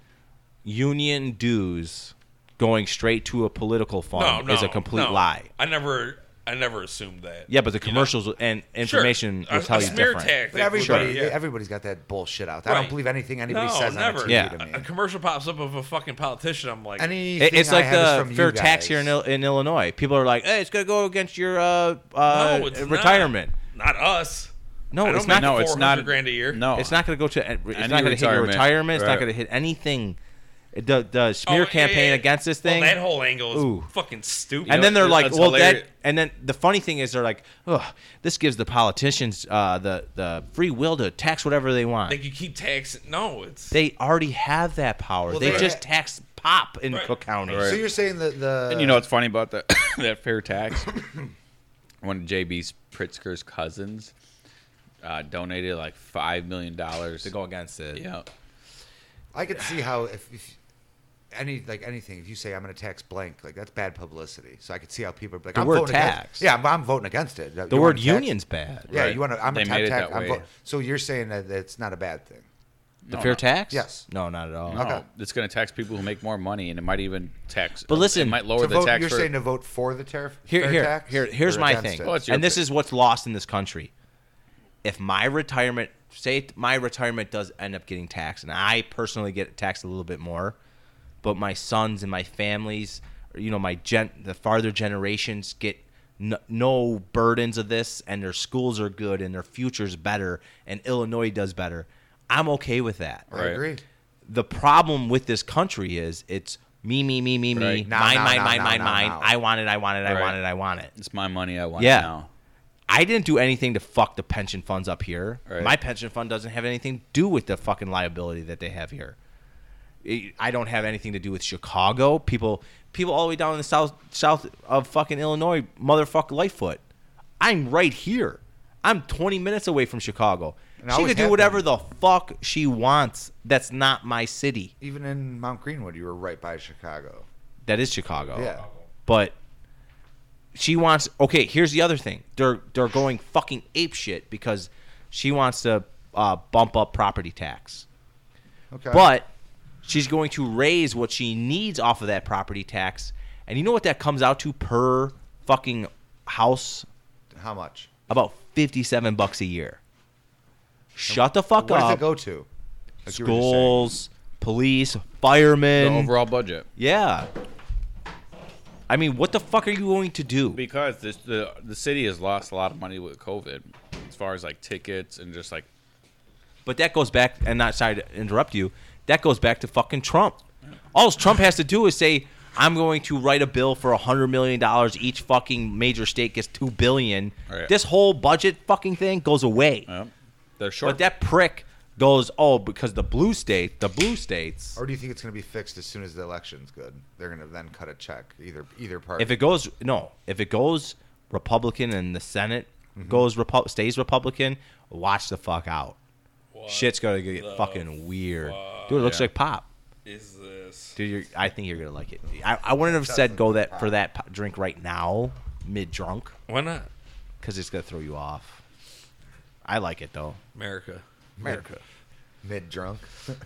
Speaker 3: union dues going straight to a political
Speaker 4: No,
Speaker 3: fund
Speaker 4: no,
Speaker 3: is a complete
Speaker 4: no.
Speaker 3: lie.
Speaker 4: I never, I never assumed that.
Speaker 3: Yeah, but the
Speaker 4: You know?
Speaker 3: commercials and
Speaker 4: Sure.
Speaker 3: information
Speaker 4: A-
Speaker 3: will tell
Speaker 4: a
Speaker 3: you
Speaker 4: smear
Speaker 3: different.
Speaker 4: tactic
Speaker 2: But
Speaker 4: would be-
Speaker 2: everybody,
Speaker 4: yeah.
Speaker 2: everybody's got that bullshit out. there. I
Speaker 4: Right.
Speaker 2: don't believe anything anybody
Speaker 4: No,
Speaker 2: says
Speaker 4: never. Uh,
Speaker 2: on a TV
Speaker 3: Yeah.
Speaker 2: to me.
Speaker 4: A commercial pops up of a fucking politician. I'm like,
Speaker 2: Anything
Speaker 3: It- it's
Speaker 2: I
Speaker 3: like
Speaker 2: have is
Speaker 3: the
Speaker 2: from you
Speaker 3: fair tax
Speaker 2: guys.
Speaker 3: here in, Il- in Illinois. People are like, "Hey, it's gonna go against your uh, uh,
Speaker 4: no, it's not.
Speaker 3: retirement."
Speaker 4: Not, us.
Speaker 3: No,
Speaker 4: I don't
Speaker 3: it's not-
Speaker 4: make
Speaker 1: No, it's
Speaker 4: 400
Speaker 1: not
Speaker 4: grand a year.
Speaker 1: No,
Speaker 3: It's not going to go to. It's
Speaker 1: Any
Speaker 3: not going to hit your
Speaker 1: retirement,
Speaker 3: retirement. It's not
Speaker 1: right.
Speaker 3: going to hit anything. It- The the
Speaker 4: Oh,
Speaker 3: smear
Speaker 4: yeah,
Speaker 3: campaign
Speaker 4: yeah, yeah.
Speaker 3: against this
Speaker 4: Well,
Speaker 3: thing.
Speaker 4: that whole angle is
Speaker 3: Ooh.
Speaker 4: fucking stupid.
Speaker 3: and then they're
Speaker 1: it's-
Speaker 3: like,
Speaker 1: it's
Speaker 3: well,
Speaker 1: hilarious."
Speaker 3: that. And then the funny thing is, they're like, oh, this gives the politicians uh, the the free will to tax whatever they want.
Speaker 4: like
Speaker 3: They,
Speaker 4: you keep taxing. No, it's
Speaker 3: already have that power.
Speaker 2: Well,
Speaker 3: they
Speaker 2: they-
Speaker 3: just tax pop in
Speaker 4: Right.
Speaker 3: Cook County.
Speaker 2: So you're saying that the
Speaker 1: And you know what's funny about that that fair tax? One of JB Pritzker's cousins uh, donated like five million dollars
Speaker 3: to go against it.
Speaker 1: Yeah,
Speaker 2: I could see how if, if any like anything, if you say I'm going to tax blank, like that's bad publicity. So I could see how people are like,
Speaker 3: The
Speaker 2: I'm
Speaker 3: word
Speaker 2: voting
Speaker 3: tax.
Speaker 2: Against, yeah, I'm, I'm voting against it.
Speaker 3: The word union's bad.
Speaker 2: Yeah,
Speaker 1: Right.
Speaker 2: you want to. I'm
Speaker 1: They
Speaker 2: a
Speaker 1: made
Speaker 2: tax.
Speaker 1: it
Speaker 2: tax
Speaker 1: that
Speaker 2: I'm
Speaker 1: way.
Speaker 2: vote, so you're saying that it's not a bad thing.
Speaker 3: The
Speaker 1: No,
Speaker 3: fair
Speaker 1: no.
Speaker 3: tax?
Speaker 2: Yes.
Speaker 3: No, not at all.
Speaker 1: No,
Speaker 2: Okay.
Speaker 1: it's going to tax people who make more money, and it might even tax.
Speaker 3: But listen,
Speaker 1: it might lower
Speaker 2: To
Speaker 1: the
Speaker 2: vote,
Speaker 1: tax
Speaker 2: you're
Speaker 1: for.
Speaker 2: saying to vote for the tariff?
Speaker 3: Here,
Speaker 2: fair
Speaker 3: here,
Speaker 2: tax
Speaker 3: here, here's
Speaker 2: or
Speaker 3: my
Speaker 2: against
Speaker 3: thing,
Speaker 2: it?
Speaker 1: Well, it's your
Speaker 3: and this
Speaker 1: pick.
Speaker 3: is what's lost in this country. If my retirement, say it- my retirement does end up getting taxed, and I personally get taxed a little bit more, but my sons and my families, or, you know, my gen, the farther generations get no, no burdens of this, and their schools are good, and their future's better, and Illinois does better. I'm okay with that.
Speaker 2: I
Speaker 1: Right.
Speaker 2: agree.
Speaker 3: The problem with this country is it's me, me, me, me, me,
Speaker 1: Right.
Speaker 2: Now,
Speaker 3: mine,
Speaker 2: now,
Speaker 3: mine,
Speaker 2: now,
Speaker 3: mine,
Speaker 2: now,
Speaker 3: mine,
Speaker 2: now,
Speaker 3: mine.
Speaker 2: now.
Speaker 3: I want it. I want it. I
Speaker 1: Right.
Speaker 3: want it. I want it.
Speaker 1: it's my money. I want
Speaker 3: Yeah.
Speaker 1: now.
Speaker 3: I didn't do anything to fuck the pension funds up here.
Speaker 1: Right.
Speaker 3: My pension fund doesn't have anything to do with the fucking liability that they have here. It- I don't have anything to do with Chicago. People, people all the way down in the south, south of fucking Illinois, motherfucker Lightfoot. I'm right here. I'm 20 minutes away from Chicago.
Speaker 2: And
Speaker 3: she
Speaker 2: always
Speaker 3: could do
Speaker 2: have
Speaker 3: whatever the fuck she wants. That's not my city.
Speaker 2: Even in Mount Greenwood, you were right by Chicago.
Speaker 3: That is
Speaker 1: Oh.
Speaker 3: Chicago.
Speaker 2: Yeah.
Speaker 3: But she wants okay, here's the other thing. They're they're going fucking ape shit because she wants to uh, bump up property tax.
Speaker 2: Okay.
Speaker 3: But she's going to raise what she needs off of that property tax. And you know what that comes out to per fucking house?
Speaker 2: how much?
Speaker 3: About 57 bucks a year. Shut the fuck
Speaker 2: What does
Speaker 3: up.
Speaker 2: it go to? Like you were just saying.
Speaker 3: Schools, police,
Speaker 1: The
Speaker 3: firemen.
Speaker 1: overall budget.
Speaker 3: Yeah. I mean, what the fuck are you going to do?
Speaker 1: Because this, the the city has lost a lot of money with COVID, as far as like tickets and just like
Speaker 3: But that goes back, and not sorry to interrupt you, that goes back to fucking Trump. All Trump has to do is say, I'm going to write a bill for $100 million. Each fucking major state gets $2 billion.
Speaker 1: Right.
Speaker 3: This whole budget fucking thing goes away.
Speaker 1: uh, they're short.
Speaker 3: But that prick goes, oh, because the blue state, the blue states.
Speaker 2: Or do you think it's going to be fixed as soon as the election's good? They're going to then cut a check either either party.
Speaker 3: If it goes no, if it goes Republican and the Senate goes Repu- stays Republican, watch the fuck out. Shit's gonna get
Speaker 4: the
Speaker 3: fucking weird, dude. It looks
Speaker 1: Yeah.
Speaker 3: like pop,
Speaker 4: Is this?
Speaker 3: dude. You're, I think you're gonna like it. I, I wouldn't have said go that for that po- drink right now, mid drunk,
Speaker 4: Why not?
Speaker 3: because it's gonna throw you off. I like it though.
Speaker 4: America.
Speaker 2: America. Mid drunk. that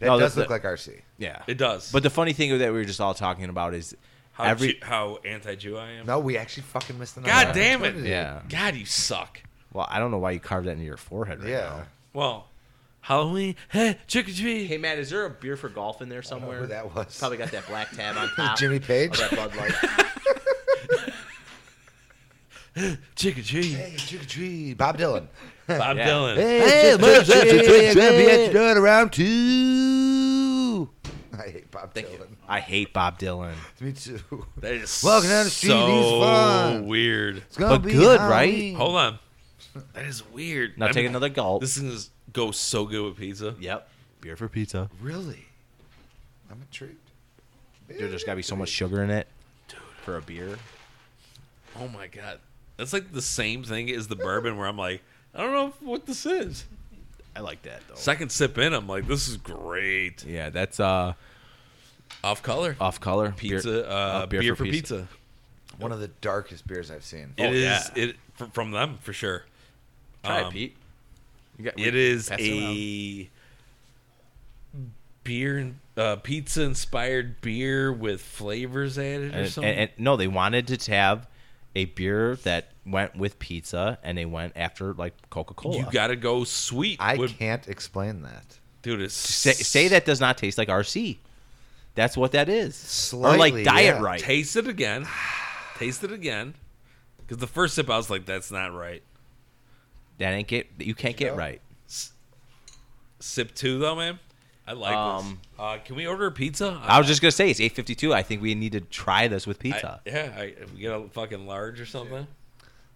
Speaker 3: No,
Speaker 2: does
Speaker 3: the-
Speaker 2: look like RC.
Speaker 3: Yeah,
Speaker 4: It does.
Speaker 3: But the funny thing that we were just all talking about is
Speaker 4: how
Speaker 3: every
Speaker 4: Ju- how anti-Jew I am.
Speaker 2: No, we actually fucking missed the.
Speaker 4: God damn it.
Speaker 3: yeah.
Speaker 4: God, you suck.
Speaker 3: Well, I don't know why you carved that into your forehead right
Speaker 2: Yeah.
Speaker 3: now.
Speaker 4: Well, Halloween, hey, trick or treat.
Speaker 3: Hey Matt, is there a beer for golf in there
Speaker 2: know
Speaker 3: somewhere?
Speaker 2: who that was.
Speaker 3: Probably got that black tab on top.
Speaker 2: Jimmy Page?
Speaker 3: of that Bud Light.
Speaker 4: Trick or treat.
Speaker 2: Hey, trick or treat, Bob Dylan.
Speaker 4: Bob
Speaker 3: Yeah.
Speaker 4: Dylan.
Speaker 2: Hey,
Speaker 3: trick or treat,
Speaker 2: it's gonna be at your door around two. I hate Bob
Speaker 3: Thank you.
Speaker 2: Dylan.
Speaker 3: I hate Bob Dylan.
Speaker 2: Me too.
Speaker 4: That is
Speaker 2: Walking down the street,
Speaker 4: so
Speaker 2: he's fun.
Speaker 4: weird.
Speaker 2: It's gonna
Speaker 3: But
Speaker 2: be
Speaker 3: good,
Speaker 2: Halloween.
Speaker 4: Hold on. That is weird.
Speaker 3: Now
Speaker 4: I
Speaker 3: take
Speaker 4: mean,
Speaker 3: another gulp.
Speaker 4: This is goes so good with pizza.
Speaker 3: yep. Beer for pizza.
Speaker 2: Really? I'm intrigued.
Speaker 3: Dude, there's gotta be so much sugar in it. Dude. For a beer.
Speaker 4: Oh my god. That's like the same thing as the bourbon where I'm like, I don't know what this is.
Speaker 3: I like that though.
Speaker 4: Second sip in, I'm like, this is great.
Speaker 3: yeah, that's uh
Speaker 4: Off color.
Speaker 3: off color.
Speaker 4: pizza,
Speaker 3: Beer-
Speaker 4: uh,
Speaker 3: uh,
Speaker 4: beer, for, pizza.
Speaker 2: One of the darkest beers I've seen.
Speaker 4: It
Speaker 3: Oh,
Speaker 4: is
Speaker 3: yeah.
Speaker 4: it fr- from them for sure.
Speaker 3: Try it,
Speaker 4: Um,
Speaker 3: Pete. You got-
Speaker 4: It is
Speaker 3: pass it around.
Speaker 4: a beer and uh, pizza inspired beer with flavors added or
Speaker 3: and,
Speaker 4: something.
Speaker 3: and- and- no, they wanted to have a beer that went with pizza and they went after like Coca Cola.
Speaker 4: you got to go sweet.
Speaker 2: I
Speaker 4: with,
Speaker 2: can't explain that.
Speaker 4: dude. It's
Speaker 3: say, say that does not taste like RC. That's what that is. or
Speaker 2: Slightly,
Speaker 3: like diet
Speaker 2: yeah.
Speaker 3: right.
Speaker 4: Taste it again. Taste it again. Because the first sip, I was like, "That's not right."
Speaker 3: That ain't get you can't get
Speaker 2: Yeah.
Speaker 3: right.
Speaker 4: Sip two, though, man. I like
Speaker 3: Um,
Speaker 4: this. Uh, can we order a pizza?
Speaker 3: I was just gonna say it's eight fifty two. I think we need to try this with
Speaker 4: I-
Speaker 3: pizza.
Speaker 4: yeah, I, if we get a fucking large or something.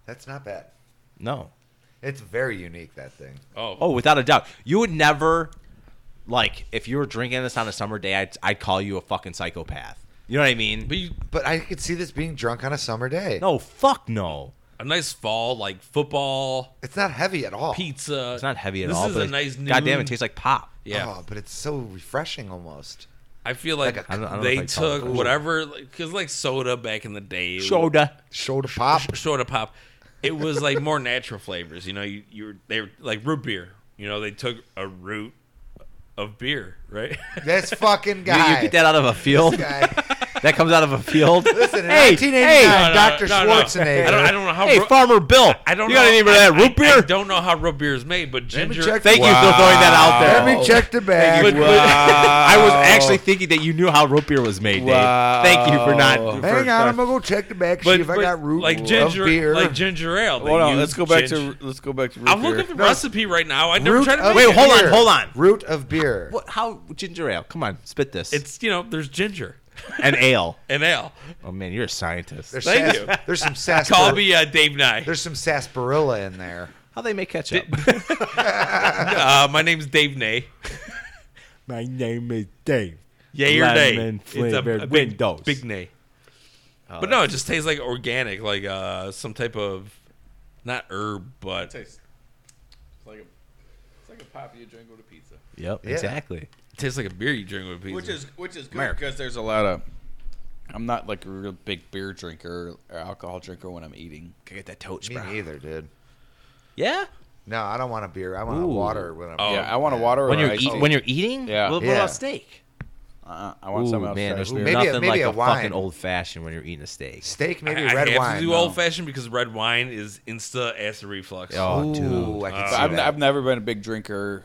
Speaker 2: That's not bad.
Speaker 3: no.
Speaker 2: It's very unique that thing.
Speaker 4: Oh,
Speaker 3: Oh, without a doubt, you would never like if you were drinking this on a summer day. I'd, I'd call you a fucking psychopath. You know what I mean?
Speaker 4: but you,
Speaker 2: But I could see this being drunk on a summer day.
Speaker 3: no, fuck no.
Speaker 4: a nice fall like football
Speaker 2: it's not heavy at all.
Speaker 4: pizza.
Speaker 3: It's not heavy at
Speaker 4: this
Speaker 3: all.
Speaker 4: This
Speaker 3: but
Speaker 4: is a
Speaker 3: it-
Speaker 4: nice. Noon.
Speaker 3: God damn, it tastes like pop.
Speaker 4: Yeah,
Speaker 2: Oh, but it's so refreshing almost.
Speaker 4: I feel like,
Speaker 2: Like a-
Speaker 3: I don't- I don't know
Speaker 4: they
Speaker 3: if I'd call it
Speaker 4: took
Speaker 3: cool.
Speaker 4: whatever, because like soda back in the day,
Speaker 3: Soda.
Speaker 2: Shoulder pop.
Speaker 4: soda pop, it was like more natural flavors. You know, you, you were, they were like root beer. You know, they took a root of beer, right?
Speaker 2: This fucking
Speaker 3: You, you
Speaker 2: guy.
Speaker 3: get that out of a field?
Speaker 2: guy.
Speaker 3: that comes out of a field?
Speaker 2: Listen, in
Speaker 3: hey,
Speaker 2: 1989,
Speaker 3: hey,
Speaker 4: No, no,
Speaker 2: Dr.
Speaker 4: no, no.
Speaker 2: Schwarzenegger.
Speaker 4: I don't, I don't know how.
Speaker 3: hey,
Speaker 4: ro-
Speaker 3: Farmer Bill.
Speaker 4: I don't.
Speaker 3: You
Speaker 4: know,
Speaker 3: got any of
Speaker 4: I-
Speaker 3: that
Speaker 4: I-
Speaker 3: root beer?
Speaker 4: I don't know how root beer is made, but
Speaker 2: Let me
Speaker 4: ginger.
Speaker 2: check
Speaker 3: Thank you for throwing that out there.
Speaker 2: Let me check the bag.
Speaker 4: But- but-
Speaker 3: I was actually thinking that you knew how root beer was made, Dave. Thank you for not. for-
Speaker 2: Hang on, I'm gonna go check the bag.
Speaker 4: But,
Speaker 2: see if I
Speaker 4: but
Speaker 2: got root
Speaker 4: like
Speaker 2: of
Speaker 4: ginger,
Speaker 2: beer.
Speaker 4: like ginger ale. they
Speaker 6: Hold on,
Speaker 4: use
Speaker 6: let's go back
Speaker 4: ginger-
Speaker 6: to let's go back to. root
Speaker 4: I'm
Speaker 6: beer.
Speaker 4: looking for recipe right now. I never
Speaker 2: root
Speaker 4: tried to
Speaker 2: of
Speaker 4: make
Speaker 3: Wait,
Speaker 4: it.
Speaker 3: hold on,
Speaker 2: beer.
Speaker 3: hold on.
Speaker 2: Root of beer.
Speaker 3: What, how ginger ale? Come on, spit this.
Speaker 4: It's you know, there's ginger
Speaker 3: an ale.
Speaker 4: and ale.
Speaker 3: Oh man, you're a scientist.
Speaker 2: There's sas-
Speaker 4: Thank you.
Speaker 2: There's some
Speaker 4: Call
Speaker 2: sarsaparilla.
Speaker 4: me uh, Dave Nye.
Speaker 2: There's some sarsaparilla in there.
Speaker 3: How they make ketchup?
Speaker 4: Uh, my name's Dave Nay.
Speaker 3: My name is Dave.
Speaker 4: Yay or nay?
Speaker 3: Lemon
Speaker 4: It's a, a
Speaker 3: flavored
Speaker 4: big,
Speaker 3: Windows.
Speaker 4: Big nay.
Speaker 2: Oh,
Speaker 4: but no, it just tastes like organic, like uh, some type of not herb, but
Speaker 1: Tastes it's like a it's like a pop you drink with a pizza.
Speaker 3: Yep, exactly.
Speaker 4: tastes like a beer you drink with a pizza.
Speaker 1: Which is which is good because there's a lot of. I'm not like a real big beer drinker or alcohol drinker when I'm eating.
Speaker 3: Can I get that toach,
Speaker 2: Me neither, dude.
Speaker 3: Yeah.
Speaker 2: No, I don't want a beer. I want a
Speaker 3: Ooh.
Speaker 2: water when I'm.
Speaker 4: Oh.
Speaker 1: yeah, I want a water
Speaker 3: When
Speaker 1: or
Speaker 3: you're
Speaker 1: iced
Speaker 3: eat,
Speaker 1: tea.
Speaker 3: when you're eating.
Speaker 1: Yeah.
Speaker 3: What, what
Speaker 2: Yeah.
Speaker 3: about steak?
Speaker 1: uh-uh, I want something else.
Speaker 3: man,
Speaker 1: fresh.
Speaker 3: there's
Speaker 2: Ooh, maybe a-
Speaker 3: nothing like
Speaker 2: maybe a
Speaker 3: a,
Speaker 2: wine.
Speaker 3: fucking old fashioned when you're eating a steak.
Speaker 2: Steak, maybe
Speaker 4: I, I
Speaker 2: red
Speaker 4: have
Speaker 2: wine.
Speaker 4: to do old fashioned because red wine is insta acid reflux.
Speaker 3: Oh, dude.
Speaker 2: Ooh, I can
Speaker 4: Uh,
Speaker 2: see
Speaker 1: But I've,
Speaker 2: that.
Speaker 1: I've never been a big drinker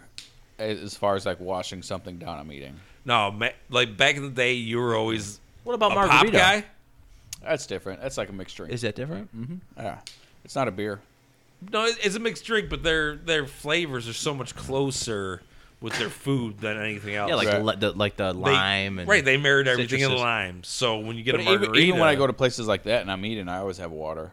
Speaker 1: eh, as as far as like washing something down I'm eating.
Speaker 4: No, ma- like back in the day, you were always
Speaker 3: What
Speaker 4: a
Speaker 3: about
Speaker 4: pop
Speaker 3: margarita?
Speaker 4: guy.
Speaker 1: That's different. That's like a mixed drink.
Speaker 3: Is that different?
Speaker 1: yeah. It's not a beer.
Speaker 4: No, it- it's a mixed drink, but their their flavors are so much closer with their food than anything else.
Speaker 3: Yeah, like
Speaker 1: Right.
Speaker 3: the, le- the like the
Speaker 4: They-
Speaker 3: lime and
Speaker 4: right. They married everything in
Speaker 3: citruses.
Speaker 4: lime. So when you get
Speaker 1: But
Speaker 4: a
Speaker 1: even,
Speaker 4: margarita,
Speaker 1: even when I go to places like that and I'm eating, I always have water.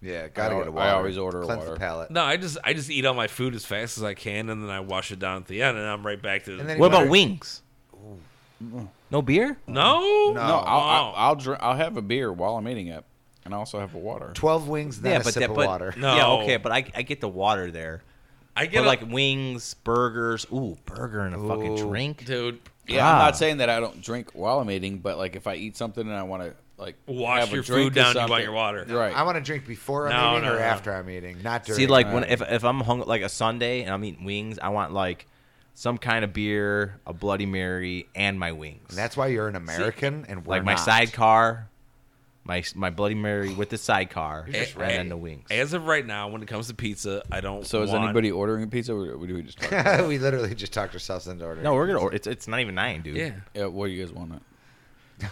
Speaker 2: Yeah, gotta
Speaker 1: I
Speaker 2: get a
Speaker 1: al-
Speaker 2: water.
Speaker 1: I always order a
Speaker 2: Cleanse
Speaker 1: water.
Speaker 2: the palate.
Speaker 4: no, I just I just eat all my food as fast as I can, and then I wash it down at the end, and I'm right back to.
Speaker 2: And then-
Speaker 3: What about
Speaker 2: Butter.
Speaker 3: wings? No beer?
Speaker 4: no,
Speaker 2: No.
Speaker 1: No, I'll,
Speaker 4: Oh.
Speaker 1: I'll, I'll drink. I'll have a beer while I'm eating it, and I also have a water.
Speaker 2: Twelve wings, then a sip of water.
Speaker 4: No.
Speaker 3: Yeah, okay, but I, I get the water there.
Speaker 4: I get
Speaker 3: But
Speaker 4: a-
Speaker 3: like wings, burgers, ooh, burger and a fucking
Speaker 2: Ooh.
Speaker 3: drink.
Speaker 4: dude.
Speaker 1: Yeah,
Speaker 3: Ah.
Speaker 1: I'm not saying that I don't drink while I'm eating, but like if I eat something and I want to like
Speaker 4: Wash
Speaker 1: have a
Speaker 4: your
Speaker 1: drink
Speaker 4: food
Speaker 1: or
Speaker 4: down, you want
Speaker 1: something-
Speaker 4: your water.
Speaker 1: Right.
Speaker 2: I want to drink before I'm
Speaker 4: No,
Speaker 2: eating
Speaker 4: no,
Speaker 2: or
Speaker 4: no.
Speaker 2: after I'm eating, not during.
Speaker 3: See, like when if if I'm hung like a Sunday and I'm eating wings, I want like some kind of beer, a Bloody Mary, and my wings.
Speaker 2: that's why you're an American and we're
Speaker 3: like my
Speaker 2: not.
Speaker 3: sidecar, my my Bloody Mary with the sidecar, and
Speaker 4: just ready.
Speaker 3: then the wings.
Speaker 4: As of right now, when it comes to pizza, I don't.
Speaker 1: So is
Speaker 4: want-
Speaker 1: anybody ordering a pizza? Or do we just talk about
Speaker 2: we literally just talked ourselves into ordering.
Speaker 3: No, we're gonna. Or, it's it's not even nine, dude.
Speaker 4: Yeah.
Speaker 1: yeah, what do you guys want?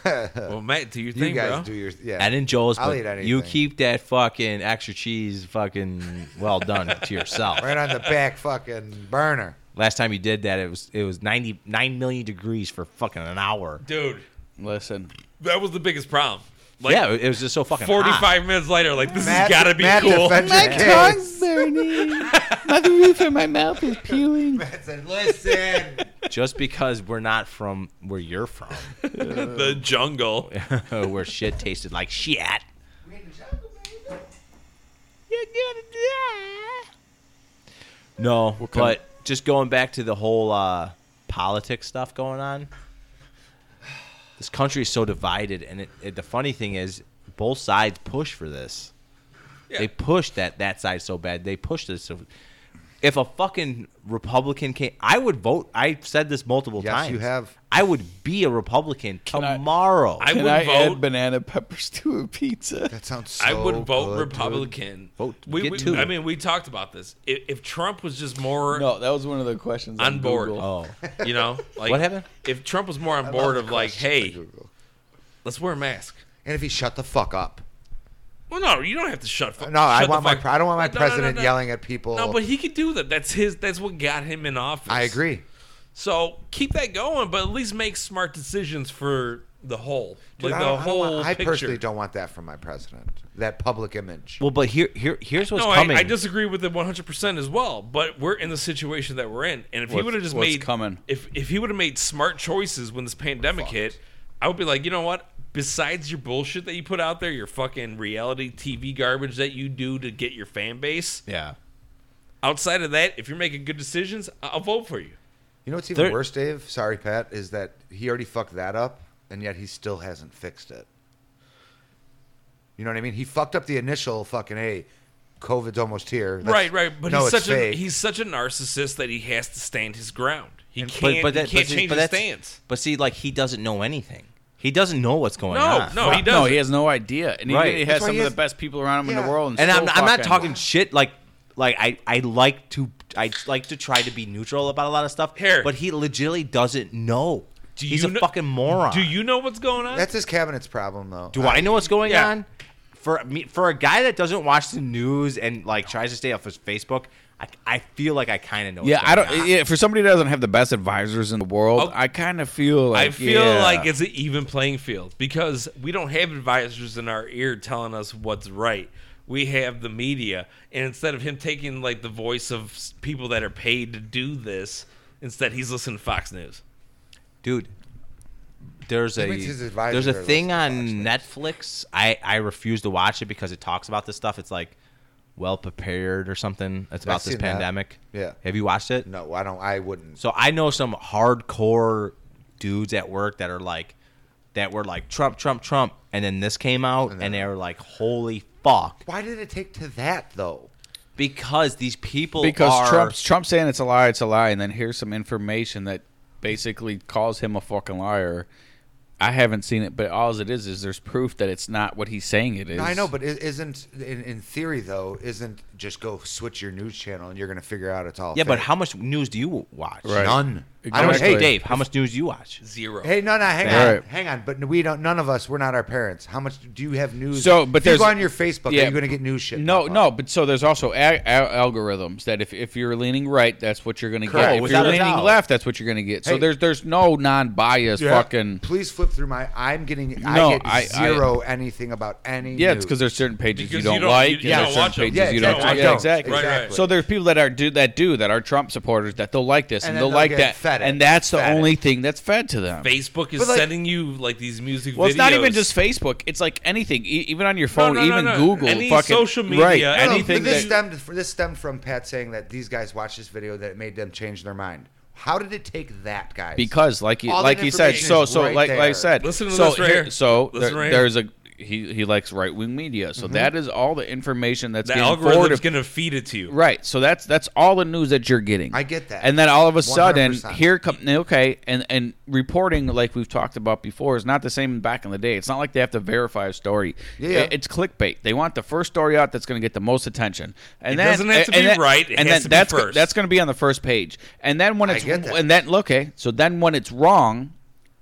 Speaker 4: Well, Matt, do
Speaker 2: you
Speaker 4: your thing,
Speaker 2: guys
Speaker 4: bro.
Speaker 2: do your yeah.
Speaker 3: Ed and Joel's,
Speaker 2: I'll
Speaker 3: but
Speaker 2: eat anything.
Speaker 3: you keep that fucking extra cheese, fucking well done to yourself.
Speaker 2: right on the back fucking burner.
Speaker 3: Last time you did that, it was it was 99 million degrees for fucking an hour.
Speaker 4: Dude,
Speaker 1: Listen,
Speaker 4: that was the biggest problem. Like,
Speaker 3: yeah, it was just so fucking hot.
Speaker 4: 45 minutes later, like, this
Speaker 2: Matt-
Speaker 4: has got to be
Speaker 2: Matt
Speaker 4: cool.
Speaker 2: defends your case.
Speaker 1: burning. My roof of my mouth is peeling.
Speaker 2: Matt said, "Listen,
Speaker 3: Just because we're not from where you're from,
Speaker 4: the jungle.
Speaker 3: where shit tasted like shit. You're gonna die. No, but just going back to the whole uh, politics stuff going on. This country is so divided, and it, it, the funny thing is, both sides push for this. They pushed that that side so bad. They pushed this. So if a fucking Republican came, I would vote. I've said this multiple
Speaker 2: Yes,
Speaker 3: times.
Speaker 2: you have.
Speaker 3: I would be a Republican
Speaker 1: I-
Speaker 3: tomorrow.
Speaker 4: I
Speaker 1: Can
Speaker 4: would
Speaker 1: I
Speaker 4: vote.
Speaker 1: add banana peppers to a pizza?
Speaker 2: that sounds so
Speaker 4: I would vote
Speaker 2: good, dude.
Speaker 4: Republican.
Speaker 3: Vote-
Speaker 4: We,
Speaker 3: get
Speaker 4: we-
Speaker 3: to
Speaker 4: I
Speaker 3: it.
Speaker 4: mean, we talked about this. If, if Trump was just more,
Speaker 1: No, that was one of the questions
Speaker 4: On board.
Speaker 1: Google.
Speaker 3: oh,
Speaker 4: you know, like
Speaker 3: What happened?
Speaker 4: If Trump was more on
Speaker 2: I love
Speaker 4: board
Speaker 2: the
Speaker 4: of like,
Speaker 2: question
Speaker 4: hey,
Speaker 2: for Google.
Speaker 4: let's wear a mask.
Speaker 2: and if he shut the fuck up.
Speaker 4: Well, no, you don't have to shut. Fu-
Speaker 2: Uh, No, I
Speaker 4: shut the
Speaker 2: want my.
Speaker 4: fuck-
Speaker 2: pre- I don't want my
Speaker 4: No, no, no,
Speaker 2: president
Speaker 4: no.
Speaker 2: yelling at people.
Speaker 4: No, but he could do that. That's his. That's what got him in office.
Speaker 2: I agree.
Speaker 4: So keep that going, but at least make smart decisions for the whole,
Speaker 2: Dude,
Speaker 4: like
Speaker 2: I
Speaker 4: the
Speaker 2: don't- I don't
Speaker 4: whole
Speaker 2: want- I
Speaker 4: picture.
Speaker 2: personally don't want that from my president. That public image.
Speaker 3: well, but here, here, here's what's
Speaker 4: no, I,
Speaker 3: coming.
Speaker 4: I disagree with it 100 percent as well. But we're in the situation that we're in, and if he
Speaker 1: What's-
Speaker 4: would have just
Speaker 1: what's
Speaker 4: made
Speaker 1: coming?
Speaker 4: if if he would have made smart choices when this pandemic hit, I would be like, you know what? Besides your bullshit that you put out there, your fucking reality TV garbage that you do to get your fan base.
Speaker 3: yeah,
Speaker 4: Outside of that, if you're making good decisions, I- I'll vote for you.
Speaker 2: You know what's even
Speaker 3: There-
Speaker 2: worse, Dave? Sorry, Pat, is that he already fucked that up, and yet he still hasn't fixed it. You know what I mean? He fucked up the initial fucking hey, COVID's almost here. Let's-
Speaker 4: right, right. But
Speaker 2: no,
Speaker 4: he's
Speaker 2: it's
Speaker 4: such a
Speaker 2: fake.
Speaker 4: he's such a narcissist that he has to stand his ground. He
Speaker 3: And-
Speaker 4: can't.
Speaker 3: that-
Speaker 4: he can't
Speaker 3: see-
Speaker 4: change his
Speaker 3: that's-
Speaker 4: stance.
Speaker 3: But see, like he doesn't know anything. He doesn't know what's going
Speaker 4: No,
Speaker 3: on.
Speaker 4: no, Oh, he doesn't.
Speaker 1: No, he has no idea, and he,
Speaker 3: Right.
Speaker 1: he
Speaker 3: That's
Speaker 1: has
Speaker 2: why
Speaker 1: some
Speaker 2: he
Speaker 1: of
Speaker 2: has-
Speaker 1: the best people around him in
Speaker 2: Yeah.
Speaker 1: the world. And,
Speaker 3: and I'm,
Speaker 1: still
Speaker 3: I'm not
Speaker 1: fucking-
Speaker 3: talking shit like like I, I like to I like to try to be neutral about a lot of stuff
Speaker 4: Here.
Speaker 3: but he legitimately doesn't know.
Speaker 4: Do
Speaker 3: He's
Speaker 4: you
Speaker 3: a
Speaker 4: kn-
Speaker 3: fucking moron.
Speaker 4: Do you know what's going on?
Speaker 2: That's his cabinet's problem, though.
Speaker 3: Do I know what's going
Speaker 4: Yeah.
Speaker 3: on? For me, for a guy that doesn't watch the news and like tries to stay off his Facebook, I, I feel like I kind of know.
Speaker 1: Yeah,
Speaker 3: what's
Speaker 1: I
Speaker 3: going
Speaker 1: don't.
Speaker 3: on.
Speaker 1: Yeah, for somebody that doesn't have the best advisors in the world,
Speaker 4: Oh.
Speaker 1: I kind of feel like
Speaker 4: I feel
Speaker 1: yeah.
Speaker 4: like it's an even playing field because we don't have advisors in our ear telling us what's right. We have the media, and instead of him taking like the voice of s- people that are paid to do this, instead he's listening to Fox News.
Speaker 3: dude. There's a
Speaker 2: means his advisors
Speaker 3: there's a
Speaker 2: are
Speaker 3: thing on
Speaker 2: listening
Speaker 3: Netflix. I I refuse to watch it because it talks about this stuff. It's like well prepared or something. It's about this
Speaker 2: seen that.
Speaker 3: pandemic.
Speaker 2: Yeah.
Speaker 3: Have you watched it?
Speaker 2: No, I don't. I wouldn't.
Speaker 3: So I know some hardcore dudes at work that are like that were like Trump, Trump, Trump, and then this came out and,
Speaker 2: then-
Speaker 3: they were like, holy fuck,
Speaker 2: Why did it take to that though?
Speaker 3: because these people
Speaker 1: because
Speaker 3: are,
Speaker 1: Trump's Trump saying it's a lie, it's a lie, and then here's some information that basically calls him a fucking liar. I haven't seen it, but all it is is there's proof that it's not what he's saying it is.
Speaker 2: No, I know, but is isn't in, in theory though? Isn't just go switch your news channel and you're gonna figure out it's all
Speaker 3: yeah. But
Speaker 2: fake.
Speaker 3: how much news do you watch?
Speaker 1: Right.
Speaker 2: none?
Speaker 3: How
Speaker 2: I don't.
Speaker 3: much, hey
Speaker 1: Exactly.
Speaker 2: Hey,
Speaker 3: Dave, how much news do you watch?
Speaker 4: Zero.
Speaker 2: Hey, no, no, hang
Speaker 1: Right.
Speaker 2: on, hang on. But we don't. None of us. We're not our parents. How much do you have news?
Speaker 1: So, but
Speaker 2: if you
Speaker 1: there's-
Speaker 2: go on your Facebook,
Speaker 1: yeah.
Speaker 2: are you going to get news shit?
Speaker 1: No,
Speaker 2: pop
Speaker 1: no,
Speaker 2: up?
Speaker 1: but so there's also a- a- algorithms that if, if you're leaning right, that's what you're going to
Speaker 3: Correct.
Speaker 1: get. If you're
Speaker 3: Without a
Speaker 1: leaning
Speaker 3: doubt.
Speaker 1: left, that's what you're going to get. So
Speaker 2: Hey.
Speaker 1: there's there's no non-bias
Speaker 2: Yeah.
Speaker 1: fucking.
Speaker 2: Please flip through my. I'm getting.
Speaker 1: No,
Speaker 2: I get
Speaker 1: I- I-
Speaker 2: zero anything about any.
Speaker 1: Yeah, it's
Speaker 2: news.
Speaker 1: because there's certain pages
Speaker 4: Because
Speaker 1: you don't like. and
Speaker 4: you
Speaker 1: there's
Speaker 4: don't
Speaker 1: certain
Speaker 4: watch 'em.
Speaker 1: pages
Speaker 2: Yeah,
Speaker 1: you don't.
Speaker 2: exactly.
Speaker 1: like.
Speaker 2: I
Speaker 1: Yeah,
Speaker 2: don't.
Speaker 1: exactly.
Speaker 4: Right, right.
Speaker 1: So there's people that are do that do that are Trump supporters that they'll like this and,
Speaker 2: And
Speaker 1: they'll
Speaker 2: then they'll
Speaker 1: like
Speaker 2: get
Speaker 1: that,
Speaker 2: fed it.
Speaker 1: and that's the
Speaker 2: Fed it.
Speaker 1: only thing that's fed to them.
Speaker 4: Facebook is
Speaker 2: But, like-
Speaker 4: sending you like these music.
Speaker 1: Well, it's not even
Speaker 4: videos.
Speaker 1: just Facebook. It's like anything, e- even on your
Speaker 4: No,
Speaker 1: phone,
Speaker 4: no, no,
Speaker 1: even
Speaker 4: no.
Speaker 1: Google,
Speaker 4: Any
Speaker 1: fucking
Speaker 4: social
Speaker 1: right?
Speaker 4: media,
Speaker 2: No, no,
Speaker 1: anything
Speaker 2: but this
Speaker 1: that
Speaker 2: stemmed this stemmed from Pat saying that these guys watched this video that it made them change their mind. How did it take that, guys?
Speaker 1: because like you
Speaker 2: All
Speaker 1: like
Speaker 2: that
Speaker 1: he said,
Speaker 2: information
Speaker 1: so
Speaker 2: is
Speaker 1: so
Speaker 2: right
Speaker 1: like like I
Speaker 2: there.
Speaker 1: said,
Speaker 4: Listen to
Speaker 1: so
Speaker 4: this right
Speaker 1: here-
Speaker 4: here.
Speaker 1: so
Speaker 4: Listen
Speaker 1: there-
Speaker 4: right here.
Speaker 1: there's a he he likes right wing media, so
Speaker 2: Mm-hmm.
Speaker 1: that is all the information that's
Speaker 4: the
Speaker 1: being forwarded
Speaker 4: algorithm's going to feed it to you.
Speaker 1: Right. So that's that's all the news that you're getting.
Speaker 2: I get that.
Speaker 1: And then all of a sudden,
Speaker 2: 100%.
Speaker 1: here come okay, and and reporting like we've talked about before is not the same back in the day. It's not like they have to verify a story.
Speaker 2: Yeah, yeah.
Speaker 1: I- It's clickbait. They want the first story out that's going to get the most attention. And
Speaker 4: It
Speaker 1: then,
Speaker 4: doesn't have to
Speaker 1: and
Speaker 4: be
Speaker 1: then-
Speaker 4: right, it
Speaker 1: and
Speaker 4: has
Speaker 1: then
Speaker 4: to be
Speaker 1: that's go-
Speaker 4: first.
Speaker 1: that's going to be on the first page. And then when
Speaker 2: I
Speaker 1: it's
Speaker 2: get that.
Speaker 1: and then okay, so then when it's wrong.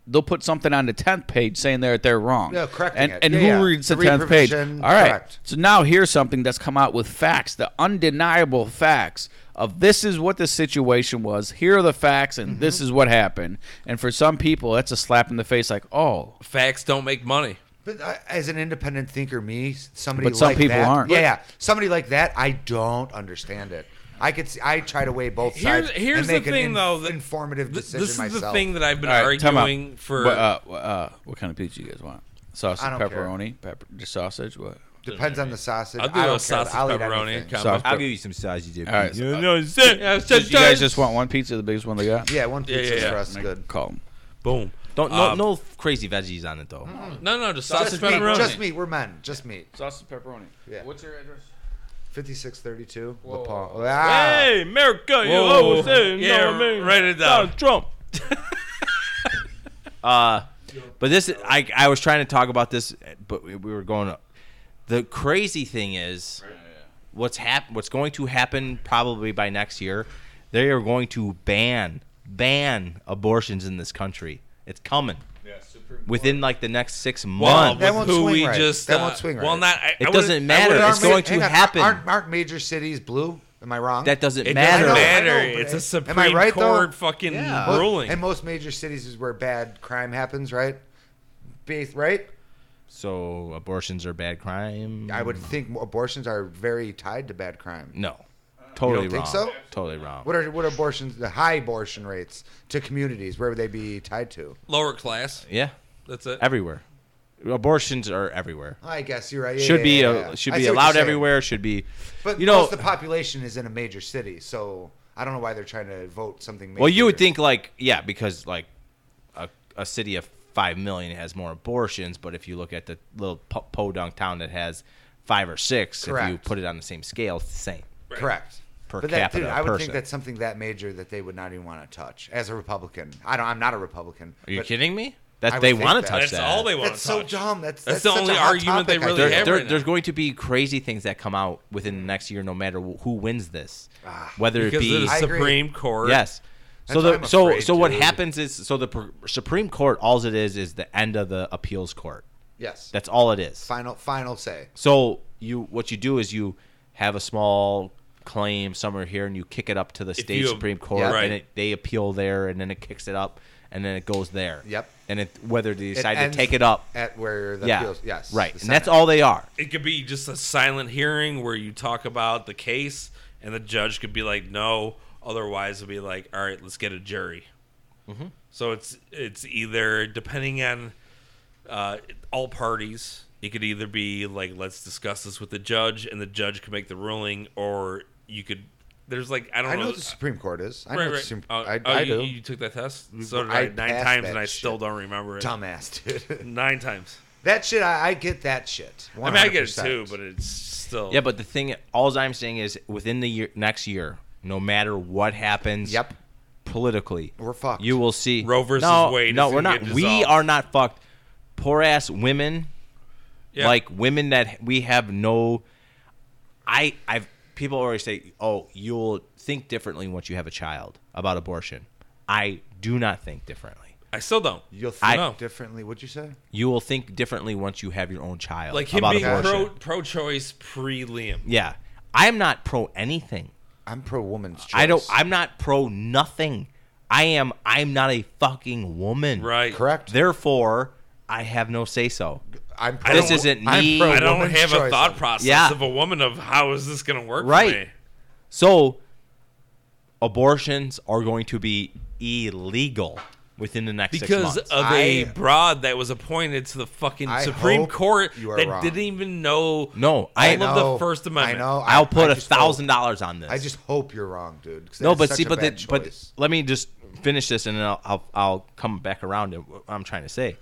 Speaker 1: They'll put something on the tenth page saying they're they're wrong.
Speaker 2: Yeah, correcting
Speaker 1: and
Speaker 2: it.
Speaker 1: and
Speaker 2: Yeah,
Speaker 1: who
Speaker 2: yeah.
Speaker 1: reads the
Speaker 2: The
Speaker 1: tenth page? All
Speaker 2: reprovision,
Speaker 1: right,
Speaker 2: correct.
Speaker 1: so now here's something that's come out with facts, the undeniable facts of this is what the situation was. Here are the facts, and this
Speaker 2: Mm-hmm.
Speaker 1: is what happened. And for some people, that's a slap in the face. Like, oh,
Speaker 4: Facts don't make money.
Speaker 2: But I, as an independent thinker, me, somebody
Speaker 1: But some
Speaker 2: like
Speaker 1: people
Speaker 2: that,
Speaker 1: aren't.
Speaker 2: Yeah, yeah, somebody like that, I don't understand it. I could, see, I try to weigh both
Speaker 4: Here's,
Speaker 2: sides.
Speaker 4: here's
Speaker 2: and
Speaker 4: the
Speaker 2: make an
Speaker 4: thing,
Speaker 2: in-
Speaker 4: though. That
Speaker 2: informative
Speaker 4: th-
Speaker 2: decision
Speaker 4: this is
Speaker 2: myself.
Speaker 4: the thing that I've been
Speaker 1: All right, time out.
Speaker 4: arguing for.
Speaker 1: What, uh, uh, what kind of pizza you guys want? Sausage,
Speaker 2: I don't care.
Speaker 1: pepperoni, pepper, just sausage. What?
Speaker 2: Depends on the sausage.
Speaker 4: I'll do
Speaker 2: I
Speaker 4: a
Speaker 2: don't
Speaker 4: sausage
Speaker 2: care. I'll eat
Speaker 4: pepperoni
Speaker 2: anything.
Speaker 4: combo.
Speaker 1: Sausage.
Speaker 3: I'll give you some sausage.
Speaker 1: All right, so, uh,
Speaker 4: you
Speaker 1: you guys just want one pizza, the biggest one they got.
Speaker 2: Yeah, one
Speaker 4: Yeah,
Speaker 2: pizza
Speaker 4: yeah, yeah.
Speaker 2: for us is good.
Speaker 1: Call them.
Speaker 4: boom.
Speaker 3: Don't no,
Speaker 4: Um, Mm.
Speaker 3: no crazy veggies on it though.
Speaker 4: No, no, just sausage
Speaker 2: Just meat,
Speaker 4: pepperoni.
Speaker 2: just meat. We're men. Just meat.
Speaker 1: Sausage, pepperoni.
Speaker 2: Yeah. What's
Speaker 1: your address?
Speaker 2: Fifty-six thirty-two.
Speaker 1: Whoa.
Speaker 2: La Palma. Ah.
Speaker 4: America, you
Speaker 3: always say, you
Speaker 4: Oh, yeah,
Speaker 3: know what I mean?
Speaker 4: write it down.
Speaker 3: Trump. uh, but this, I, I was trying to talk about this, but we we were going. Up. The crazy thing is, what's hap- What's going to happen probably by next year? They are going to ban ban abortions in this country. It's coming within like the next six
Speaker 4: Well,
Speaker 3: months.
Speaker 2: That
Speaker 4: with
Speaker 2: won't
Speaker 4: who
Speaker 2: swing
Speaker 4: we
Speaker 2: right.
Speaker 4: just
Speaker 2: That
Speaker 4: uh,
Speaker 2: won't swing
Speaker 4: Well,
Speaker 2: right.
Speaker 4: not. I,
Speaker 3: It
Speaker 4: I wouldn't-
Speaker 3: doesn't
Speaker 4: I
Speaker 3: matter.
Speaker 4: wouldn't-
Speaker 2: Aren't
Speaker 3: It's going
Speaker 2: ma- hang
Speaker 3: to
Speaker 2: on,
Speaker 3: happen.
Speaker 2: Aren't, aren't major cities blue? Am I wrong?
Speaker 3: that doesn't
Speaker 4: It
Speaker 3: matter.
Speaker 4: doesn't
Speaker 2: I know, I
Speaker 4: matter.
Speaker 2: know, but
Speaker 4: it's
Speaker 2: am
Speaker 4: a
Speaker 2: I
Speaker 4: Supreme
Speaker 2: right, though?
Speaker 4: Court fucking
Speaker 3: Yeah.
Speaker 2: Most-
Speaker 4: ruling.
Speaker 2: And most major cities is where bad crime happens, right? Base, right?
Speaker 3: So abortions are bad crime.
Speaker 2: I would think abortions are very tied to bad crime.
Speaker 3: no. Totally
Speaker 2: think
Speaker 3: wrong.
Speaker 2: so?
Speaker 3: Totally wrong.
Speaker 2: What are what are abortions? The high abortion rates to communities where would they be tied to?
Speaker 4: Lower class.
Speaker 3: Yeah,
Speaker 4: That's it.
Speaker 3: everywhere. Abortions are everywhere.
Speaker 2: I guess you're right. Yeah,
Speaker 3: should
Speaker 2: yeah,
Speaker 3: be
Speaker 2: yeah,
Speaker 3: uh
Speaker 2: yeah.
Speaker 3: should
Speaker 2: I
Speaker 3: be
Speaker 2: see what
Speaker 3: allowed
Speaker 2: you're saying.
Speaker 3: everywhere. Should be,
Speaker 2: But
Speaker 3: you know.
Speaker 2: most of the population is in a major city, so I don't know why they're trying to vote something. Major.
Speaker 3: Well, you would think like yeah, because like a, a city of five million has more abortions, but if you look at the little po- podunk town that has five or six, if you
Speaker 2: Correct.
Speaker 3: put it on the same scale, it's the same.
Speaker 2: correct.
Speaker 3: per
Speaker 2: But that,
Speaker 3: capita
Speaker 2: dude, I would
Speaker 3: person.
Speaker 2: think that's something that major that they would not even want to touch. As a Republican, I don't. I'm not a Republican.
Speaker 3: Are you
Speaker 2: but
Speaker 3: kidding
Speaker 2: I
Speaker 3: me? That
Speaker 2: would
Speaker 3: they
Speaker 2: think
Speaker 3: want to
Speaker 2: that.
Speaker 3: touch
Speaker 4: That's
Speaker 3: that.
Speaker 4: all they want
Speaker 2: That's
Speaker 4: to
Speaker 2: so
Speaker 4: touch.
Speaker 2: dumb. That's that's,
Speaker 4: That's the
Speaker 2: such a
Speaker 4: only
Speaker 2: hot
Speaker 4: argument they
Speaker 2: topic, I
Speaker 4: really
Speaker 3: There-
Speaker 2: think.
Speaker 4: have.
Speaker 3: there-
Speaker 4: right now.
Speaker 3: there's going to be crazy things that come out within the next year, no matter wh- who wins this.
Speaker 2: Ah,
Speaker 3: Whether it
Speaker 4: because
Speaker 3: be
Speaker 4: of the
Speaker 2: I agree.
Speaker 4: Supreme Court.
Speaker 3: Yes. So
Speaker 2: That's what
Speaker 3: the
Speaker 2: I'm
Speaker 3: so
Speaker 2: afraid,
Speaker 3: so what
Speaker 2: too.
Speaker 3: happens is so the pr- Supreme Court all it is is the end of the appeals court.
Speaker 2: Yes.
Speaker 3: That's all it is.
Speaker 2: final final say.
Speaker 3: So you what you do is you have a small claim somewhere here and you kick it up to the state
Speaker 4: you-
Speaker 3: Supreme Court
Speaker 2: Yeah.
Speaker 4: Right.
Speaker 3: and it, they appeal there and then it kicks it up and then it goes there.
Speaker 2: Yep.
Speaker 3: And it whether they
Speaker 2: It
Speaker 3: decide to
Speaker 2: ends
Speaker 3: take it up.
Speaker 2: at where the
Speaker 3: yeah.
Speaker 2: appeals. Yes.
Speaker 3: Right.
Speaker 2: the
Speaker 3: And that's
Speaker 2: Senate. Oh.
Speaker 3: all they are.
Speaker 4: It could be just a silent hearing where you talk about the case, and the judge could be like, "No." Otherwise, it'd be like, "All right, let's get a jury."
Speaker 2: Mm-hmm.
Speaker 4: So it's it's either depending on uh, all parties. It could either be like, "Let's discuss this with the judge," and the judge could make the ruling, or you could. There's like I don't
Speaker 2: I
Speaker 4: know.
Speaker 2: know what the Supreme Court is. I know
Speaker 4: Right,
Speaker 2: what the
Speaker 4: right.
Speaker 2: Supreme.
Speaker 4: Uh,
Speaker 2: I,
Speaker 4: oh,
Speaker 2: I
Speaker 4: you,
Speaker 2: do. Mm,
Speaker 4: you took that test? So did
Speaker 2: I
Speaker 4: I, nine
Speaker 2: passed
Speaker 4: times,
Speaker 2: that
Speaker 4: and I
Speaker 2: shit.
Speaker 4: still don't remember it.
Speaker 2: Dumbass, dude.
Speaker 4: Nine times.
Speaker 2: that shit. I, I get that shit.
Speaker 4: I
Speaker 2: 100%.
Speaker 4: mean, I get it too, but it's still.
Speaker 3: Yeah, but the thing all I'm saying is within the year next year, no matter what happens
Speaker 2: Yep.
Speaker 3: politically,
Speaker 2: We're fucked.
Speaker 3: You will see
Speaker 4: Roe versus
Speaker 3: no,
Speaker 4: Wade
Speaker 3: No,
Speaker 4: is
Speaker 3: we're
Speaker 4: gonna
Speaker 3: not.
Speaker 4: get
Speaker 3: We
Speaker 4: dissolved.
Speaker 3: are not fucked. Poor ass women,
Speaker 4: Yeah.
Speaker 3: like women that we have no. I I've people always say, oh, you'll think differently once you have a child about abortion. I do not think differently.
Speaker 4: I still don't.
Speaker 2: You'll think
Speaker 3: I-
Speaker 2: differently. What'd you say?
Speaker 3: You will think differently once you have your own child
Speaker 4: Like him
Speaker 3: about
Speaker 4: being
Speaker 3: abortion.
Speaker 4: pro pro choice pre Liam.
Speaker 3: yeah, I'm not pro anything.
Speaker 2: I'm pro woman's choice.
Speaker 3: I don't. I'm not pro nothing. I am. I'm not a fucking woman.
Speaker 4: Right.
Speaker 2: correct.
Speaker 3: Therefore, I have no say so.
Speaker 2: I'm
Speaker 4: I
Speaker 2: pro,
Speaker 4: don't- This
Speaker 3: isn't
Speaker 2: I'm
Speaker 3: me.
Speaker 2: pro
Speaker 4: I don't
Speaker 2: woman's
Speaker 4: have a
Speaker 2: choice.
Speaker 4: thought process
Speaker 3: Yeah.
Speaker 4: of a woman of how is this going to work
Speaker 3: Right.
Speaker 4: for me.
Speaker 3: So, abortions are going to be illegal within the next
Speaker 4: Because
Speaker 3: six months.
Speaker 4: of a
Speaker 2: I-
Speaker 4: broad that was appointed to the fucking
Speaker 2: I
Speaker 4: Supreme
Speaker 2: hope
Speaker 4: Court
Speaker 2: you are
Speaker 4: that
Speaker 2: wrong.
Speaker 4: didn't even know
Speaker 3: no,
Speaker 2: I
Speaker 3: I,
Speaker 4: All of
Speaker 2: know,
Speaker 4: the First Amendment.
Speaker 2: I know. I-
Speaker 3: I'll put
Speaker 2: I
Speaker 3: a
Speaker 2: just hope-
Speaker 3: thousand dollars on this.
Speaker 2: I just hope you're wrong, dude. 'cause that
Speaker 3: no,
Speaker 2: is
Speaker 3: but
Speaker 2: such
Speaker 3: see,
Speaker 2: a
Speaker 3: but
Speaker 2: bad
Speaker 3: the, but
Speaker 2: choice.
Speaker 3: let me just finish this, and then I'll I'll, I'll come back around to what I'm trying to say.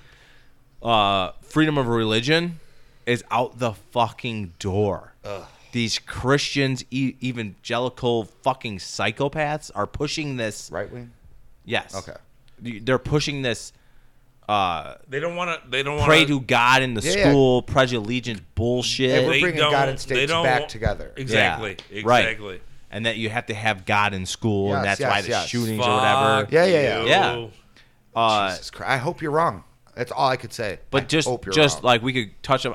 Speaker 3: Uh, freedom of religion is out the fucking door. These Christians, e- evangelical fucking psychopaths, are pushing this.
Speaker 2: right wing.
Speaker 3: Yes.
Speaker 2: Okay.
Speaker 3: They're pushing this
Speaker 4: they don't want to. They don't want
Speaker 3: pray to God in the
Speaker 2: Yeah, yeah.
Speaker 3: school, pledge allegiance bullshit,
Speaker 2: Yeah, we're
Speaker 4: They
Speaker 2: bringing
Speaker 4: don't-
Speaker 2: God and
Speaker 4: they
Speaker 2: states
Speaker 4: don't
Speaker 2: back
Speaker 4: want-
Speaker 2: together.
Speaker 4: Exactly.
Speaker 3: Yeah, right.
Speaker 4: Exactly.
Speaker 3: and that you have to have God in school, and
Speaker 2: Yes,
Speaker 3: that's why
Speaker 2: yes,
Speaker 3: the
Speaker 2: yes.
Speaker 3: shootings or whatever.
Speaker 4: Fuck
Speaker 2: Yeah, yeah,
Speaker 4: you.
Speaker 3: yeah. Yeah. Uh,
Speaker 2: Jesus Christ. I hope you're wrong. That's all I could say.
Speaker 3: but
Speaker 2: I
Speaker 3: just
Speaker 2: hope you're
Speaker 3: just
Speaker 2: wrong.
Speaker 3: like we could touch on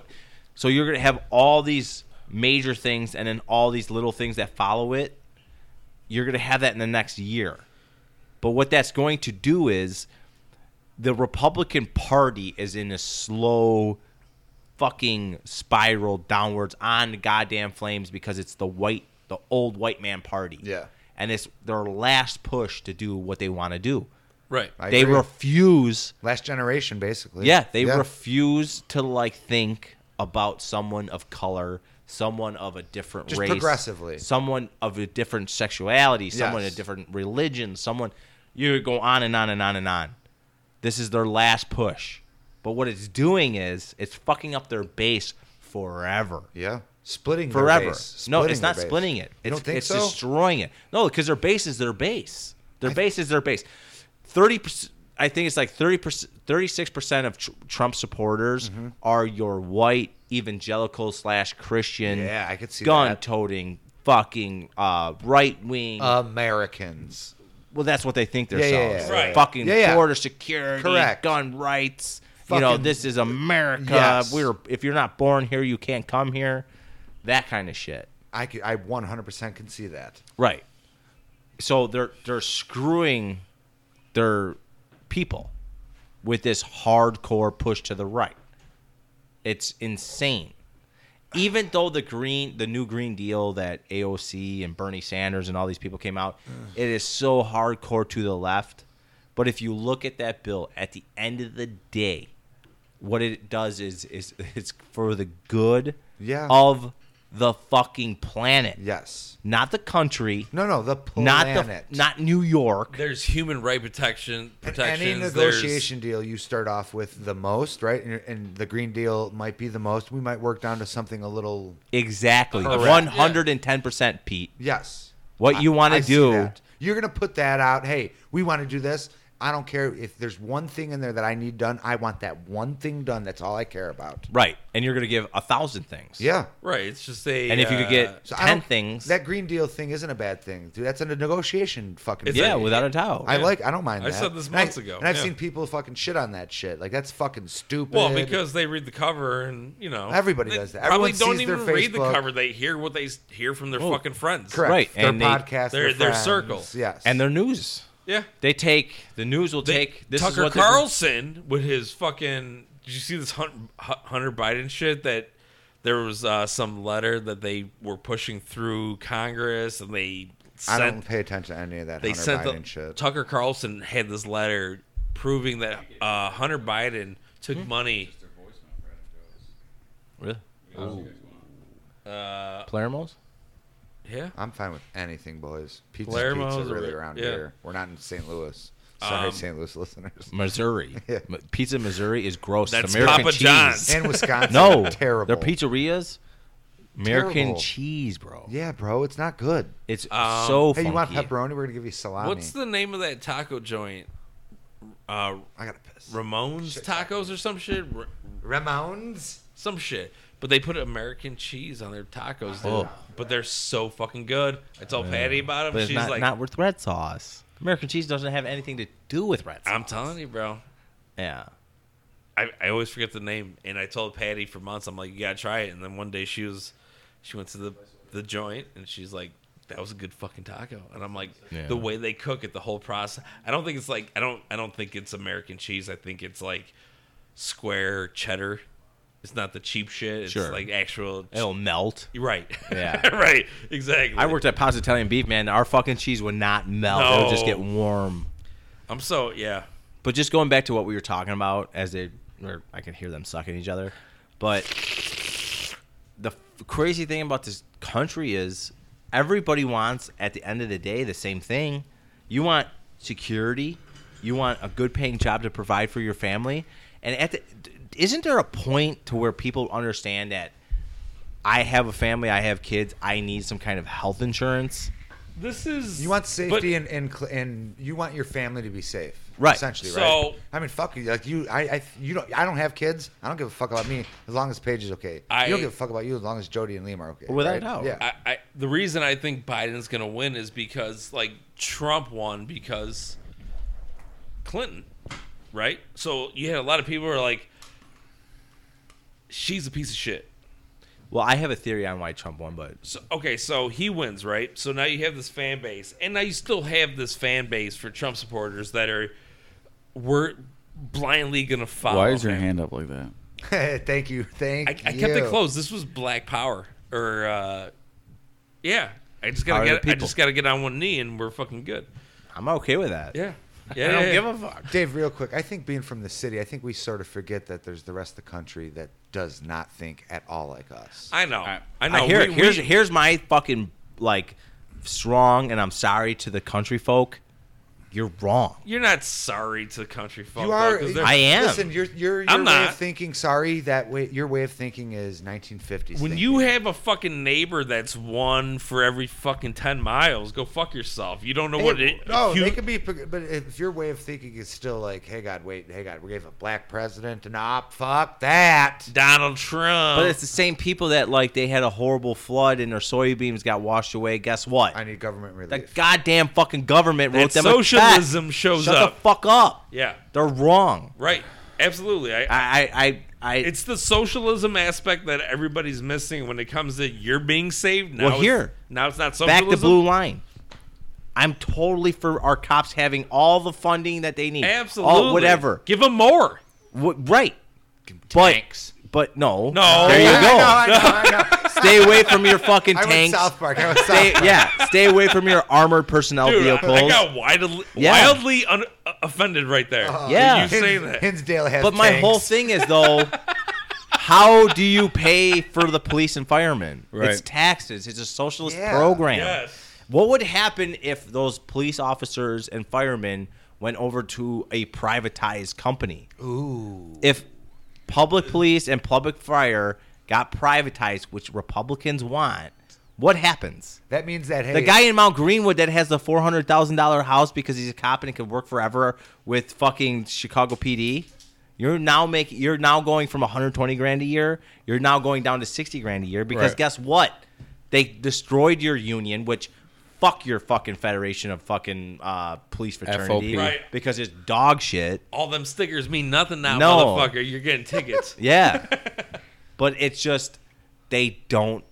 Speaker 3: so you're gonna have all these major things and then all these little things that follow it you're gonna have that in the next year but what that's going to do is the republican party is in a slow fucking spiral downwards on the goddamn flames because it's the white the old white man party
Speaker 2: Yeah.
Speaker 3: and it's their last push to do what they want to do
Speaker 4: Right.
Speaker 2: I
Speaker 3: they
Speaker 2: agree.
Speaker 3: refuse
Speaker 2: last generation basically.
Speaker 3: yeah, they refuse to like think about someone of color, someone of a different
Speaker 2: Just
Speaker 3: race,
Speaker 2: progressively.
Speaker 3: someone of a different sexuality, someone
Speaker 2: Yes.
Speaker 3: a different religion, someone. You go on and on and on and on. This is their last push, but what it's doing is it's fucking up their base forever.
Speaker 2: Yeah. Splitting their
Speaker 3: Forever.
Speaker 2: base.
Speaker 3: no,
Speaker 2: Splitting
Speaker 3: it's not
Speaker 2: their base.
Speaker 3: splitting it. It's,
Speaker 2: You don't think
Speaker 3: it's
Speaker 2: so?
Speaker 3: destroying it. No, because their base is their base. Their base is their base. Thirty percent. I think it's like thirty percent, thirty-six percent of tr- Trump supporters
Speaker 2: Mm-hmm.
Speaker 3: are your white evangelical slash Christian,
Speaker 2: Yeah, I could see that.
Speaker 3: gun-toting, fucking uh, right-wing.
Speaker 2: Uh, Americans.
Speaker 3: well, that's what they think they're
Speaker 2: Yeah, yeah,
Speaker 3: selling.
Speaker 2: yeah,
Speaker 4: Right. yeah.
Speaker 3: Fucking
Speaker 2: Yeah, yeah.
Speaker 3: border security,
Speaker 2: Correct.
Speaker 3: gun rights. you know,
Speaker 2: Fucking-
Speaker 3: this is America.
Speaker 2: Yes.
Speaker 3: We're if you're not born here, you can't come here. That kind of shit.
Speaker 2: I could, I 100% can see that.
Speaker 3: Right. So they're they're screwing their people with this hardcore push to the right. It's insane. Even though the green the new green deal that AOC and Bernie Sanders and all these people came out, it is so hardcore to the left. But if you look at that bill at the end of the day, what it does is is it's for the good
Speaker 2: Yeah.
Speaker 3: of the fucking planet
Speaker 2: Yes.
Speaker 3: not the country,
Speaker 2: No, no, the
Speaker 3: not
Speaker 2: planet.
Speaker 3: the not New York.
Speaker 4: There's human right protection protections.
Speaker 2: any
Speaker 4: there's-
Speaker 2: negotiation deal you start off with the most, right? And, and the green deal might be the most. We might work down to something a little
Speaker 3: Exactly,
Speaker 2: Correct.
Speaker 3: one hundred and ten percent, Pete.
Speaker 2: yes.
Speaker 3: What you want
Speaker 2: I
Speaker 3: to
Speaker 2: see
Speaker 3: do?
Speaker 2: that. You're gonna put that out. Hey, we want to do this. I don't care if there's one thing in there that I need done. I want that one thing done. That's all I care about.
Speaker 3: Right, and you're gonna give a thousand things.
Speaker 2: Yeah.
Speaker 4: Right. It's just a.
Speaker 3: And if you could get-
Speaker 4: uh,
Speaker 2: I
Speaker 3: 10
Speaker 2: don't-
Speaker 3: things.
Speaker 2: That green deal thing isn't a bad thing, dude. That's a negotiation fucking.
Speaker 4: It's
Speaker 2: thing.
Speaker 3: yeah, without a doubt.
Speaker 2: I like. I don't mind.
Speaker 4: I
Speaker 2: that.
Speaker 4: said this
Speaker 2: And I-
Speaker 4: months ago,
Speaker 2: and I've
Speaker 4: yeah.
Speaker 2: seen people fucking shit on that shit. Like that's fucking stupid.
Speaker 4: Well, because they read the cover and you know
Speaker 2: Everybody
Speaker 4: they
Speaker 2: does that.
Speaker 4: Probably
Speaker 2: Everyone
Speaker 4: don't
Speaker 2: sees
Speaker 4: even
Speaker 2: their
Speaker 4: read the
Speaker 2: Facebook.
Speaker 4: cover. They hear what they s- hear from their fucking friends.
Speaker 2: correct.
Speaker 3: Right,
Speaker 2: Their
Speaker 3: and they-
Speaker 2: podcast,
Speaker 4: Their-
Speaker 2: their,
Speaker 4: their
Speaker 2: friends.
Speaker 4: circle.
Speaker 2: Yes.
Speaker 3: and their news.
Speaker 4: Yeah.
Speaker 3: They take the news will
Speaker 4: They-
Speaker 3: take this is
Speaker 4: Tucker
Speaker 3: what they-
Speaker 4: Carlson with his fucking. Did you see this Hunt- Hu- Hunter Biden shit that? There was uh, some letter that they were pushing through Congress, and they
Speaker 2: I
Speaker 4: sent
Speaker 2: don't pay attention to any of that
Speaker 4: they
Speaker 2: Hunter
Speaker 4: sent
Speaker 2: Biden
Speaker 4: the,
Speaker 2: shit.
Speaker 4: Tucker Carlson had this letter proving that uh, Hunter Biden took
Speaker 3: Hmm.
Speaker 4: money.
Speaker 3: Really? Uh, Palermo's?
Speaker 4: Yeah,
Speaker 2: I'm fine with anything, boys. Pizza's
Speaker 4: Palermo's
Speaker 2: pizza
Speaker 4: or-
Speaker 2: really around
Speaker 4: yeah.
Speaker 2: here. We're not in St. Louis. Sorry,
Speaker 4: Um,
Speaker 2: St. Louis listeners.
Speaker 3: Missouri.
Speaker 2: Yeah.
Speaker 3: M- Pizza Missouri is gross. It's
Speaker 4: That's
Speaker 3: American
Speaker 4: Papa
Speaker 3: cheese.
Speaker 4: John's.
Speaker 2: And Wisconsin,
Speaker 3: No,
Speaker 2: are terrible.
Speaker 3: Their pizzerias, American
Speaker 2: Terrible.
Speaker 3: cheese, bro.
Speaker 2: Yeah, bro, it's not good.
Speaker 3: It's
Speaker 4: Um,
Speaker 3: so
Speaker 2: Hey,
Speaker 3: Oh, funky.
Speaker 2: you want pepperoni? We're gonna give you salami.
Speaker 4: what's the name of that taco joint? Uh,
Speaker 2: I gotta piss.
Speaker 4: Ramon's Tacos or some shit, R-
Speaker 2: Ramones.
Speaker 4: some shit. But they put American cheese on their tacos, dude.
Speaker 3: Oh.
Speaker 4: But they're so fucking good. I told Patty about
Speaker 3: But
Speaker 4: them.
Speaker 3: it's
Speaker 4: She's
Speaker 3: not,
Speaker 4: like,
Speaker 3: not with red sauce. American cheese doesn't have anything to do with red sauce.
Speaker 4: I'm telling you, bro.
Speaker 3: Yeah.
Speaker 4: I, I always forget the name, and I told Patty for months. I'm like, you gotta try it. And then one day she was, she went to the the joint, and she's like, that was a good fucking taco. And I'm like,
Speaker 3: Yeah.
Speaker 4: the way they cook it, the whole process. I don't think it's like I don't I don't think it's American cheese. I think it's like square cheddar. It's not the cheap shit. It's
Speaker 3: Sure.
Speaker 4: like actual.
Speaker 3: It'll melt.
Speaker 4: Right.
Speaker 3: Yeah.
Speaker 4: right. Exactly.
Speaker 3: I worked at Paz Italian Beef, man. Our fucking cheese would not melt. It would just
Speaker 4: No.
Speaker 3: get warm.
Speaker 4: I'm so yeah.
Speaker 3: But just going back to what we were talking about, as they, or I can hear them sucking each other. But the f- crazy thing about this country is everybody wants, at the end of the day, the same thing. You want security, you want a good paying job to provide for your family. And at the, d- isn't there a point to where people understand that I have a family, I have kids, I need some kind of health insurance?
Speaker 4: This is
Speaker 2: You want
Speaker 4: but-
Speaker 2: safety and, and cl- and you want your family to be safe,
Speaker 3: Right.
Speaker 2: Essentially, right?
Speaker 4: So-
Speaker 2: I mean, fuck you. Like you, I, I, you don't. I don't have kids. I don't give a fuck about me as long as Paige is okay.
Speaker 4: I-
Speaker 2: you don't give a fuck about you as long as Jody and Liam are okay.
Speaker 3: Without
Speaker 2: right?
Speaker 3: a doubt.
Speaker 2: Yeah.
Speaker 4: I, I the reason I think Biden's gonna win is because like Trump won because Clinton, right? So you had a lot of people who are like, she's a piece of shit.
Speaker 3: Well, I have a theory on why Trump won, but
Speaker 4: So okay, so he wins, right? So now you have this fan base, and now you still have this fan base for Trump supporters that are we're blindly gonna follow.
Speaker 1: Why is your
Speaker 4: him.
Speaker 1: hand up like that?
Speaker 2: Thank you. Thank
Speaker 4: I, I
Speaker 2: you.
Speaker 4: kept it closed. This was Black Power, or uh, yeah. I just gotta
Speaker 3: Power to the
Speaker 4: get. I
Speaker 3: people.
Speaker 4: just gotta get on one knee, and we're fucking good.
Speaker 3: I'm okay with that.
Speaker 4: Yeah.
Speaker 3: I
Speaker 4: Yeah.
Speaker 3: don't
Speaker 4: yeah,
Speaker 3: give
Speaker 4: yeah.
Speaker 3: a fuck.
Speaker 2: Dave, real quick, I think being from the city, I think we sort of forget that there's the rest of the country that does not think at all like us.
Speaker 4: I know. I,
Speaker 1: I-
Speaker 4: know.
Speaker 3: I hear
Speaker 4: We-
Speaker 3: it. Here's
Speaker 4: we-
Speaker 3: here's my fucking like strong, and I'm sorry to the country folk. You're wrong.
Speaker 4: You're not sorry to country folk.
Speaker 2: you are.
Speaker 4: though, 'cause they're-
Speaker 3: I am.
Speaker 2: Listen, your your, your
Speaker 4: I'm
Speaker 2: way
Speaker 4: not.
Speaker 2: of thinking. Sorry, that way. Your way of thinking is 1950s.
Speaker 4: when
Speaker 2: thinking.
Speaker 4: you have a fucking neighbor that's one for every fucking ten miles, go fuck yourself. You don't know what
Speaker 2: Hey,
Speaker 4: it.
Speaker 2: no,
Speaker 4: you,
Speaker 2: they could be, but if your way of thinking is still like, "Hey God, wait, hey God, we gave a black president," and ah, fuck that.
Speaker 4: Donald Trump.
Speaker 3: But it's the same people that like they had a horrible flood and their soybeans got washed away. Guess what?
Speaker 2: I need government
Speaker 3: the
Speaker 2: relief.
Speaker 3: goddamn fucking government wrote
Speaker 4: That
Speaker 3: them a check.
Speaker 4: socialism shows
Speaker 3: Shut
Speaker 4: up.
Speaker 3: the fuck up.
Speaker 4: yeah.
Speaker 3: They're wrong.
Speaker 4: Right. Absolutely. I,
Speaker 3: I I I, I
Speaker 4: it's the socialism aspect that everybody's missing when it comes to you're being saved. Now
Speaker 3: Well,
Speaker 4: it's-
Speaker 3: here.
Speaker 4: now it's not
Speaker 3: back
Speaker 4: socialism.
Speaker 3: the blue line. I'm totally for our cops having all the funding that they need.
Speaker 4: Absolutely.
Speaker 3: All, whatever.
Speaker 4: Give them more.
Speaker 3: Wh- right. Tanks. But, no.
Speaker 4: No.
Speaker 3: There
Speaker 2: I know,
Speaker 3: you go.
Speaker 2: I know, I know.
Speaker 3: Stay away from your fucking
Speaker 2: I went
Speaker 3: tanks.
Speaker 2: South Park. I went South
Speaker 3: Stay,
Speaker 2: Park.
Speaker 3: yeah, stay away from your armored personnel
Speaker 4: Dude, I-
Speaker 3: vehicles.
Speaker 4: I got wildly,
Speaker 3: Yeah. Uh-huh.
Speaker 4: wildly un- uh, offended right there.
Speaker 2: Oh,
Speaker 3: Yeah.
Speaker 4: You say that.
Speaker 2: Hinsdale has.
Speaker 3: but my
Speaker 2: tanks.
Speaker 3: whole thing is though, how do you pay for the police and firemen? It's
Speaker 1: Right.
Speaker 3: taxes. It's a socialist
Speaker 2: Yeah.
Speaker 3: program.
Speaker 4: Yes.
Speaker 3: What would happen if those police officers and firemen went over to a privatized company? Ooh. If public police and public fire got privatized, which Republicans want, What happens?
Speaker 2: That means that hey,
Speaker 3: The guy in Mount Greenwood that has the four hundred thousand dollar house because he's a cop and can work forever with fucking Chicago PD. You're now make you're now going from one hundred twenty grand a year. You're now going down to sixty grand a year because
Speaker 1: Right.
Speaker 3: guess what? They destroyed your union, which fuck your fucking federation of fucking uh, police fraternity
Speaker 1: FOP.
Speaker 4: Right.
Speaker 3: because it's dog shit.
Speaker 4: All them stickers mean nothing now,
Speaker 3: No.
Speaker 4: motherfucker. You're getting tickets.
Speaker 3: Yeah. but it's just they don't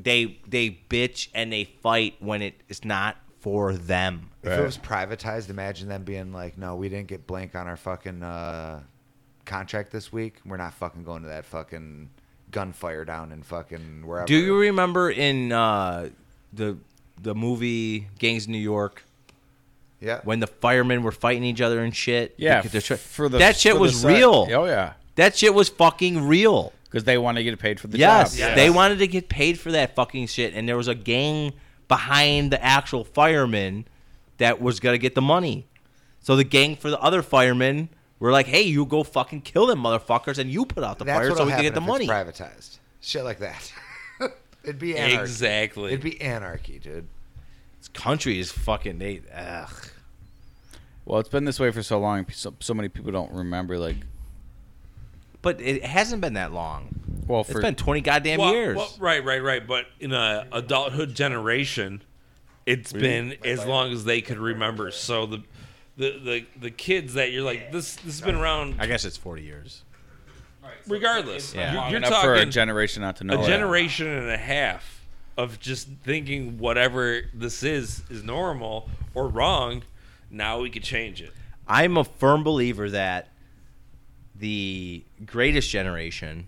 Speaker 3: they they bitch and they fight when it is not for them.
Speaker 2: If it was privatized, imagine them being like, "No, we didn't get blank on our fucking uh, contract this week. We're not fucking going to that fucking gunfire down in fucking wherever."
Speaker 3: Do you remember in uh the the movie Gangs of New York
Speaker 2: Yeah.
Speaker 3: when the firemen were fighting each other and shit?
Speaker 1: Yeah,
Speaker 3: Because they're
Speaker 1: f-
Speaker 3: tr-
Speaker 1: for the
Speaker 3: that shit
Speaker 1: for the
Speaker 3: was
Speaker 1: side-
Speaker 3: real.
Speaker 1: Oh yeah,
Speaker 3: That shit was fucking real.
Speaker 1: because they want to get paid for the
Speaker 3: Yes,
Speaker 1: job.
Speaker 4: Yes.
Speaker 3: they wanted to get paid for that fucking shit, and there was a gang behind the actual firemen that was gonna get the money. So the gang for the other firemen were like, "Hey, you go fucking kill them motherfuckers, and you put out the
Speaker 2: That's
Speaker 3: fire
Speaker 2: what
Speaker 3: so we can get the money."
Speaker 2: privatized. Shit like that. It'd be anarchy.
Speaker 4: exactly.
Speaker 2: It'd be anarchy, dude.
Speaker 3: This country is fucking they. Ugh.
Speaker 1: Well, it's been this way for so long. So, so many people don't remember. Like,
Speaker 3: But it hasn't been that long.
Speaker 1: well,
Speaker 3: It's
Speaker 1: for
Speaker 3: been twenty goddamn
Speaker 4: Well,
Speaker 3: years.
Speaker 4: well, right, right, right. But in a adulthood generation, it's been as long as they could remember. So the the the, the kids that you're like this this has been around
Speaker 3: I guess it's forty years.
Speaker 4: regardless.
Speaker 3: Yeah.
Speaker 4: You're-
Speaker 1: long
Speaker 4: You're,
Speaker 1: enough for a
Speaker 4: talking
Speaker 1: generation not to know.
Speaker 4: a
Speaker 1: it.
Speaker 4: generation and a half of just thinking whatever this is is normal or wrong. Now we could change it.
Speaker 3: I'm a firm believer that the greatest generation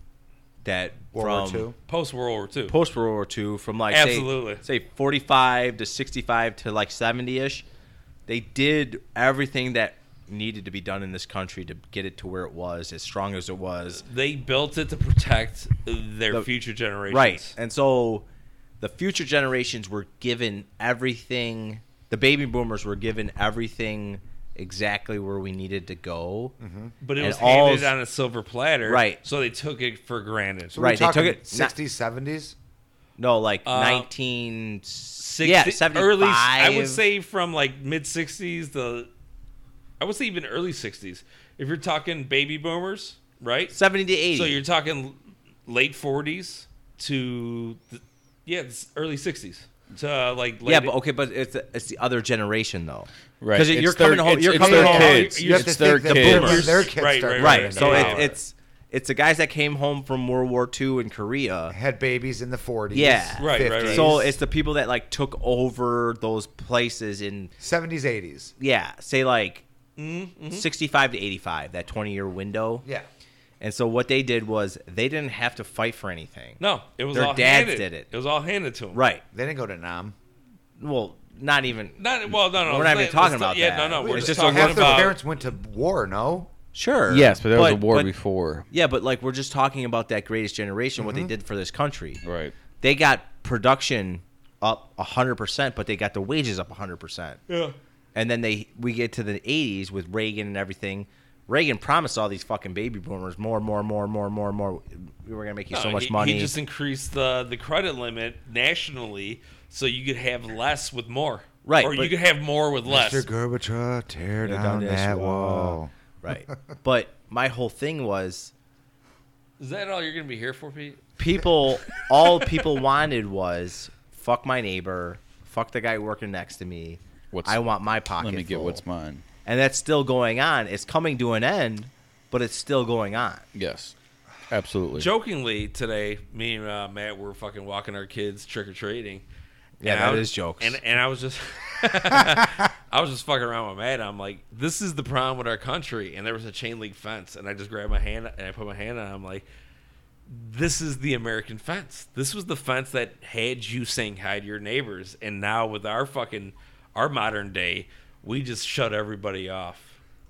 Speaker 3: that
Speaker 2: World
Speaker 3: from
Speaker 2: War II.
Speaker 4: Post World War Two.
Speaker 3: post World War II from like say-
Speaker 4: Absolutely.
Speaker 3: say, 45 to 65 to like 70 ish. They did everything that needed to be done in this country to get it to where it was, as strong as it was.
Speaker 4: they built it to protect their
Speaker 3: The-
Speaker 4: future generations.
Speaker 3: Right. And so the future generations were given everything, the baby boomers were given everything exactly where we needed to go.
Speaker 4: But it
Speaker 3: And
Speaker 4: was
Speaker 3: all-
Speaker 4: handed on a silver platter.
Speaker 3: Right.
Speaker 4: So they took it for granted.
Speaker 2: So we're
Speaker 3: Right, they took
Speaker 2: talking
Speaker 3: it-
Speaker 2: 60s, 70s.
Speaker 3: No, like
Speaker 4: Uh,
Speaker 3: 19 19-
Speaker 4: 60,
Speaker 3: yeah, 75.
Speaker 4: early I would say from like mid 60s to I would say even early 60s. If you're talking baby boomers, right?
Speaker 3: 70 to 80.
Speaker 4: So you're talking late 40s to the, yeah, it's early 60s to uh, like late
Speaker 3: yeah, but okay, but it's it's the other generation though,
Speaker 1: Right.
Speaker 3: Because
Speaker 1: It's
Speaker 3: you're
Speaker 1: their-
Speaker 3: coming home.
Speaker 1: it's-
Speaker 3: You're
Speaker 1: it's
Speaker 3: coming
Speaker 1: their
Speaker 3: home.
Speaker 1: kids.
Speaker 2: You have
Speaker 1: It's
Speaker 2: to
Speaker 1: their
Speaker 2: think that
Speaker 1: kids.
Speaker 2: boomers- their kids
Speaker 4: Right,
Speaker 2: start
Speaker 4: right,
Speaker 3: right?
Speaker 4: right,
Speaker 3: So
Speaker 4: right.
Speaker 3: it,
Speaker 4: Yeah.
Speaker 3: it's it's the guys that came home from World War II and Korea.
Speaker 2: had babies in the 40s.
Speaker 3: Yeah.
Speaker 4: Right, right, right.
Speaker 2: 50s,
Speaker 3: So it's the people that like took over those places in
Speaker 2: 70s, 80s.
Speaker 3: yeah, say like
Speaker 4: Mm-hmm,
Speaker 3: sixty-five to eighty-five, that twenty-year window.
Speaker 2: Yeah.
Speaker 3: And so what they did was they didn't have to fight for anything.
Speaker 4: No, it was
Speaker 3: Their
Speaker 4: all
Speaker 3: dads
Speaker 4: handed.
Speaker 3: did it.
Speaker 4: It was all handed to them.
Speaker 3: Right.
Speaker 2: They didn't go to Nam.
Speaker 3: Well, not even.
Speaker 4: Not well, no, no.
Speaker 3: We're not
Speaker 4: let's-
Speaker 3: even talking
Speaker 4: let's-
Speaker 3: about
Speaker 4: yeah,
Speaker 3: that.
Speaker 4: no, no. We're
Speaker 3: It's
Speaker 4: just
Speaker 3: just a
Speaker 4: talking
Speaker 2: Half their
Speaker 4: about
Speaker 2: parents went to war, no?
Speaker 3: Sure.
Speaker 1: Yes, but there was a war
Speaker 3: but-
Speaker 1: before.
Speaker 3: Yeah, but like we're just talking about that greatest generation,
Speaker 4: Mm-hmm.
Speaker 3: what they did for this country.
Speaker 1: Right.
Speaker 3: They got production up 100%, but they got the wages up 100%.
Speaker 4: Yeah.
Speaker 3: And then they we get to the 80s with Reagan and everything. Reagan promised all these fucking baby boomers more, more, more, more, more, more. We were going to make you so
Speaker 4: No,
Speaker 3: much
Speaker 4: he,
Speaker 3: money.
Speaker 4: He just increased the the credit limit nationally, so you could have less with more.
Speaker 3: Right,
Speaker 4: Or you
Speaker 3: but-
Speaker 4: could have more with less.
Speaker 2: Mr. Gorbachev, tear
Speaker 3: They're
Speaker 2: down, that wall.
Speaker 3: Uh-huh. Right. but my whole thing was
Speaker 4: Is that all you're gonna be here for, Pete?
Speaker 3: people all people wanted was fuck my neighbor, fuck the guy working next to me.
Speaker 1: What's-
Speaker 3: I want my pocket.
Speaker 1: Let me get
Speaker 3: full.
Speaker 1: what's mine.
Speaker 3: and that's still going on. It's coming to an end, but it's still going on.
Speaker 1: Yes, absolutely.
Speaker 4: Jokingly today, me and uh, Matt were fucking walking our kids trick or treating.
Speaker 3: Yeah,
Speaker 4: and
Speaker 3: that
Speaker 4: I was-
Speaker 3: is jokes.
Speaker 4: And and I was just I was just fucking around with Matt. I'm like, this is the problem with our country. And there was a chain link fence, and I just grabbed my hand and I put my hand on. it. I'm like, this is the American fence. This was the fence that had you saying hi to your neighbors, and now with our fucking our modern day, we just shut everybody off.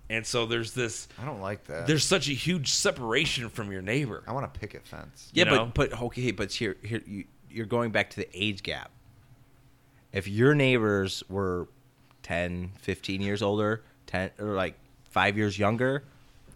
Speaker 4: And so there's this,
Speaker 2: I don't like that.
Speaker 4: there's such a huge separation from your neighbor.
Speaker 2: I want a picket fence.
Speaker 3: Yeah,
Speaker 4: You know?
Speaker 3: but but okay, but here here you you're going back to the age gap. If your neighbors were 10, 15 years older, 10 or like 5 years younger,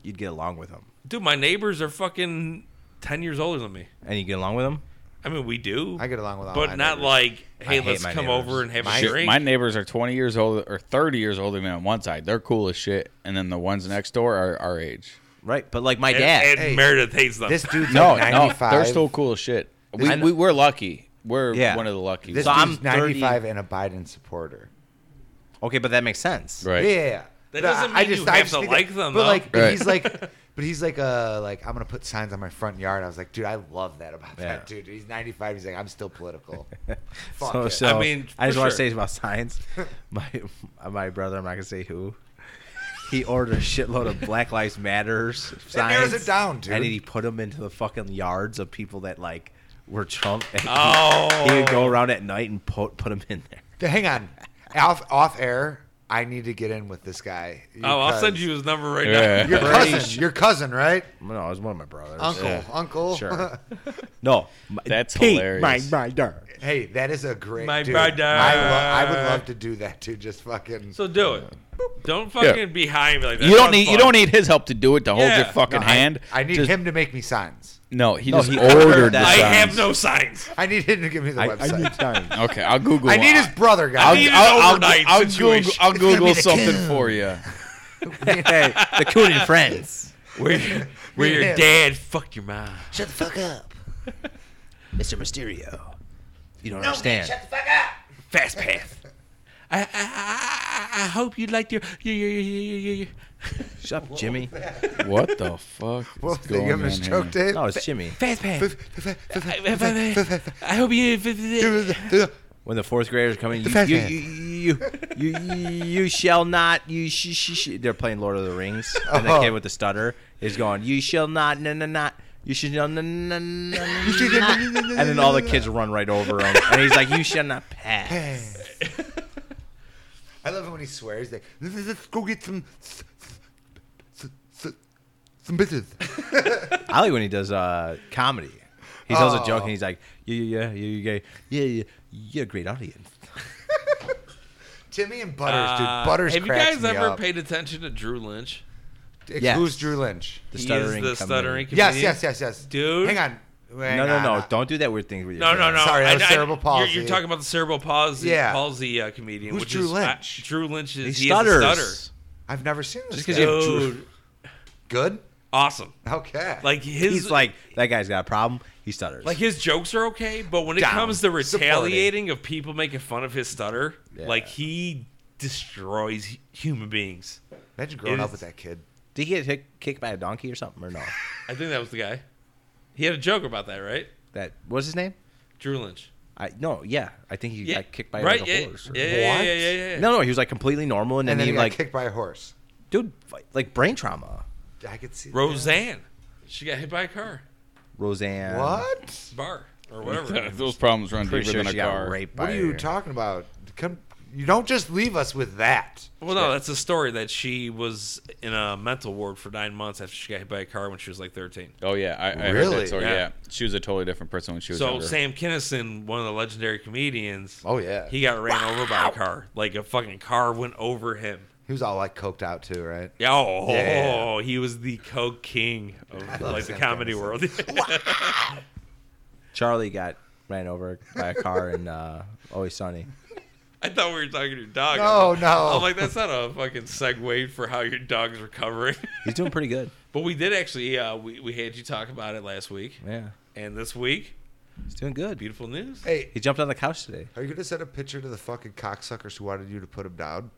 Speaker 3: you'd get along with them.
Speaker 4: Dude, my neighbors are fucking ten years older than me.
Speaker 3: And you get along with them?
Speaker 4: I mean, we do.
Speaker 2: I get along with all
Speaker 4: but
Speaker 2: my
Speaker 4: not
Speaker 2: neighbors.
Speaker 4: like, hey,
Speaker 3: hate
Speaker 4: let's
Speaker 3: my
Speaker 4: come
Speaker 3: neighbors.
Speaker 4: over and have
Speaker 2: My-
Speaker 4: a drink.
Speaker 1: My neighbors are 20 years old or 30 years older than me on one side. They're cool as shit, and then the ones next door are our age.
Speaker 3: right? But like my
Speaker 4: and,
Speaker 3: dad,
Speaker 4: and
Speaker 2: Hey.
Speaker 4: Meredith hates them.
Speaker 2: This dude's
Speaker 1: No,
Speaker 2: like
Speaker 1: no,
Speaker 2: 95.
Speaker 1: they're still cool as shit. We, we we're lucky. We're
Speaker 3: Yeah.
Speaker 1: one of the lucky.
Speaker 2: This
Speaker 1: ones.
Speaker 3: So I'm
Speaker 2: dude's
Speaker 3: 30
Speaker 2: 95 and a Biden supporter.
Speaker 3: okay, but that makes sense,
Speaker 1: right.
Speaker 2: Yeah, yeah, yeah.
Speaker 4: That
Speaker 2: No,
Speaker 4: doesn't mean you have to
Speaker 2: think-
Speaker 4: like them,
Speaker 2: But
Speaker 4: though.
Speaker 2: like, but
Speaker 1: Right.
Speaker 2: he's like, but he's like, uh, like I'm gonna put signs on my front yard. I was like, dude, I love that about
Speaker 3: Yeah.
Speaker 2: that dude. He's 95. He's like, I'm still political. Fuck
Speaker 3: So,
Speaker 2: it.
Speaker 3: so
Speaker 4: I
Speaker 3: I
Speaker 4: mean,
Speaker 3: mean, I just
Speaker 4: for sure.
Speaker 3: want to say about science. My my brother, I'm not gonna say who. He ordered a shitload of Black Lives Matters
Speaker 2: narrows
Speaker 3: signs.
Speaker 2: it down, dude.
Speaker 3: And then he put them into the fucking yards of people that like were Trump. And he-
Speaker 4: Oh.
Speaker 3: he, would go around at night and put put them in there.
Speaker 2: Hang on, off off air. I need to get in with this guy.
Speaker 4: oh, I'll
Speaker 2: because-
Speaker 4: send you his number right
Speaker 1: Yeah.
Speaker 4: now.
Speaker 2: your
Speaker 3: Brady.
Speaker 2: cousin. Your cousin, right?
Speaker 3: No, it was one of my brothers.
Speaker 2: Uncle, uncle.
Speaker 3: Sure. No, my-
Speaker 1: That's
Speaker 3: Pete,
Speaker 1: hilarious.
Speaker 3: My brother.
Speaker 2: hey, that is a great.
Speaker 4: My
Speaker 2: dude.
Speaker 4: brother.
Speaker 2: I, lo- I would love to do that too. Just fucking.
Speaker 4: So do it. Don't fucking be high and be like that.
Speaker 1: You don't
Speaker 4: sounds
Speaker 1: need you
Speaker 4: fun.
Speaker 1: don't need his help to do it to hold
Speaker 4: Yeah.
Speaker 1: your fucking
Speaker 2: No, I-
Speaker 1: hand.
Speaker 2: I, need
Speaker 1: Just-
Speaker 2: him to make me signs.
Speaker 1: No, he
Speaker 3: No,
Speaker 1: just
Speaker 3: he
Speaker 1: ordered
Speaker 3: ordered
Speaker 1: the
Speaker 3: that.
Speaker 4: I have
Speaker 1: signs.
Speaker 4: no signs.
Speaker 2: I need him to give me the
Speaker 3: I, I
Speaker 2: website.
Speaker 3: need signs.
Speaker 1: Okay, I'll Google.
Speaker 2: I need his brother,
Speaker 1: I'll,
Speaker 2: guys.
Speaker 4: need an
Speaker 1: I'll, I'll,
Speaker 4: overnight
Speaker 1: I'll
Speaker 4: situation.
Speaker 1: Google, I'll
Speaker 2: It's gonna be
Speaker 1: Google
Speaker 2: the
Speaker 1: something
Speaker 2: coup.
Speaker 1: for you.
Speaker 3: hey, the Coon and Friends.
Speaker 4: Where, your- where your
Speaker 2: Yeah.
Speaker 4: dad fucked your mom.
Speaker 5: Shut the fuck up.
Speaker 3: Mr. Mysterio. You don't understand.
Speaker 4: Fast path. I, I, I, I- I hope you liked your. your, your, your, your, your, your.
Speaker 3: Shut up, Jimmy.
Speaker 1: What the fuck? Is
Speaker 2: Well,
Speaker 1: going
Speaker 2: you have
Speaker 1: on
Speaker 2: a stroke,
Speaker 1: here?
Speaker 2: Dave.
Speaker 3: No, it's Jimmy.
Speaker 4: Fast path. I, I- I- I hope you.
Speaker 3: When the fourth graders come in, you
Speaker 2: fact
Speaker 3: you,
Speaker 2: that-
Speaker 3: you, you, you, you shall not. You sh- sh- sh- they're playing Lord of the Rings, and the
Speaker 2: Oh.
Speaker 3: kid with the stutter is going, "You shall not, no, no, not." You should no, no, no, no, no, not." And then all the kids run right over him, and he's like, "You shall not pass."
Speaker 2: I love it when he swears. Like, let's go get some s- s- s- some bitches.
Speaker 3: I like when he does uh, comedy. He tells a joke,
Speaker 2: Oh.
Speaker 3: and he's like, "Yeah, yeah, yeah, yeah, yeah, yeah, yeah, you're a great audience."
Speaker 2: Timmy and Butters,
Speaker 4: Uh,
Speaker 2: dude. Butters.
Speaker 4: have you
Speaker 2: cracks
Speaker 4: guys
Speaker 2: me
Speaker 4: ever
Speaker 2: up.
Speaker 4: paid attention to Drew Lynch?
Speaker 2: Ex-
Speaker 3: Yes.
Speaker 2: Who's Drew Lynch?
Speaker 3: The
Speaker 4: He is
Speaker 3: stuttering,
Speaker 4: the
Speaker 3: comedian.
Speaker 4: stuttering
Speaker 2: Yes,
Speaker 4: comedian.
Speaker 2: yes, yes, yes.
Speaker 4: Dude.
Speaker 2: hang on. Hang
Speaker 3: No, no,
Speaker 2: on.
Speaker 3: no! Don't do that weird thing with your
Speaker 4: No, no,
Speaker 3: hands.
Speaker 4: no.
Speaker 2: Sorry, that
Speaker 4: I-
Speaker 2: was
Speaker 4: I-
Speaker 2: cerebral
Speaker 4: you're- You're,
Speaker 2: palsy.
Speaker 4: talking about the cerebral palsy,
Speaker 2: Yeah.
Speaker 4: palsy uh, comedian.
Speaker 2: Who's
Speaker 4: which
Speaker 2: Drew
Speaker 4: is,
Speaker 2: Lynch?
Speaker 4: I, Drew Lynch is
Speaker 3: He
Speaker 4: he is a
Speaker 3: stutters.
Speaker 4: stutter.
Speaker 2: I've never seen this.
Speaker 3: Just 'cause
Speaker 2: guy.
Speaker 3: you have Drew-
Speaker 4: Dude,
Speaker 2: good.
Speaker 4: awesome.
Speaker 2: Okay.
Speaker 4: Like his
Speaker 3: He's like, that guy's got a problem. He stutters.
Speaker 4: Like his jokes are okay, but when it
Speaker 2: Down.
Speaker 4: comes to
Speaker 2: Supporting.
Speaker 4: retaliating of people making fun of his stutter,
Speaker 3: Yeah.
Speaker 4: like he destroys hu- human beings.
Speaker 2: imagine growing
Speaker 4: it
Speaker 2: up
Speaker 4: is-
Speaker 2: with that kid.
Speaker 3: Did he get hit, kicked by a donkey or something or no?
Speaker 4: I think that was the guy. He had a joke about that, right?
Speaker 3: That what's his name?
Speaker 4: Drew Lynch.
Speaker 3: I no, yeah, I think he
Speaker 4: Yeah,
Speaker 3: got kicked by
Speaker 4: right?
Speaker 3: like, a
Speaker 4: yeah,
Speaker 3: horse. Or,
Speaker 4: yeah, yeah, yeah, yeah, yeah, yeah.
Speaker 3: No, no, he was like completely normal, and
Speaker 2: And then
Speaker 3: then, he,
Speaker 2: he got
Speaker 3: like,
Speaker 2: kicked by a horse.
Speaker 3: dude, fi- like brain trauma.
Speaker 2: I could see. that.
Speaker 4: Roseanne. She got hit by a car,
Speaker 3: Roseanne,
Speaker 2: What?
Speaker 4: bar, or whatever.
Speaker 1: Those problems run
Speaker 3: Pretty
Speaker 1: deeper
Speaker 3: sure
Speaker 1: than
Speaker 3: she
Speaker 1: a
Speaker 3: got
Speaker 1: car.
Speaker 3: raped.
Speaker 2: What
Speaker 3: by
Speaker 2: are you
Speaker 3: her.
Speaker 2: talking about? Come, you don't just leave us with that.
Speaker 4: well, no, that's a story that she was in a mental ward for nine months after she got hit by a car when she was like 13.
Speaker 1: Oh yeah, I, I heard
Speaker 2: Really?
Speaker 1: that story.
Speaker 4: Yeah.
Speaker 1: Yeah. she was a totally different person when she was
Speaker 4: So
Speaker 1: younger.
Speaker 4: Sam Kinison, one of the legendary comedians,
Speaker 2: Oh yeah.
Speaker 4: he
Speaker 2: He,
Speaker 4: got ran over by a car. Like a fucking car went over him.
Speaker 2: was all like coked out too, right?
Speaker 4: Yeah, Oh,
Speaker 2: Yeah.
Speaker 4: he was the coke king of
Speaker 2: love
Speaker 4: like the
Speaker 2: Sam
Speaker 4: comedy
Speaker 2: Kinison.
Speaker 4: world.
Speaker 3: Charlie got ran over by a car in uh, Always Sunny.
Speaker 4: I thought we were talking to your dog.
Speaker 2: No,
Speaker 4: I'm,
Speaker 2: no.
Speaker 4: I'm Oh, like, that's not a fucking segue for how your dog's recovering.
Speaker 3: He's doing pretty good.
Speaker 4: but we did actually, uh, we, we had you talk about it last week.
Speaker 3: Yeah,
Speaker 4: And this week,
Speaker 3: he's doing good.
Speaker 4: beautiful news.
Speaker 2: Hey,
Speaker 3: He jumped on the couch today.
Speaker 2: are you gonna send a picture to the fucking cocksuckers who wanted you to put him down?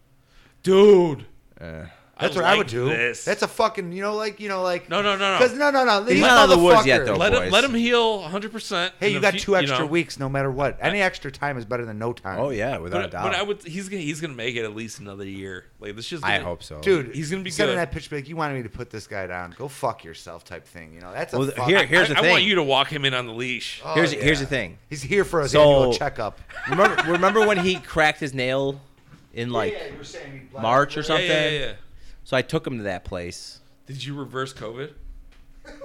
Speaker 4: Dude.
Speaker 3: Uh,
Speaker 2: That's what I would do. That's a fucking, you know, like, you know, like.
Speaker 4: No, no, no, no.
Speaker 2: Because no, no, no. He's
Speaker 3: not out of the woods yet, though.
Speaker 4: let, him,
Speaker 3: boys.
Speaker 4: let him heal 100%.
Speaker 2: Hey,
Speaker 4: in
Speaker 2: you
Speaker 4: a
Speaker 2: got
Speaker 4: few-
Speaker 2: two extra
Speaker 4: know.
Speaker 2: weeks, no matter what. Any extra time is better than no time.
Speaker 3: oh yeah, without
Speaker 4: But,
Speaker 3: a doubt.
Speaker 4: but I would, he's gonna, he's gonna make it at least another year. Like this just.
Speaker 3: I hope so,
Speaker 2: dude,
Speaker 4: He's gonna be
Speaker 2: sending
Speaker 4: good.
Speaker 2: that picture. Like, you wanted me to put this guy down. Go fuck yourself, type thing. You know, that's a
Speaker 3: Well,
Speaker 2: fuck-
Speaker 3: here- here- Here's
Speaker 4: I,
Speaker 3: the
Speaker 4: I want
Speaker 3: thing.
Speaker 4: you to walk him in on the leash.
Speaker 2: Oh,
Speaker 3: Here's here's
Speaker 2: yeah.
Speaker 3: the thing.
Speaker 2: He's here for his
Speaker 3: So-
Speaker 2: annual checkup.
Speaker 3: Remember remember when he cracked his nail in like
Speaker 2: were saying
Speaker 3: March or
Speaker 4: yeah,
Speaker 3: something?
Speaker 4: yeah, yeah, yeah.
Speaker 3: So I took him to that place.
Speaker 4: Did you reverse COVID?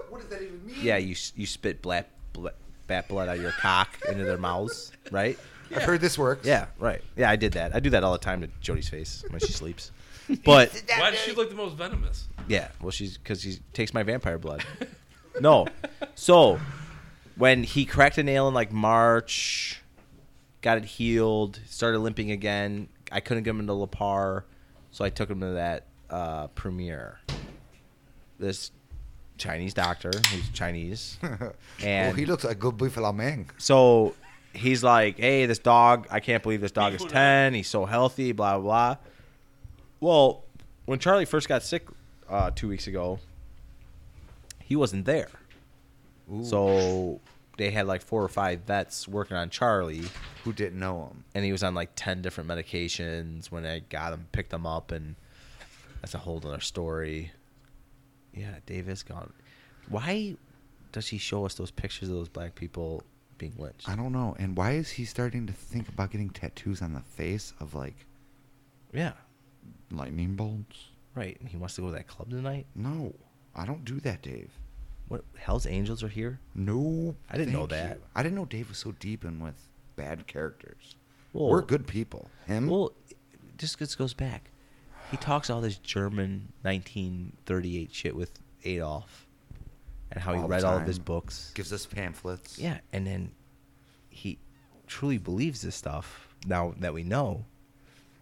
Speaker 2: What does that even mean?
Speaker 3: Yeah, you you spit black, black bat blood out of your cock into their mouths, right?
Speaker 2: I've heard this works.
Speaker 3: Yeah, right. Yeah, I did that. I do that all the time to Jody's face when she sleeps. But
Speaker 4: Why does she look the most venomous?
Speaker 3: yeah, well, she's because she takes my vampire blood. No, so when he cracked a nail in like March, got it healed, started limping again. I couldn't get him to Lapar, so I took him to that uh, premiere. This Chinese doctor, who's Chinese,
Speaker 2: oh,
Speaker 3: and
Speaker 2: he looks like a good buffalo man.
Speaker 3: so he's like, "Hey, this dog, I can't believe this dog is ten. He's so healthy, blah blah." blah. Well, when Charlie first got sick uh, two weeks ago, he wasn't there. So they had like four or five vets working on Charlie,
Speaker 2: Who didn't know him?
Speaker 3: and he was on like ten different medications when I got him, picked him up, and that's a whole other story. Yeah, Dave is gone. Why does he show us those pictures of those black people being lynched?
Speaker 2: I don't know. And why is he starting to think about getting tattoos on the face of like
Speaker 3: Yeah,
Speaker 2: lightning bolts?
Speaker 3: right. And he wants to go to that club tonight.
Speaker 2: No, I don't do that, Dave.
Speaker 3: What Hell's Angels are here?
Speaker 2: No,
Speaker 3: I didn't know
Speaker 2: thank
Speaker 3: that.
Speaker 2: you. I didn't know Dave was so deep in with bad characters.
Speaker 3: Well-
Speaker 2: We're good people. Him,
Speaker 3: Well, just this goes back. He talks all this German 1938 shit with Adolf, and how he
Speaker 2: All the
Speaker 3: read all of his
Speaker 2: time.
Speaker 3: books.
Speaker 2: gives us pamphlets.
Speaker 3: Yeah, and then he truly believes this stuff now that we know.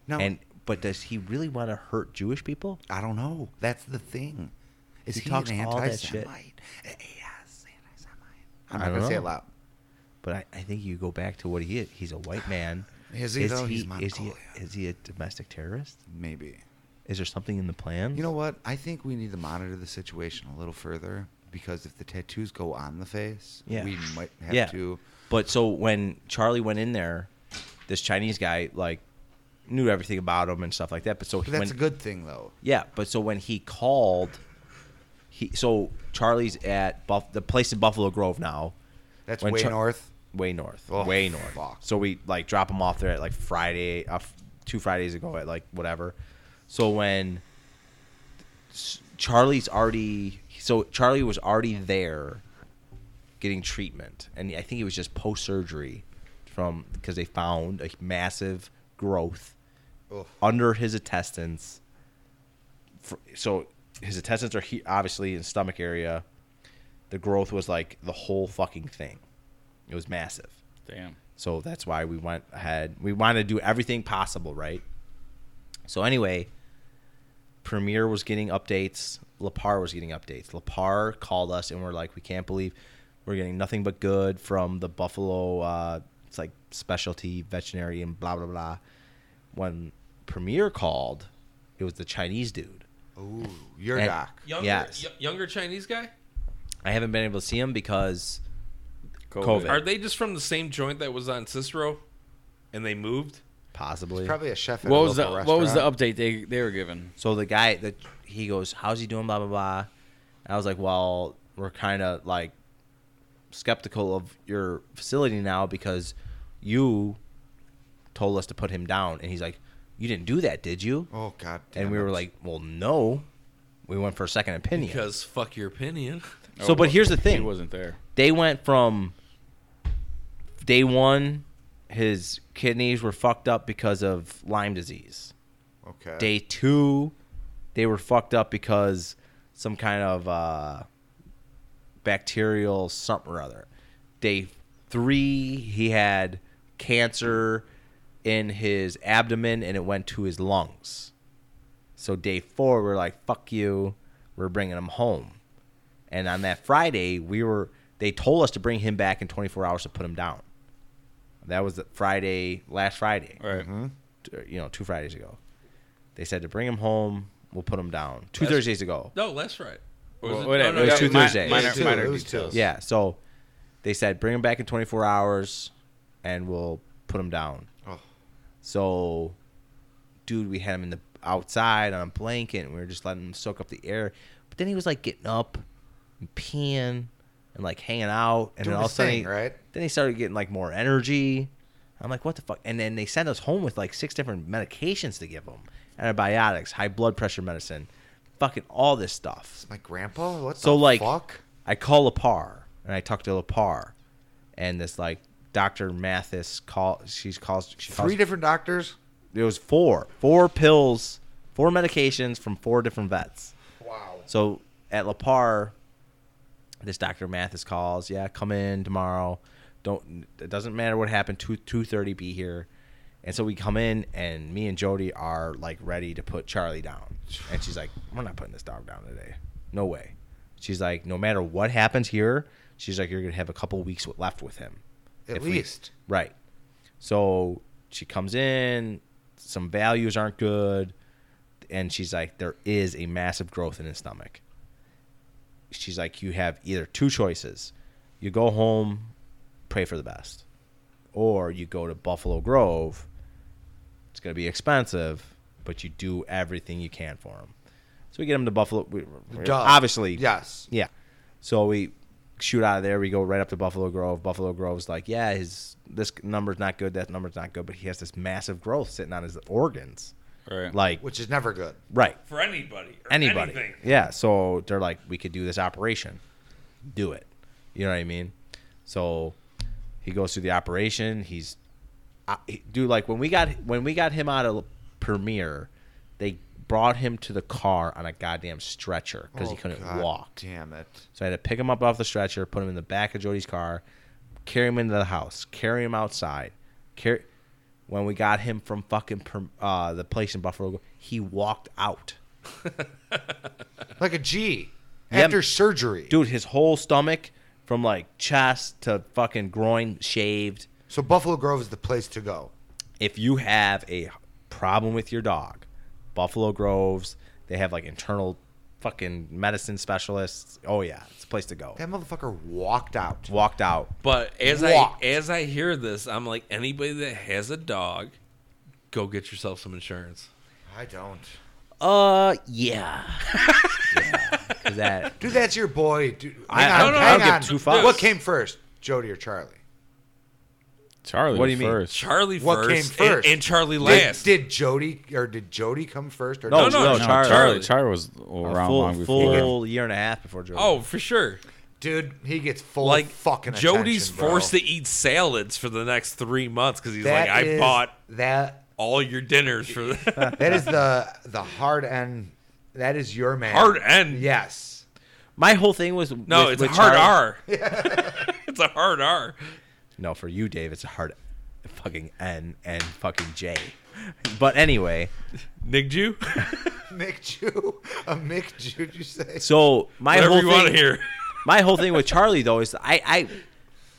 Speaker 2: No,
Speaker 3: And but does he really want to hurt Jewish people?
Speaker 2: I don't know. That's the thing. Is
Speaker 3: He
Speaker 2: he,
Speaker 3: talks
Speaker 2: an
Speaker 3: all that
Speaker 2: anti-Semite? Yes, anti-Semite. I'm
Speaker 3: I
Speaker 2: not
Speaker 3: don't
Speaker 2: gonna say
Speaker 3: know.
Speaker 2: it loud.
Speaker 3: But I, I think you go back to what he is. He's a white man.
Speaker 2: Is he though? He's
Speaker 3: is he?
Speaker 2: Mongolian.
Speaker 3: Is he a domestic terrorist?
Speaker 2: Maybe.
Speaker 3: Is there something in the plan?
Speaker 2: You know what? I think we need to monitor the situation a little further because if the tattoos go on the face,
Speaker 3: Yeah.
Speaker 2: we might have
Speaker 3: yeah.
Speaker 2: to.
Speaker 3: But so when Charlie went in there, this Chinese guy like knew everything about him and stuff like that. But so
Speaker 2: But that's
Speaker 3: when,
Speaker 2: a good thing, though.
Speaker 3: yeah. But so when he called, he so Charlie's at Buff the place in Buffalo Grove now.
Speaker 2: That's
Speaker 3: When
Speaker 2: way
Speaker 3: Char-
Speaker 2: north.
Speaker 3: way north,
Speaker 2: Oh,
Speaker 3: way north.
Speaker 2: fuck.
Speaker 3: So we like drop him off there at like Friday, uh, f- two Fridays ago at like whatever. So when s- Charlie's already, so Charlie was already there getting treatment, and I think it was just post surgery from because they found a massive growth
Speaker 2: Ugh.
Speaker 3: under his intestines. Fr- So his intestines are he- obviously in stomach area. The growth was like the whole fucking thing. It was massive.
Speaker 1: Damn.
Speaker 3: So that's why we went ahead. We wanted to do everything possible, right? So anyway, Premiere was getting updates. Lapar was getting updates. Lapar called us and we're like, we can't believe we're getting nothing but good from the Buffalo. Uh, it's like specialty veterinary and blah blah blah. When Premier called, it was the Chinese dude.
Speaker 2: Ooh, your
Speaker 3: And-
Speaker 2: doc.
Speaker 4: Younger,
Speaker 3: Yes.
Speaker 4: y- younger Chinese guy.
Speaker 3: I haven't been able to see him because COVID.
Speaker 4: Are they just from the same joint that was on Cicero, and they moved?
Speaker 3: possibly
Speaker 2: Probably a chef. At
Speaker 1: What
Speaker 2: a
Speaker 1: was the
Speaker 2: local
Speaker 1: What was the
Speaker 2: restaurant.
Speaker 1: update they they were given?
Speaker 3: So the guy that he goes, "How's he doing?" Blah blah blah. And I was like, "Well, we're kind of like skeptical of your facility now because you told us to put him down." And he's like, "You didn't do that, did you?"
Speaker 2: Oh God.
Speaker 3: and
Speaker 2: damn
Speaker 3: we
Speaker 2: it.
Speaker 3: were like, "Well, no." We went for a second opinion.
Speaker 4: Because fuck your opinion.
Speaker 3: so, but here's the
Speaker 1: Oh, He
Speaker 3: thing:
Speaker 1: wasn't there.
Speaker 3: they went from day one, his kidneys were fucked up because of Lyme disease.
Speaker 2: okay.
Speaker 3: Day two, they were fucked up because some kind of uh, bacterial something or other. Day three, he had cancer in his abdomen and it went to his lungs. So day four, we're like, fuck you. We're bringing him home. And on that Friday, we were, they told us to bring him back in 24 hours to put him down. That was the Friday, last Friday
Speaker 1: All right.
Speaker 3: t- you know, two Fridays ago. They said to bring him home. We'll put him down. Two
Speaker 4: That's-
Speaker 3: Thursdays ago.
Speaker 4: No, that's right. Or
Speaker 1: Well,
Speaker 4: it-
Speaker 1: whatever.
Speaker 4: no, no,
Speaker 1: It was
Speaker 4: no,
Speaker 3: two
Speaker 4: mi-
Speaker 3: Thursdays.
Speaker 1: Minor,
Speaker 2: It was two,
Speaker 1: minor
Speaker 2: it was two.
Speaker 1: details.
Speaker 3: Yeah. So they said bring him back in 24 hours, and we'll put him down.
Speaker 2: Oh.
Speaker 3: So, dude, we had him in the outside on a blanket, and we were just letting him soak up the air. But then he was like getting up, and peeing, and like hanging out, and
Speaker 2: Doing
Speaker 3: then all of a
Speaker 2: his
Speaker 3: sudden,
Speaker 2: thing,
Speaker 3: he-
Speaker 2: right?
Speaker 3: Then he started getting like more energy. I'm like, what the fuck? And then they sent us home with like six different medications to give him: antibiotics, high blood pressure medicine, fucking all this stuff.
Speaker 2: My grandpa. What
Speaker 3: So
Speaker 2: the
Speaker 3: like,
Speaker 2: fuck?
Speaker 3: I call Lapar and I talk to Lapar, and this like Doctor Mathis call. She's calls. She calls.
Speaker 2: Three different doctors.
Speaker 3: It was four, four pills, four medications from four different vets.
Speaker 2: Wow.
Speaker 3: So at Lapar, This Dr. Mathis calls. Yeah, come in tomorrow. Don't. It doesn't matter what happened. Two two thirty. Be here. And so we come in, and me and Jody are like ready to put Charlie down. And she's like, "We're not putting this dog down today. No way." She's like, "No matter what happens here, she's like, you're gonna have a couple weeks with- left with him,
Speaker 2: At
Speaker 3: If we-
Speaker 2: least.
Speaker 3: right." So she comes in. Some values aren't good, and she's like, "There is a massive growth in his stomach." she's like, you have either two choices. You go home, pray for the best, or you go to Buffalo Grove. It's going to be expensive, but you do everything you can for him. So we get him to Buffalo. We, we-
Speaker 2: Duh.
Speaker 3: Obviously.
Speaker 2: Yes.
Speaker 3: Yeah. So we shoot out of there. We go right up to Buffalo Grove. Buffalo Grove's like, yeah, his this number's not good. That number's not good, but he has this massive growth sitting on his organs.
Speaker 1: Right.
Speaker 3: Like,
Speaker 2: Which is never good.
Speaker 3: right
Speaker 4: for anybody. Or
Speaker 3: anybody.
Speaker 4: Anything.
Speaker 3: Yeah. So they're like, we could do this operation. Do it. You know what I mean? So he goes through the operation. He's I, he- dude. Like when we got when we got him out of Premiere, they brought him to the car on a goddamn stretcher because he
Speaker 2: Oh,
Speaker 3: couldn't
Speaker 2: God
Speaker 3: walk.
Speaker 2: Damn it.
Speaker 3: So I had to pick him up off the stretcher, put him in the back of Jody's car, carry him into the house, carry him outside. Carry when we got him from fucking per- uh, the place in Buffalo, he walked out.
Speaker 2: Like a G.
Speaker 3: Yeah.
Speaker 2: After surgery.
Speaker 3: dude his whole stomach from like chest to fucking groin shaved
Speaker 2: So Buffalo Grove is the place to go.
Speaker 3: if you have a problem with your dog buffalo groves they have like internal fucking medicine specialists oh yeah it's a place to go
Speaker 2: That motherfucker walked out.
Speaker 3: walked out
Speaker 4: But as
Speaker 2: Walked.
Speaker 4: I as I hear this, I'm like anybody that has a dog, go get yourself some insurance.
Speaker 2: I don't.
Speaker 3: uh yeah because that
Speaker 2: Dude, that's your boy. Dude,
Speaker 3: I-
Speaker 2: hang
Speaker 3: I
Speaker 2: on,
Speaker 3: don't know, I
Speaker 2: hang
Speaker 3: don't give
Speaker 2: on.
Speaker 3: two fucks.
Speaker 2: What came first, Jody or Charlie?
Speaker 1: Charlie
Speaker 3: What do
Speaker 1: was
Speaker 3: you mean?
Speaker 1: first.
Speaker 4: Charlie
Speaker 2: What
Speaker 4: first,
Speaker 2: came first?
Speaker 4: And, and Charlie
Speaker 2: Did-
Speaker 4: last.
Speaker 2: Did, Jody or did Jody come first? Or
Speaker 3: No,
Speaker 2: did-
Speaker 4: no, no,
Speaker 1: No,
Speaker 4: Charlie.
Speaker 1: Charlie. Charlie. was
Speaker 3: a
Speaker 1: around long
Speaker 3: full,
Speaker 1: before.
Speaker 3: full year and a half before Jordan.
Speaker 4: oh, for sure.
Speaker 2: dude, he gets full
Speaker 4: like
Speaker 2: fucking.
Speaker 4: Jody's
Speaker 2: attention, bro.
Speaker 4: forced to eat salads for the next three months because he's
Speaker 2: That
Speaker 4: like, I
Speaker 2: is-
Speaker 4: bought
Speaker 2: that.
Speaker 4: all your dinners for the
Speaker 2: That is the the hard end. That is your man.
Speaker 4: hard end.
Speaker 2: Yes.
Speaker 3: my whole thing was
Speaker 4: No,
Speaker 3: with-
Speaker 4: it's
Speaker 3: with
Speaker 4: a hard
Speaker 3: Charlie-
Speaker 4: R. it's a hard R.
Speaker 3: No, for you, Dave, it's a hard fucking N and fucking J. But anyway,
Speaker 4: Nick Jew,
Speaker 2: Mick Jew. A Mick Jew, did you say?
Speaker 3: so my
Speaker 4: whatever
Speaker 3: whole
Speaker 4: you
Speaker 3: thing,
Speaker 4: want to hear.
Speaker 3: my whole thing with Charlie though is I I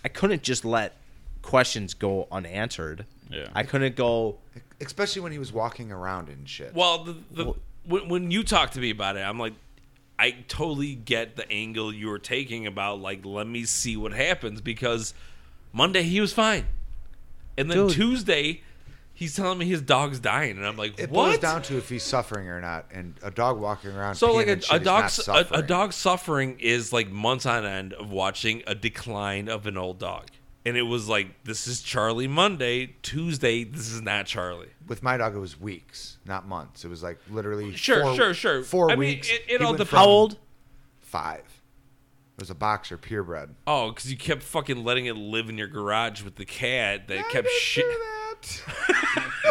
Speaker 3: I couldn't just let questions go unanswered.
Speaker 1: Yeah.
Speaker 3: I couldn't go.
Speaker 2: Especially when he was walking around and shit.
Speaker 4: Well, the, the when, when you talk to me about it, I'm like, I totally get the angle you were taking about like, let me see what happens because Monday he was fine, and then
Speaker 3: Dude.
Speaker 4: Tuesday he's telling me his dog's dying, and I'm like,
Speaker 2: it
Speaker 4: what?
Speaker 2: boils down to if he's suffering or not, and a dog walking around.
Speaker 4: so like
Speaker 2: peeing
Speaker 4: a,
Speaker 2: and
Speaker 4: a
Speaker 2: shit is
Speaker 4: dog
Speaker 2: not
Speaker 4: su- a, a
Speaker 2: suffering.
Speaker 4: dog suffering is like months on end of watching a decline of an old dog. And it was like this is Charlie Monday, Tuesday this is not Charlie.
Speaker 2: with my dog, it was weeks, not months. It was like literally
Speaker 4: Sure,
Speaker 2: four,
Speaker 4: sure, sure.
Speaker 2: Four
Speaker 4: I mean,
Speaker 2: weeks.
Speaker 4: it-
Speaker 2: He
Speaker 4: it all
Speaker 2: went
Speaker 4: depends-
Speaker 2: from
Speaker 4: How
Speaker 3: old?
Speaker 2: Five. It was a boxer, purebred.
Speaker 4: Oh, because you kept fucking letting it live in your garage with the cat that kept shit.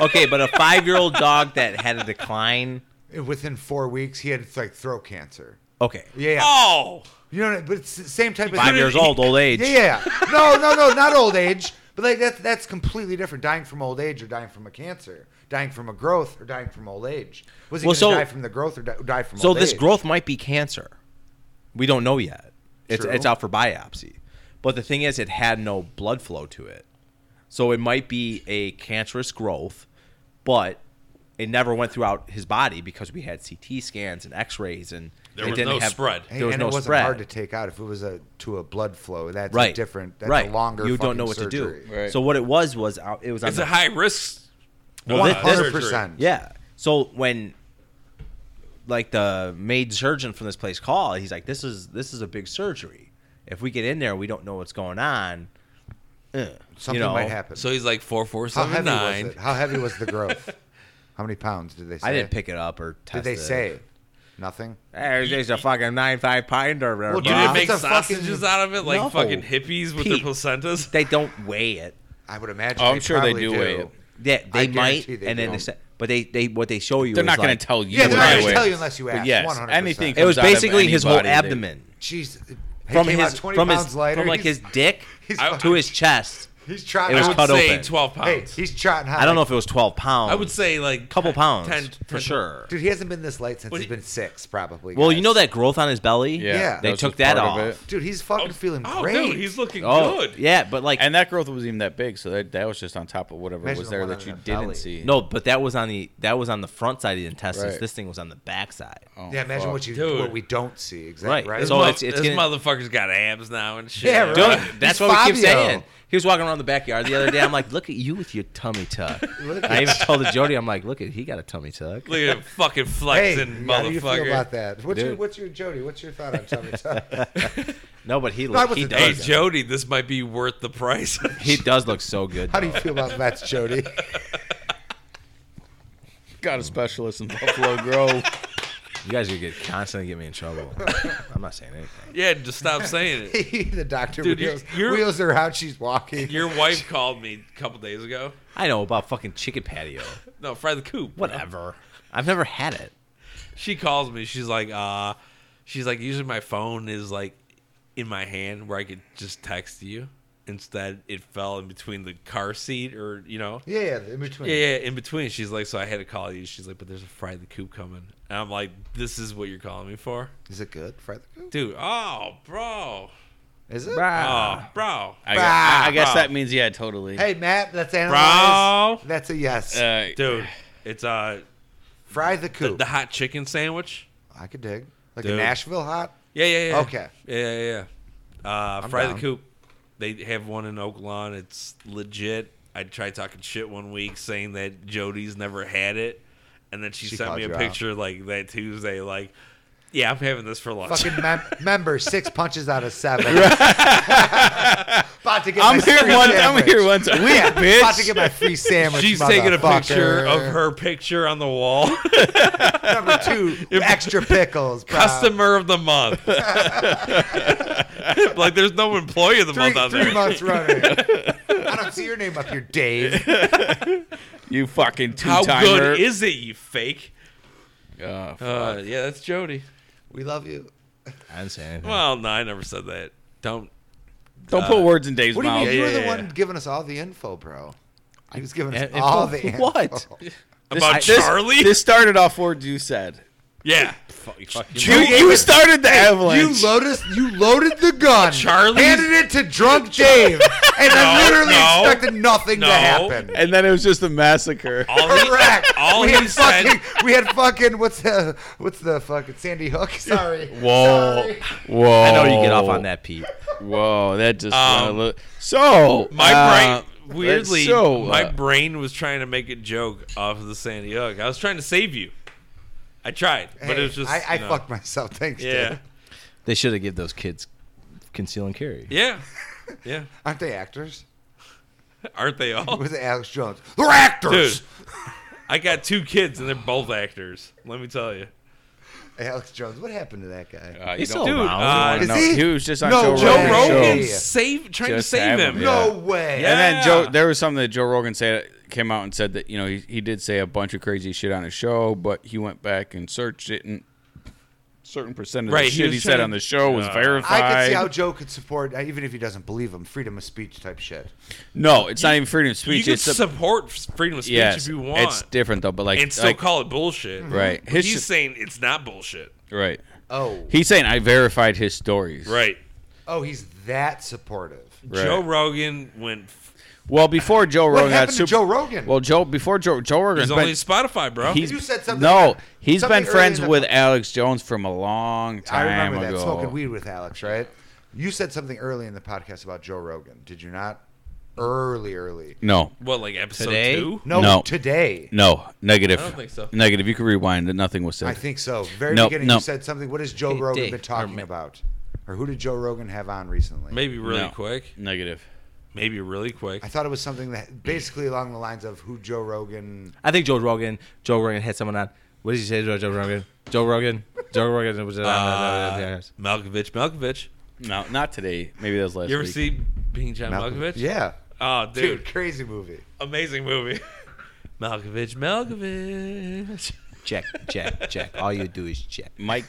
Speaker 3: Okay, but a five year old dog that had a decline.
Speaker 2: Within four weeks, he had like throat cancer.
Speaker 3: Okay,
Speaker 2: Yeah, yeah.
Speaker 4: Oh,
Speaker 2: You know, what I- but it's the same type of
Speaker 3: five years old, old age.
Speaker 2: Yeah, yeah. yeah. No, no, no, not old age. But like that's that's completely different. Dying from old age or dying from a cancer, dying from a growth or dying from old age. Was he
Speaker 3: Well,
Speaker 2: going to
Speaker 3: so-
Speaker 2: die from the growth or die, die from
Speaker 3: So
Speaker 2: old
Speaker 3: this
Speaker 2: age?
Speaker 3: growth might be cancer. We don't know yet. It's
Speaker 2: True.
Speaker 3: it's out for biopsy. But the thing is it had no blood flow to it. So it might be a cancerous growth, but it never went throughout his body because we had CT scans and X-rays and
Speaker 4: There
Speaker 3: they
Speaker 4: was
Speaker 3: didn't
Speaker 4: no
Speaker 3: have-
Speaker 4: spread.
Speaker 2: Hey,
Speaker 3: There was
Speaker 2: and
Speaker 3: no
Speaker 2: it wasn't
Speaker 3: spread.
Speaker 2: hard to take out if it was a to a blood flow. That's
Speaker 3: right,
Speaker 2: a different. That's
Speaker 3: right.
Speaker 2: a longer.
Speaker 3: you don't know what
Speaker 2: fucking
Speaker 3: to do.
Speaker 2: surgery.
Speaker 1: Right.
Speaker 3: So what it was was out, it was on
Speaker 4: it's
Speaker 3: the
Speaker 4: a high risk.
Speaker 3: Well,
Speaker 4: uh,
Speaker 3: thi- this-
Speaker 2: Hundred
Speaker 4: surgery.
Speaker 2: percent.
Speaker 3: Yeah. So when like the maid surgeon from this place called, he's like, "This is this is a big surgery. If we get in there, we don't know what's going on. Eh, you
Speaker 2: Something
Speaker 3: know.
Speaker 2: might happen.
Speaker 4: So he's like four four
Speaker 2: How
Speaker 4: seven
Speaker 2: heavy was
Speaker 4: nine.
Speaker 2: it? How heavy was the growth? How many pounds did they say?
Speaker 3: I didn't pick it up or test
Speaker 2: Did they
Speaker 3: it.
Speaker 2: say nothing?
Speaker 3: Hey, there's a fucking nine five pounder. blah,
Speaker 2: Well,
Speaker 4: You
Speaker 3: blah."
Speaker 2: Wow.
Speaker 4: didn't make
Speaker 2: It's a fucking-
Speaker 4: sausages out of it like
Speaker 3: No.
Speaker 4: fucking hippies with
Speaker 3: Pete.
Speaker 4: their placentas.
Speaker 3: they don't weigh it.
Speaker 2: I would imagine.
Speaker 1: Oh, I'm
Speaker 2: they
Speaker 1: sure they
Speaker 2: probably
Speaker 1: do
Speaker 2: do
Speaker 1: weigh it.
Speaker 3: They,
Speaker 2: I
Speaker 3: they might,
Speaker 2: guarantee they
Speaker 3: and then they
Speaker 2: don't.
Speaker 3: say, but they, they what they show you.
Speaker 1: They're
Speaker 3: is
Speaker 1: not going
Speaker 3: like-
Speaker 1: to tell you.
Speaker 2: Yeah, they're not
Speaker 1: right
Speaker 2: gonna
Speaker 1: away.
Speaker 2: tell you unless you
Speaker 1: But
Speaker 2: ask,
Speaker 1: Yes,
Speaker 2: 100%.
Speaker 1: anything.
Speaker 3: It was
Speaker 1: comes out of
Speaker 3: basically his whole
Speaker 1: anybody, they-
Speaker 3: abdomen.
Speaker 2: Jeez, He
Speaker 3: from
Speaker 2: came out
Speaker 3: his
Speaker 2: 20
Speaker 3: from
Speaker 2: pounds
Speaker 3: his
Speaker 2: lighter.
Speaker 3: from like
Speaker 2: He's-
Speaker 3: his dick
Speaker 2: he's
Speaker 3: to
Speaker 2: fucking-
Speaker 3: his chest.
Speaker 2: He's trotting.
Speaker 3: It was
Speaker 2: I
Speaker 4: I
Speaker 2: would
Speaker 4: would
Speaker 3: cut
Speaker 4: say
Speaker 3: open.
Speaker 4: 12
Speaker 2: Hey,
Speaker 4: pounds.
Speaker 2: he's trotting hot.
Speaker 3: I don't know if it was twelve pounds.
Speaker 4: I would say like a
Speaker 3: couple pounds
Speaker 4: 10, 10
Speaker 3: for sure.
Speaker 2: Dude, he hasn't been this light since
Speaker 4: What
Speaker 2: he's
Speaker 4: do you-
Speaker 2: been six, probably.
Speaker 3: Well,
Speaker 2: guys.
Speaker 3: you know that growth on his belly.
Speaker 2: Yeah.
Speaker 3: they
Speaker 1: was
Speaker 3: took
Speaker 1: just
Speaker 3: that
Speaker 1: part of
Speaker 3: off.
Speaker 1: it.
Speaker 2: dude, he's fucking feeling
Speaker 4: oh,
Speaker 2: great.
Speaker 4: dude, he's looking
Speaker 3: Oh,
Speaker 4: good.
Speaker 3: yeah, but like
Speaker 1: And that growth was even that big, so that that was just on top of whatever
Speaker 2: Imagine
Speaker 1: was
Speaker 2: the
Speaker 1: there
Speaker 2: one
Speaker 1: that
Speaker 2: on
Speaker 1: you
Speaker 2: the
Speaker 1: didn't
Speaker 2: belly.
Speaker 1: see.
Speaker 3: no, but that was on the that was on the front side of the intestines.
Speaker 1: Right.
Speaker 3: This thing was on the back side.
Speaker 1: Oh,
Speaker 2: yeah, imagine
Speaker 1: fuck.
Speaker 2: what you
Speaker 4: Dude.
Speaker 2: what we don't see exactly.
Speaker 3: Right.
Speaker 2: Right.
Speaker 4: This,
Speaker 3: So
Speaker 4: mo-
Speaker 3: it's- it's
Speaker 4: this
Speaker 3: getting-
Speaker 4: motherfucker's got abs now and shit.
Speaker 2: Yeah,
Speaker 3: Dude,
Speaker 2: right.
Speaker 3: that's
Speaker 2: He's
Speaker 3: what we keep
Speaker 2: Fabio.
Speaker 3: saying. He was walking around the backyard the other day. I'm like, look at you with your tummy tuck. I even told the Jody, I'm like, look at he got a tummy tuck.
Speaker 4: Look at him fucking
Speaker 2: Hey,
Speaker 4: flexing,
Speaker 2: how do you feel about
Speaker 4: motherfucker.
Speaker 2: that? What's your,
Speaker 3: Dude.
Speaker 2: what's your Jody? What's your thought on Tommy Tuck?
Speaker 3: No, but he
Speaker 2: I
Speaker 3: look, he
Speaker 2: wasn't
Speaker 4: Hey,
Speaker 3: does.
Speaker 4: Jody, this might be worth the price.
Speaker 3: He does look so good.
Speaker 2: How do you feel about that, Jody?
Speaker 1: got a specialist in Buffalo Grove.
Speaker 3: You guys are gonna get constantly get me in trouble. I'm not saying anything.
Speaker 4: yeah, just stop saying it.
Speaker 2: the doctor
Speaker 4: Dude,
Speaker 2: wheels,
Speaker 4: you're-
Speaker 2: wheels her out. She's walking.
Speaker 4: Your wife called me a couple days ago.
Speaker 3: I know about fucking chicken patio.
Speaker 4: No, fry the coop. bro.
Speaker 3: Whatever. I've never had it.
Speaker 4: She calls me. She's like, uh, she's like, usually my phone is like in my hand where I could just text you. Instead, it fell in between the car seat or, you know.
Speaker 2: yeah, yeah, in between.
Speaker 4: Yeah, yeah, in between. She's like, so I had to call you. She's like, but there's a fry the coop coming. And I'm like, this is what you're calling me for?
Speaker 2: Is it good? Fried the coop?
Speaker 4: Dude, oh, bro.
Speaker 2: Is it?
Speaker 4: Oh, bro.
Speaker 1: I, gu- I- I
Speaker 4: Bah.
Speaker 1: guess
Speaker 4: Bah.
Speaker 1: that means yeah, totally.
Speaker 2: Hey, Matt, that's
Speaker 4: Bro.
Speaker 2: analyzed. That's a yes.
Speaker 1: Uh,
Speaker 4: Dude, it's uh,
Speaker 2: Fry the
Speaker 4: the,
Speaker 2: coop.
Speaker 4: the hot chicken sandwich.
Speaker 2: I could dig. Like a
Speaker 4: Dude.
Speaker 2: Nashville hot.
Speaker 4: Yeah, yeah, yeah.
Speaker 2: Okay.
Speaker 4: Yeah, yeah, yeah. Uh,
Speaker 2: I'm
Speaker 4: Fry
Speaker 2: down.
Speaker 4: the Coop. They have one in Oak Lawn. It's legit. I tried talking shit one week saying that Jody's never had it. And then she,
Speaker 2: She
Speaker 4: sent
Speaker 2: called
Speaker 4: me
Speaker 2: you
Speaker 4: a
Speaker 2: out.
Speaker 4: picture like that Tuesday, like, yeah, I'm having this for lunch.
Speaker 2: Fucking mem- member, six punches out of seven. about to get
Speaker 1: I'm
Speaker 2: my
Speaker 1: here
Speaker 2: free
Speaker 1: once. I'm
Speaker 2: sandwich.
Speaker 1: here once a week,
Speaker 2: Yeah, about to
Speaker 1: bitch.
Speaker 2: get my free sandwich.
Speaker 4: She's taking a picture of
Speaker 2: motherfucker.
Speaker 4: her picture on the wall.
Speaker 2: Number two, extra pickles. Bro.
Speaker 4: Customer of the month. like, there's no employee of the
Speaker 2: Three,
Speaker 4: month out
Speaker 2: three
Speaker 4: there.
Speaker 2: months running. I don't see your name up here, Dave.
Speaker 1: You fucking two
Speaker 4: How
Speaker 1: timer.
Speaker 4: good is it, you fake?
Speaker 1: Uh,
Speaker 4: Uh, yeah, that's Jody.
Speaker 2: We love you.
Speaker 3: I didn't say anything.
Speaker 4: Well, no, I never said that. Don't
Speaker 1: don't put words in Dave's
Speaker 2: What do you
Speaker 1: mouth.
Speaker 2: mean? you were
Speaker 4: yeah,
Speaker 2: the
Speaker 4: yeah,
Speaker 2: one
Speaker 4: yeah.
Speaker 2: giving us all the info, bro. He was giving us
Speaker 3: And- info
Speaker 2: all
Speaker 3: for
Speaker 2: the info.
Speaker 3: what?
Speaker 4: about
Speaker 3: I-
Speaker 1: This-
Speaker 4: Charlie.
Speaker 1: This started off words you said.
Speaker 4: yeah,
Speaker 1: You, you started the
Speaker 2: You
Speaker 1: avalanche.
Speaker 2: loaded, you loaded the gun,
Speaker 4: Charlie's-
Speaker 2: handed it to drunk Dave, and I
Speaker 4: No,
Speaker 2: literally
Speaker 4: no,
Speaker 2: expected nothing to
Speaker 4: no.
Speaker 2: happen.
Speaker 1: and then it was just a massacre.
Speaker 4: all he,
Speaker 2: Correct.
Speaker 4: all
Speaker 2: we
Speaker 4: he
Speaker 2: had
Speaker 4: said,
Speaker 2: fucking, we had fucking what's the what's the fucking Sandy Hook? Sorry.
Speaker 1: Whoa,
Speaker 2: Sorry.
Speaker 1: whoa!
Speaker 3: I know you get off
Speaker 1: oh.
Speaker 3: on that, Pete.
Speaker 1: Whoa, that just
Speaker 4: Um,
Speaker 1: uh, so
Speaker 4: my
Speaker 1: uh,
Speaker 4: brain weirdly,
Speaker 1: that's so,
Speaker 4: my
Speaker 1: uh,
Speaker 4: brain was trying to make a joke off of the Sandy Hook. I was trying to save you. I tried, but
Speaker 2: Hey,
Speaker 4: it was just
Speaker 2: I, I
Speaker 4: no.
Speaker 2: fucked myself. Thanks,
Speaker 4: Yeah,
Speaker 2: Dave.
Speaker 3: They should have give those kids conceal and carry.
Speaker 4: yeah, yeah.
Speaker 2: Aren't they actors?
Speaker 4: Aren't they all,
Speaker 2: Was it Alex Jones? They're actors.
Speaker 4: dude? I got two kids and they're both actors. Let me tell you.
Speaker 2: Alex Jones. What happened to that guy?
Speaker 1: uh, you
Speaker 3: He's
Speaker 1: don't
Speaker 3: still
Speaker 4: Dude,
Speaker 3: around.
Speaker 4: uh,
Speaker 1: wanna
Speaker 2: Is
Speaker 1: know.
Speaker 2: he?
Speaker 1: he? was just on
Speaker 2: No
Speaker 1: Joe
Speaker 2: way.
Speaker 4: Joe
Speaker 1: Rogan's
Speaker 2: Rogan.
Speaker 1: show.
Speaker 4: Rogan
Speaker 2: Yeah.
Speaker 4: save trying
Speaker 1: Just
Speaker 4: to save
Speaker 1: have
Speaker 4: him.
Speaker 1: him, yeah.
Speaker 2: no way.
Speaker 4: Yeah.
Speaker 1: And then Joe, there was something that Joe Rogan said came out and said that you know he, he did say a bunch of crazy shit on his show, but he went back and searched it, and certain percent of
Speaker 4: Right,
Speaker 1: the
Speaker 4: he
Speaker 1: shit he,
Speaker 4: was
Speaker 1: said
Speaker 4: trying-
Speaker 1: on the show was
Speaker 4: Uh,
Speaker 1: verified.
Speaker 2: I could see how Joe could support, uh, even if he doesn't believe him, freedom of speech type shit.
Speaker 1: no, it's not even freedom of
Speaker 4: You
Speaker 1: speech.
Speaker 4: can
Speaker 1: it's a-
Speaker 4: support freedom of speech
Speaker 1: uh, yes,
Speaker 4: if you want,
Speaker 1: it's different though. But like,
Speaker 4: and still
Speaker 1: like-
Speaker 4: call it bullshit.
Speaker 1: right,
Speaker 4: But
Speaker 1: his
Speaker 4: he's
Speaker 1: sh-
Speaker 4: saying it's not bullshit.
Speaker 1: right.
Speaker 2: Oh,
Speaker 1: He's saying I verified his stories.
Speaker 4: Right.
Speaker 2: oh, he's that supportive.
Speaker 1: Right.
Speaker 4: Joe Rogan went. F-
Speaker 1: Well, before Joe
Speaker 2: What
Speaker 1: Rogan got
Speaker 2: happened
Speaker 1: super.
Speaker 2: to Joe Rogan?
Speaker 1: well, Joe before Joe Joe Rogan.
Speaker 4: he's
Speaker 1: but-
Speaker 4: only Spotify, bro.
Speaker 1: He's,
Speaker 2: You said something-
Speaker 1: No, he's
Speaker 2: something
Speaker 1: been friends
Speaker 2: early in the-
Speaker 1: with Alex Jones from a long
Speaker 2: I
Speaker 1: time
Speaker 2: remember that
Speaker 1: ago.
Speaker 2: smoking weed with Alex, right? You said something early in the podcast about Joe Rogan, did you not? Early, early.
Speaker 1: No,
Speaker 4: what, like episode
Speaker 3: Today?
Speaker 4: two?
Speaker 2: No,
Speaker 1: No.
Speaker 2: today.
Speaker 1: no, negative.
Speaker 4: I don't think so.
Speaker 1: Negative. You can rewind. that Nothing was said.
Speaker 2: I think so. Very
Speaker 1: No,
Speaker 2: beginning,
Speaker 1: no.
Speaker 2: you said something. What has Joe
Speaker 3: Hey,
Speaker 2: Rogan
Speaker 3: Dave,
Speaker 2: been
Speaker 3: or
Speaker 2: talking
Speaker 3: ma-
Speaker 2: about, or who did Joe Rogan have on recently?
Speaker 4: Maybe really
Speaker 1: No.
Speaker 4: quick.
Speaker 1: negative.
Speaker 4: Maybe really quick.
Speaker 2: I thought it was something that basically along the lines of who Joe Rogan.
Speaker 3: I think Joe Rogan. Joe Rogan had someone on. What did you say, Joe, Joe Rogan? Joe Rogan. Joe Rogan. was on-
Speaker 4: Uh, Malkovich, Malkovich.
Speaker 1: No, not today. Maybe that was last
Speaker 4: You ever
Speaker 1: week.
Speaker 4: see Being John Malkovich?
Speaker 2: Yeah,
Speaker 4: Oh,
Speaker 2: dude,
Speaker 4: dude,
Speaker 2: crazy movie.
Speaker 4: amazing movie. Malkovich, Malkovich.
Speaker 3: Check, check, check. All you do is check.
Speaker 1: Mike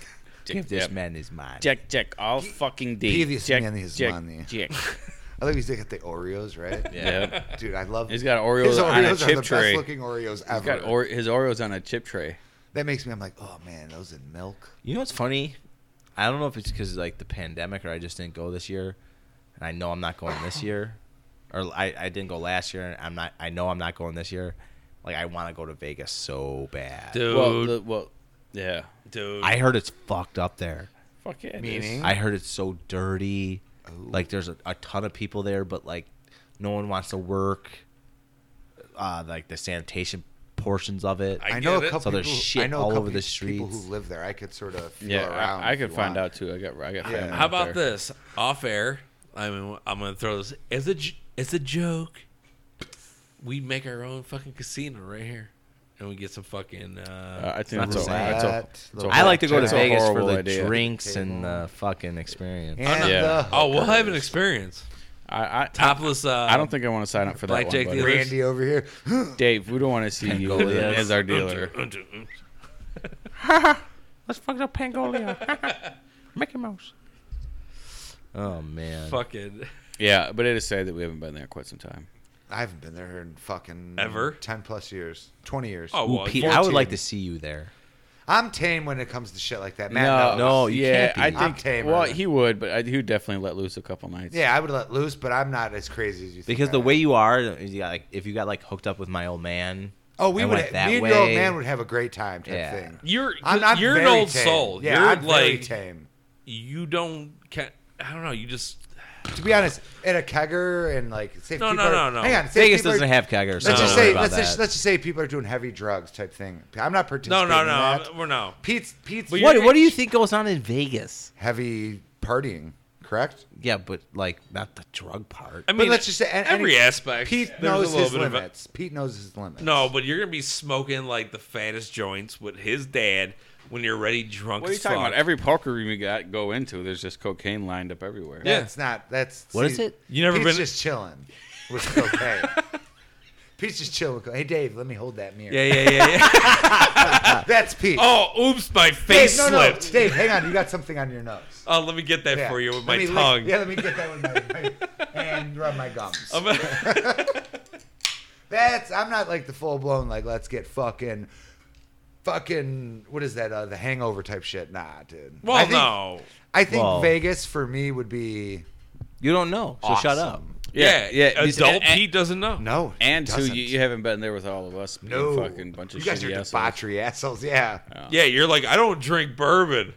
Speaker 3: Give this
Speaker 1: Yep.
Speaker 3: man his mind.
Speaker 1: Jack, Jack, all fucking day.
Speaker 2: give this
Speaker 1: Jack,
Speaker 2: man his
Speaker 1: Jack,
Speaker 2: money.
Speaker 1: Jack.
Speaker 2: I think he's looking at the Oreos, right?
Speaker 1: Yeah.
Speaker 2: Dude, I love.
Speaker 1: He's got Oreos
Speaker 2: his
Speaker 1: on a
Speaker 2: Oreos
Speaker 1: chip
Speaker 2: are the
Speaker 1: tray.
Speaker 2: best looking Oreos
Speaker 1: He's
Speaker 2: ever.
Speaker 1: got or- his Oreos on a chip tray.
Speaker 2: that makes me. I'm like, oh man, those in milk.
Speaker 3: You know what's funny? I don't know if it's because like the pandemic or I just didn't go this year, and I know I'm not going this year, or I, I didn't go last year and I'm not I know I'm not going this year. Like I want to go to Vegas so bad.
Speaker 4: Dude,
Speaker 1: Well, the, well, yeah.
Speaker 4: dude.
Speaker 3: I heard it's fucked up there.
Speaker 1: Fuck yeah. it is.
Speaker 2: Meaning?
Speaker 3: I heard it's so dirty.
Speaker 2: Oh.
Speaker 3: Like there's a, a ton of people there, but like no one wants to work. Uh, like the sanitation portions of it.
Speaker 4: I
Speaker 2: I, know
Speaker 4: get
Speaker 2: a
Speaker 4: it.
Speaker 2: couple
Speaker 3: So there's
Speaker 2: people,
Speaker 3: shit
Speaker 2: I know a
Speaker 3: all
Speaker 2: couple
Speaker 3: over the
Speaker 2: people
Speaker 3: streets.
Speaker 2: who live there. I could sort of feel
Speaker 1: Yeah,
Speaker 2: around.
Speaker 1: I, I
Speaker 2: if
Speaker 1: could
Speaker 2: you
Speaker 1: find
Speaker 2: want.
Speaker 1: out too. I got, I got
Speaker 2: Yeah.
Speaker 1: family
Speaker 4: How
Speaker 1: out
Speaker 4: about
Speaker 1: there.
Speaker 4: this? Off air, I'm I'm gonna throw this as a j- as a joke. We make our own fucking casino right here, and we get some fucking.
Speaker 1: Uh,
Speaker 4: Uh,
Speaker 1: I think
Speaker 3: Not
Speaker 1: that's a,
Speaker 3: the
Speaker 1: that's a,
Speaker 2: same.
Speaker 1: that's a-
Speaker 3: I like to go to
Speaker 1: that's a
Speaker 3: Vegas for
Speaker 1: horrible
Speaker 3: the
Speaker 1: idea.
Speaker 3: drinks and the fucking experience.
Speaker 2: And
Speaker 1: Yeah.
Speaker 2: the
Speaker 4: oh, we'll have an
Speaker 2: hookers.
Speaker 4: experience.
Speaker 1: I, I,
Speaker 4: Topless. Uh,
Speaker 1: I don't think I want to sign up for that
Speaker 4: Blackjack
Speaker 1: one.
Speaker 4: dealer.
Speaker 1: buddy.
Speaker 2: Randy over here.
Speaker 1: Dave, we don't want to see you
Speaker 3: Pangolias.
Speaker 1: as our dealer.
Speaker 5: Let's fuck up Pangolia. Mickey Mouse.
Speaker 3: Oh man.
Speaker 4: fucking.
Speaker 1: Yeah, but it is sad that we haven't been there quite some time.
Speaker 2: I haven't been there in fucking
Speaker 4: Ever?
Speaker 2: ten plus years, twenty years.
Speaker 4: Oh,
Speaker 3: Ooh,
Speaker 4: well,
Speaker 3: Pete,
Speaker 4: yeah.
Speaker 3: I would like
Speaker 2: 14.
Speaker 3: to see you there.
Speaker 2: I'm tame when it comes to shit like that. Matt knows.
Speaker 3: no, you
Speaker 1: yeah,
Speaker 3: can't be.
Speaker 1: I
Speaker 2: I'm
Speaker 1: think.
Speaker 2: tamer.
Speaker 1: well, he would, but I, he would definitely let loose a couple nights.
Speaker 2: Yeah, I would let loose, but I'm not as crazy as you. think
Speaker 3: Because
Speaker 2: I
Speaker 3: the
Speaker 2: am.
Speaker 3: way you are, you got, like if you got like hooked up with my old man.
Speaker 2: oh, we
Speaker 3: and
Speaker 2: would.
Speaker 3: went that
Speaker 2: me and your old
Speaker 3: way-
Speaker 2: man would have a great time. Type
Speaker 3: Yeah.
Speaker 2: thing.
Speaker 4: You're
Speaker 2: I'm, I'm
Speaker 4: you're an
Speaker 2: very
Speaker 4: old
Speaker 2: tame.
Speaker 4: soul.
Speaker 2: Yeah,
Speaker 4: you're
Speaker 2: I'm
Speaker 4: like
Speaker 2: very tame.
Speaker 4: you don't. Ca- I don't know. You just
Speaker 2: To be honest, at a kegger and like say
Speaker 4: No,
Speaker 2: people
Speaker 4: no,
Speaker 2: are-
Speaker 4: no, no.
Speaker 2: Hang on, say
Speaker 3: Vegas
Speaker 2: people are-
Speaker 3: doesn't have keggers.
Speaker 2: Let's
Speaker 4: No.
Speaker 2: just
Speaker 4: Don't worry
Speaker 2: say let's just, let's just say people are doing heavy drugs type thing. I'm not
Speaker 4: no,
Speaker 2: participating.
Speaker 4: no,
Speaker 2: in
Speaker 4: no.
Speaker 2: that.
Speaker 4: I'm- We're no.
Speaker 2: Pete's Pete's
Speaker 4: But
Speaker 3: what
Speaker 4: you're-
Speaker 3: What do you think goes on in Vegas?
Speaker 2: heavy partying, correct?
Speaker 3: Yeah, but like not the drug part.
Speaker 4: I mean,
Speaker 2: but let's just say and- and
Speaker 4: every aspect.
Speaker 2: Pete
Speaker 4: there's
Speaker 2: knows
Speaker 4: a little
Speaker 2: his
Speaker 4: bit of it.
Speaker 2: limits. Pete knows his limits.
Speaker 4: No, but you're gonna be smoking like the fattest joints with his dad when you're already drunk.
Speaker 1: What are you
Speaker 4: as
Speaker 1: talking
Speaker 4: fuck.
Speaker 1: about? Every poker room you got go into, there's just cocaine lined up everywhere.
Speaker 4: Yeah.
Speaker 2: That's not. That's
Speaker 3: What is it?
Speaker 4: You never
Speaker 2: Pete's
Speaker 4: been-
Speaker 2: just chilling with cocaine. Pete's just chilling. with co- Hey Dave, let me hold that mirror.
Speaker 4: yeah, yeah, yeah, yeah.
Speaker 2: That's Pete.
Speaker 4: oh, oops, my face
Speaker 2: Dave, no, no,
Speaker 4: slipped.
Speaker 2: Dave, hang on. You got something on your nose.
Speaker 4: Oh, let me get that
Speaker 2: Yeah.
Speaker 4: for you with
Speaker 2: Let
Speaker 4: my
Speaker 2: me lick-
Speaker 4: tongue.
Speaker 2: yeah, let me get that with my, my and rub my gums.
Speaker 4: I'm-
Speaker 2: That's I'm not like the full blown like let's get fucking fucking what is that uh, the hangover type shit. Nah, dude.
Speaker 4: well,
Speaker 2: I think,
Speaker 4: no.
Speaker 2: I think
Speaker 3: Well-
Speaker 2: Vegas for me would be
Speaker 3: You don't know, so shut up.
Speaker 2: awesome.
Speaker 4: Yeah, yeah.
Speaker 1: He's-
Speaker 4: Adult
Speaker 1: and-
Speaker 4: Pete doesn't know.
Speaker 2: No, it
Speaker 1: And two,
Speaker 2: doesn't.
Speaker 1: you, you haven't been there with all of us. being
Speaker 2: no
Speaker 1: fucking bunch of
Speaker 2: you guys
Speaker 1: shitty
Speaker 2: are
Speaker 1: assholes.
Speaker 2: debauchery assholes. Yeah.
Speaker 4: Yeah, you're like I don't drink bourbon,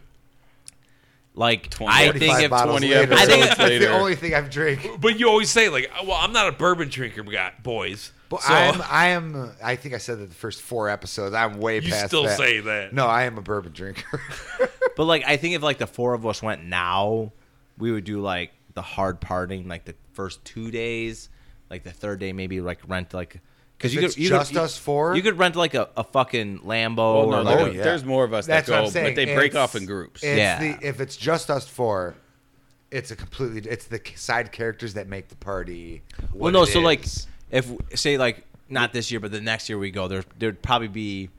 Speaker 3: Like
Speaker 1: 20,
Speaker 3: I
Speaker 2: 45
Speaker 3: think if
Speaker 2: bottles
Speaker 1: 20
Speaker 2: later,
Speaker 1: episodes
Speaker 2: that's
Speaker 1: later.
Speaker 2: the only thing I've drank.
Speaker 4: but you always say like, "Well, I'm not a bourbon drinker, got boys."
Speaker 2: But
Speaker 4: so
Speaker 2: I'm, I am. I think I said that the first four episodes. I'm way
Speaker 4: you
Speaker 2: past.
Speaker 4: still
Speaker 2: that.
Speaker 4: say that.
Speaker 2: No, I am a bourbon drinker.
Speaker 3: But like, I think if like the four of us went now, we would do like the hard parting, like the first two days, like the third day, maybe like rent like because
Speaker 2: If
Speaker 3: you could
Speaker 2: it's
Speaker 3: you could-
Speaker 2: just
Speaker 3: you-
Speaker 2: us four?
Speaker 3: You could rent like a, a fucking Lambo
Speaker 1: Well, no,
Speaker 3: or like
Speaker 1: there-
Speaker 2: Oh, yeah.
Speaker 1: there's more of us
Speaker 2: That's
Speaker 1: that
Speaker 2: what
Speaker 1: go,
Speaker 2: I'm saying.
Speaker 1: but they break
Speaker 2: It's-
Speaker 1: off in groups.
Speaker 2: It's
Speaker 3: Yeah.
Speaker 2: the, if it's just us four, it's a completely. It's the side characters that make the party.
Speaker 3: Well,
Speaker 2: what
Speaker 3: no.
Speaker 2: it
Speaker 3: So like,
Speaker 2: is.
Speaker 3: if say like not this year, but the next year we go, there there'd probably be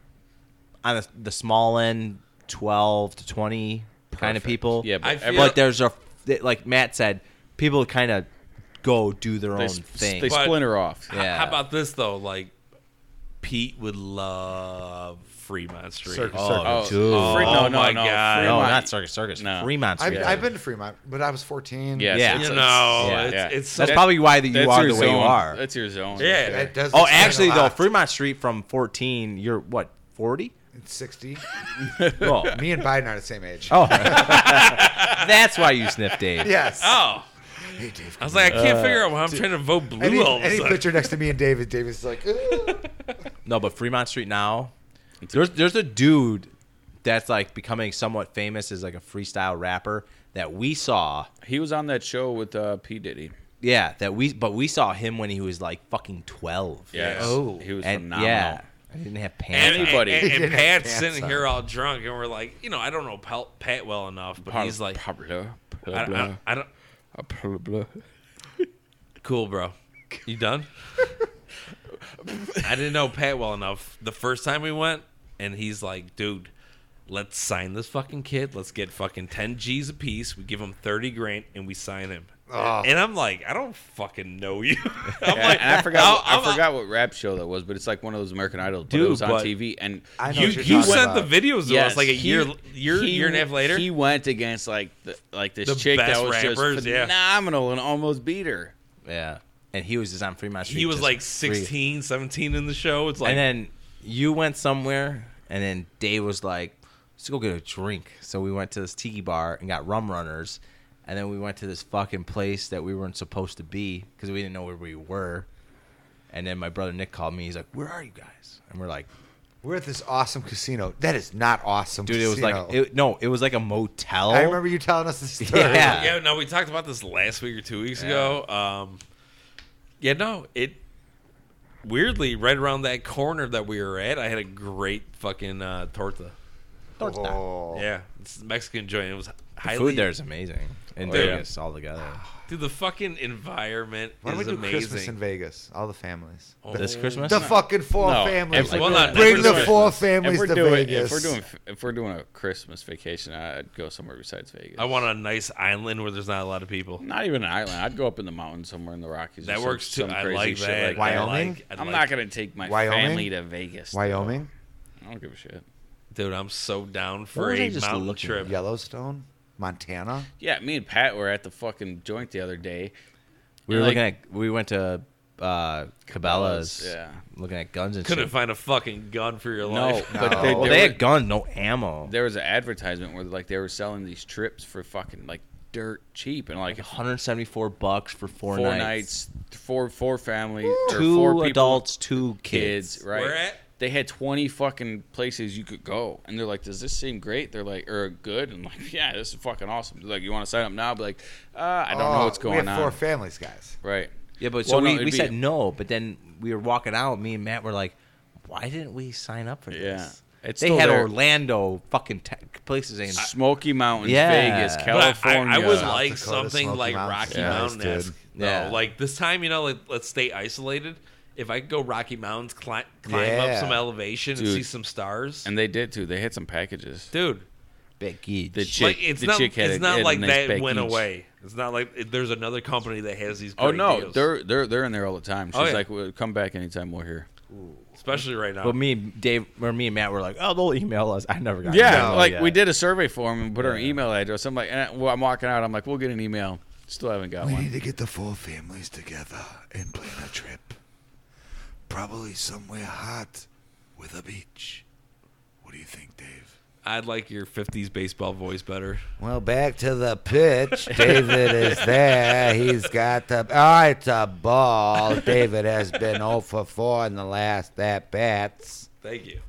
Speaker 3: on the, the small end, twelve to twenty kind of
Speaker 2: Perfect.
Speaker 3: people.
Speaker 1: Yeah,
Speaker 4: I
Speaker 1: but
Speaker 4: feel-
Speaker 1: every-
Speaker 3: but there's a like Matt said, people kind of go do their
Speaker 1: they,
Speaker 3: own
Speaker 1: s-
Speaker 3: thing.
Speaker 1: they
Speaker 4: But-
Speaker 1: splinter off.
Speaker 4: H-
Speaker 3: Yeah.
Speaker 4: How about this though? Like, Pete would love Fremont Street.
Speaker 2: Circus.
Speaker 3: oh,
Speaker 1: Oh,
Speaker 3: dude.
Speaker 1: Fre- no,
Speaker 4: Oh
Speaker 1: no,
Speaker 4: my
Speaker 1: no,
Speaker 4: God.
Speaker 3: no,
Speaker 1: Fremont-
Speaker 3: not Circus Circus.
Speaker 1: No.
Speaker 3: Fremont
Speaker 2: I've,
Speaker 3: Street.
Speaker 2: I've been to Fremont, but I was fourteen.
Speaker 1: Yes,
Speaker 3: Yeah.
Speaker 1: it's-
Speaker 4: You
Speaker 1: it's-
Speaker 4: know,
Speaker 3: yeah.
Speaker 4: it's,
Speaker 1: Yeah.
Speaker 4: it's
Speaker 3: That's
Speaker 4: so-
Speaker 3: probably why that you
Speaker 1: that's
Speaker 3: are
Speaker 1: your
Speaker 3: the way you
Speaker 1: zone.
Speaker 3: are.
Speaker 1: That's your zone.
Speaker 4: Yeah.
Speaker 2: That does
Speaker 3: oh,
Speaker 2: explain a
Speaker 3: actually though,
Speaker 2: lot.
Speaker 3: Fremont Street from 14, you're what 40?
Speaker 2: It's sixty.
Speaker 3: Oh,
Speaker 2: Me and Biden are the same age.
Speaker 3: oh. that's why you sniff Dave.
Speaker 2: yes.
Speaker 4: Oh,
Speaker 2: Hey, Dave.
Speaker 4: I was like, I
Speaker 1: Uh,
Speaker 4: can't figure out why I'm trying to vote blue
Speaker 2: Any,
Speaker 4: all of a
Speaker 2: any
Speaker 4: sudden.
Speaker 2: picture next to me and David, David's like, "Ooh."
Speaker 3: No, but Fremont Street now. There's there's a dude that's like becoming somewhat famous as like a freestyle rapper that we saw.
Speaker 1: He was on that show with uh, P Diddy.
Speaker 3: Yeah, that we but we saw him when he was like fucking twelve.
Speaker 1: Yes.
Speaker 2: Oh.
Speaker 1: he was
Speaker 3: and
Speaker 1: phenomenal.
Speaker 3: yeah, I didn't have pants. on.
Speaker 1: Anybody.
Speaker 4: And, and,
Speaker 2: He
Speaker 4: and
Speaker 2: didn't
Speaker 4: Pat's
Speaker 2: have
Speaker 4: sitting
Speaker 2: pants
Speaker 4: here all drunk, and we're like, you know, I don't know Pal- Pat well enough, but he's like,
Speaker 1: Pablo,
Speaker 4: I, don't- I, don't- I don't.
Speaker 1: Pablo.
Speaker 4: Cool, bro. You done? I didn't know Pat well enough the first time we went, and he's like, dude, Let's sign this fucking kid. Let's get fucking 10 G's a piece. We give him 30 grand and we sign him.
Speaker 2: Oh.
Speaker 4: And I'm like, I don't fucking know you. I'm
Speaker 1: Yeah,
Speaker 4: like,
Speaker 1: and I forgot,
Speaker 4: I'm-
Speaker 1: I
Speaker 4: I'm-
Speaker 1: forgot what rap show that was, but it's like one of those American Idol. But it
Speaker 4: Dude,
Speaker 1: was on
Speaker 4: but-
Speaker 1: TV, and
Speaker 2: I know
Speaker 4: You,
Speaker 2: what you're
Speaker 4: you
Speaker 2: talking
Speaker 4: sent
Speaker 2: about.
Speaker 4: the videos to
Speaker 1: Yes,
Speaker 4: us like a
Speaker 1: he-
Speaker 4: year, year,
Speaker 1: he-
Speaker 4: year and a half later.
Speaker 1: He went against like the, like this
Speaker 4: The
Speaker 1: chick that
Speaker 4: best
Speaker 1: was
Speaker 4: rappers,
Speaker 1: just
Speaker 4: yeah.
Speaker 1: phenomenal and almost beat her.
Speaker 3: Yeah. And he was just on Fremont Street.
Speaker 4: he was
Speaker 3: just
Speaker 4: like
Speaker 3: free.
Speaker 4: 16, 17 in the show. It's like,
Speaker 3: and then you went somewhere, and then Dave was like, "Let's go get a drink." So we went to this tiki bar and got rum runners, and then we went to this fucking place that we weren't supposed to be because we didn't know where we were. And then my brother Nick called me. He's like, "Where are you guys?" And we're like,
Speaker 2: We're at this awesome casino. That is not awesome.
Speaker 3: "Dude, it was
Speaker 2: casino.
Speaker 3: like it, no, it was like a motel."
Speaker 2: I remember you telling us the story.
Speaker 3: Yeah.
Speaker 4: yeah, no, we talked about this last week or two weeks ago. Um, yeah, no, it weirdly right around that corner that we were at, I had a great fucking uh, torta.
Speaker 2: Oh.
Speaker 4: Yeah, it's a Mexican joint. It was highly
Speaker 3: Food there is amazing in
Speaker 4: Oh, yeah.
Speaker 3: Vegas all together.
Speaker 4: Dude, the fucking environment
Speaker 2: Why don't we
Speaker 4: is
Speaker 2: do Christmas in
Speaker 4: amazing.
Speaker 2: Vegas? All the families.
Speaker 4: Oh,
Speaker 3: This Christmas,
Speaker 2: The fucking four
Speaker 1: No,
Speaker 2: families.
Speaker 1: if we're
Speaker 4: Well,
Speaker 1: doing-
Speaker 4: not
Speaker 2: Bring
Speaker 4: next
Speaker 2: the
Speaker 4: Christmas.
Speaker 2: four
Speaker 1: If
Speaker 2: families
Speaker 1: we're
Speaker 2: to
Speaker 1: doing if
Speaker 2: Vegas.
Speaker 1: we're doing if we're doing a Christmas vacation, I'd go somewhere besides Vegas.
Speaker 4: I want a nice island where there's not a lot of people.
Speaker 1: Not even an island. I'd go up in the mountains somewhere in the Rockies. or
Speaker 4: That
Speaker 1: some-
Speaker 4: works too.
Speaker 1: some
Speaker 4: I
Speaker 1: crazy
Speaker 4: like
Speaker 1: shit
Speaker 4: that.
Speaker 1: like
Speaker 4: I
Speaker 2: Wyoming?
Speaker 4: like- I'd
Speaker 1: I'm
Speaker 4: like-
Speaker 1: not gonna take my
Speaker 2: Wyoming?
Speaker 1: family to Vegas. though.
Speaker 2: Wyoming,
Speaker 1: I don't give a shit.
Speaker 4: dude. I'm so down
Speaker 3: What
Speaker 4: for
Speaker 3: was I
Speaker 4: a
Speaker 3: just
Speaker 4: mountain
Speaker 3: looking
Speaker 4: trip.
Speaker 2: Yellowstone, Montana.
Speaker 1: Yeah, me and Pat were at the fucking joint the other day.
Speaker 3: we were
Speaker 1: Like-
Speaker 3: looking at we went to uh, Cabela's,
Speaker 1: yeah.
Speaker 3: looking at guns and
Speaker 4: Couldn't
Speaker 3: shit.
Speaker 4: find a fucking gun for your
Speaker 1: No,
Speaker 4: life. Oh,
Speaker 1: but
Speaker 2: No.
Speaker 1: they,
Speaker 2: Well,
Speaker 3: Oh. Well,
Speaker 1: there
Speaker 3: they
Speaker 1: were-
Speaker 3: had guns, no ammo.
Speaker 1: there was an advertisement where like they were selling these trips for fucking like dirt cheap and like four,
Speaker 3: 174 bucks for four, nights.
Speaker 1: nights, four four families, or
Speaker 3: Two
Speaker 1: four people,
Speaker 3: adults, two kids.
Speaker 1: kids, right?
Speaker 4: Where at?
Speaker 1: They had twenty fucking places you could go, and they're like, "Does this seem great?" They're like, "Or good?" And I'm like, "Yeah, this is fucking awesome." They're like, "You want to sign up now?" I'd be like, uh, "I don't know
Speaker 2: Oh,
Speaker 1: what's
Speaker 2: We
Speaker 1: going
Speaker 2: have
Speaker 1: on."
Speaker 2: four families, guys.
Speaker 1: right?
Speaker 3: Yeah, but so
Speaker 1: Well, no,
Speaker 3: we,
Speaker 1: it'd
Speaker 3: we
Speaker 1: be-
Speaker 3: said no, but then we were walking out. Me and Matt were like, why didn't we sign up for this?
Speaker 1: Yeah. It's
Speaker 3: they
Speaker 1: still
Speaker 3: had
Speaker 1: there.
Speaker 3: Orlando fucking te- places in.
Speaker 1: Smoky Mountains,
Speaker 3: Yeah.
Speaker 1: Vegas,
Speaker 3: But
Speaker 4: But I-
Speaker 1: California.
Speaker 4: I, I would
Speaker 2: South
Speaker 4: like
Speaker 2: Dakota,
Speaker 4: something
Speaker 2: Smoky
Speaker 4: like
Speaker 2: Mountains.
Speaker 4: Rocky
Speaker 2: Yeah.
Speaker 4: Mountain
Speaker 2: Nice,
Speaker 4: esque.
Speaker 3: dude. Yeah.
Speaker 4: Like this time, you know, like let's stay isolated. If I could go Rocky Mountains, climb, climb
Speaker 2: Yeah.
Speaker 4: up some elevation and
Speaker 1: Dude.
Speaker 4: see some stars.
Speaker 1: and they did too. They had some packages.
Speaker 4: dude,
Speaker 3: Big Geege.
Speaker 1: The chick,
Speaker 4: like it's
Speaker 1: the
Speaker 4: not,
Speaker 1: chick had
Speaker 4: it's
Speaker 1: a-
Speaker 4: not
Speaker 1: had a
Speaker 4: like
Speaker 1: nice
Speaker 4: that
Speaker 1: package.
Speaker 4: went away. It's not like it- there's another company that has these. Great
Speaker 1: Oh no,
Speaker 4: deals,
Speaker 1: they're they're they're in there all the time. She's
Speaker 4: Oh, yeah.
Speaker 1: like, well, "Come back anytime we're here."
Speaker 4: especially right now.
Speaker 3: but me and Dave, or me and Matt were like, oh, they'll email us. I never got. an
Speaker 1: Yeah,
Speaker 3: email
Speaker 1: like
Speaker 3: yet.
Speaker 1: we did a survey for him and put our email address. I'm like, and I, well, I'm walking out. I'm like, we'll get an email. Still haven't got
Speaker 6: We
Speaker 1: one.
Speaker 6: need to get the four families together and plan a trip. Probably somewhere hot with a beach. What do you think, Dave?
Speaker 4: I'd like your '50s baseball voice better.
Speaker 2: Well, back to the pitch. David is there. He's got the. All right, the ball. David has been 0 for 4 in the last at bats.
Speaker 4: Thank you.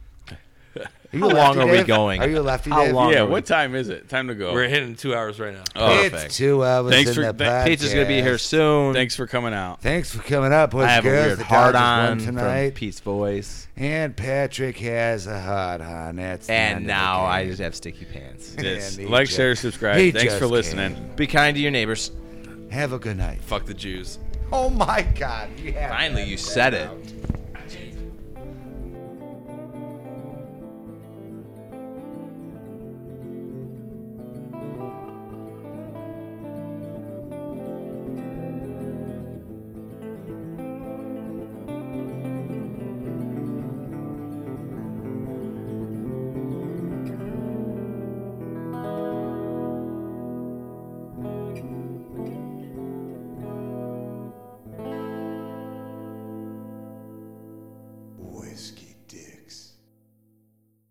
Speaker 2: Are you a
Speaker 3: How long
Speaker 2: lefty,
Speaker 3: are we
Speaker 2: Dave?
Speaker 3: going?
Speaker 2: Are you a lefty?
Speaker 3: How
Speaker 2: Dave?
Speaker 3: long?
Speaker 1: Yeah,
Speaker 3: Alright.
Speaker 1: what time is it? Time to go.
Speaker 4: We're hitting two hours right now.
Speaker 1: Oh,
Speaker 3: Perfect.
Speaker 2: It's two hours
Speaker 1: Thanks
Speaker 2: in
Speaker 1: for-
Speaker 2: the
Speaker 1: thank-
Speaker 2: podcast.
Speaker 3: Pizza's gonna be here soon.
Speaker 1: thanks for coming out.
Speaker 2: Thanks for coming up, boys
Speaker 3: I
Speaker 2: and
Speaker 3: have a
Speaker 2: girls.
Speaker 3: weird
Speaker 2: The
Speaker 3: hard
Speaker 2: Dodgers
Speaker 3: on
Speaker 2: won
Speaker 3: from
Speaker 2: tonight,
Speaker 3: Pete's voice,
Speaker 2: and Patrick has a hard on. That's the end of
Speaker 3: and
Speaker 2: the
Speaker 3: now
Speaker 2: game.
Speaker 3: I just have sticky pants.
Speaker 1: Yes.
Speaker 2: he
Speaker 1: Like,
Speaker 2: just-
Speaker 1: share, subscribe.
Speaker 2: he
Speaker 1: Thanks
Speaker 2: just
Speaker 1: for listening.
Speaker 2: came.
Speaker 3: Be kind to your neighbors.
Speaker 2: Have a good night.
Speaker 4: Fuck the Jews.
Speaker 2: Oh my God! you have
Speaker 3: Finally,
Speaker 2: that.
Speaker 3: you said it.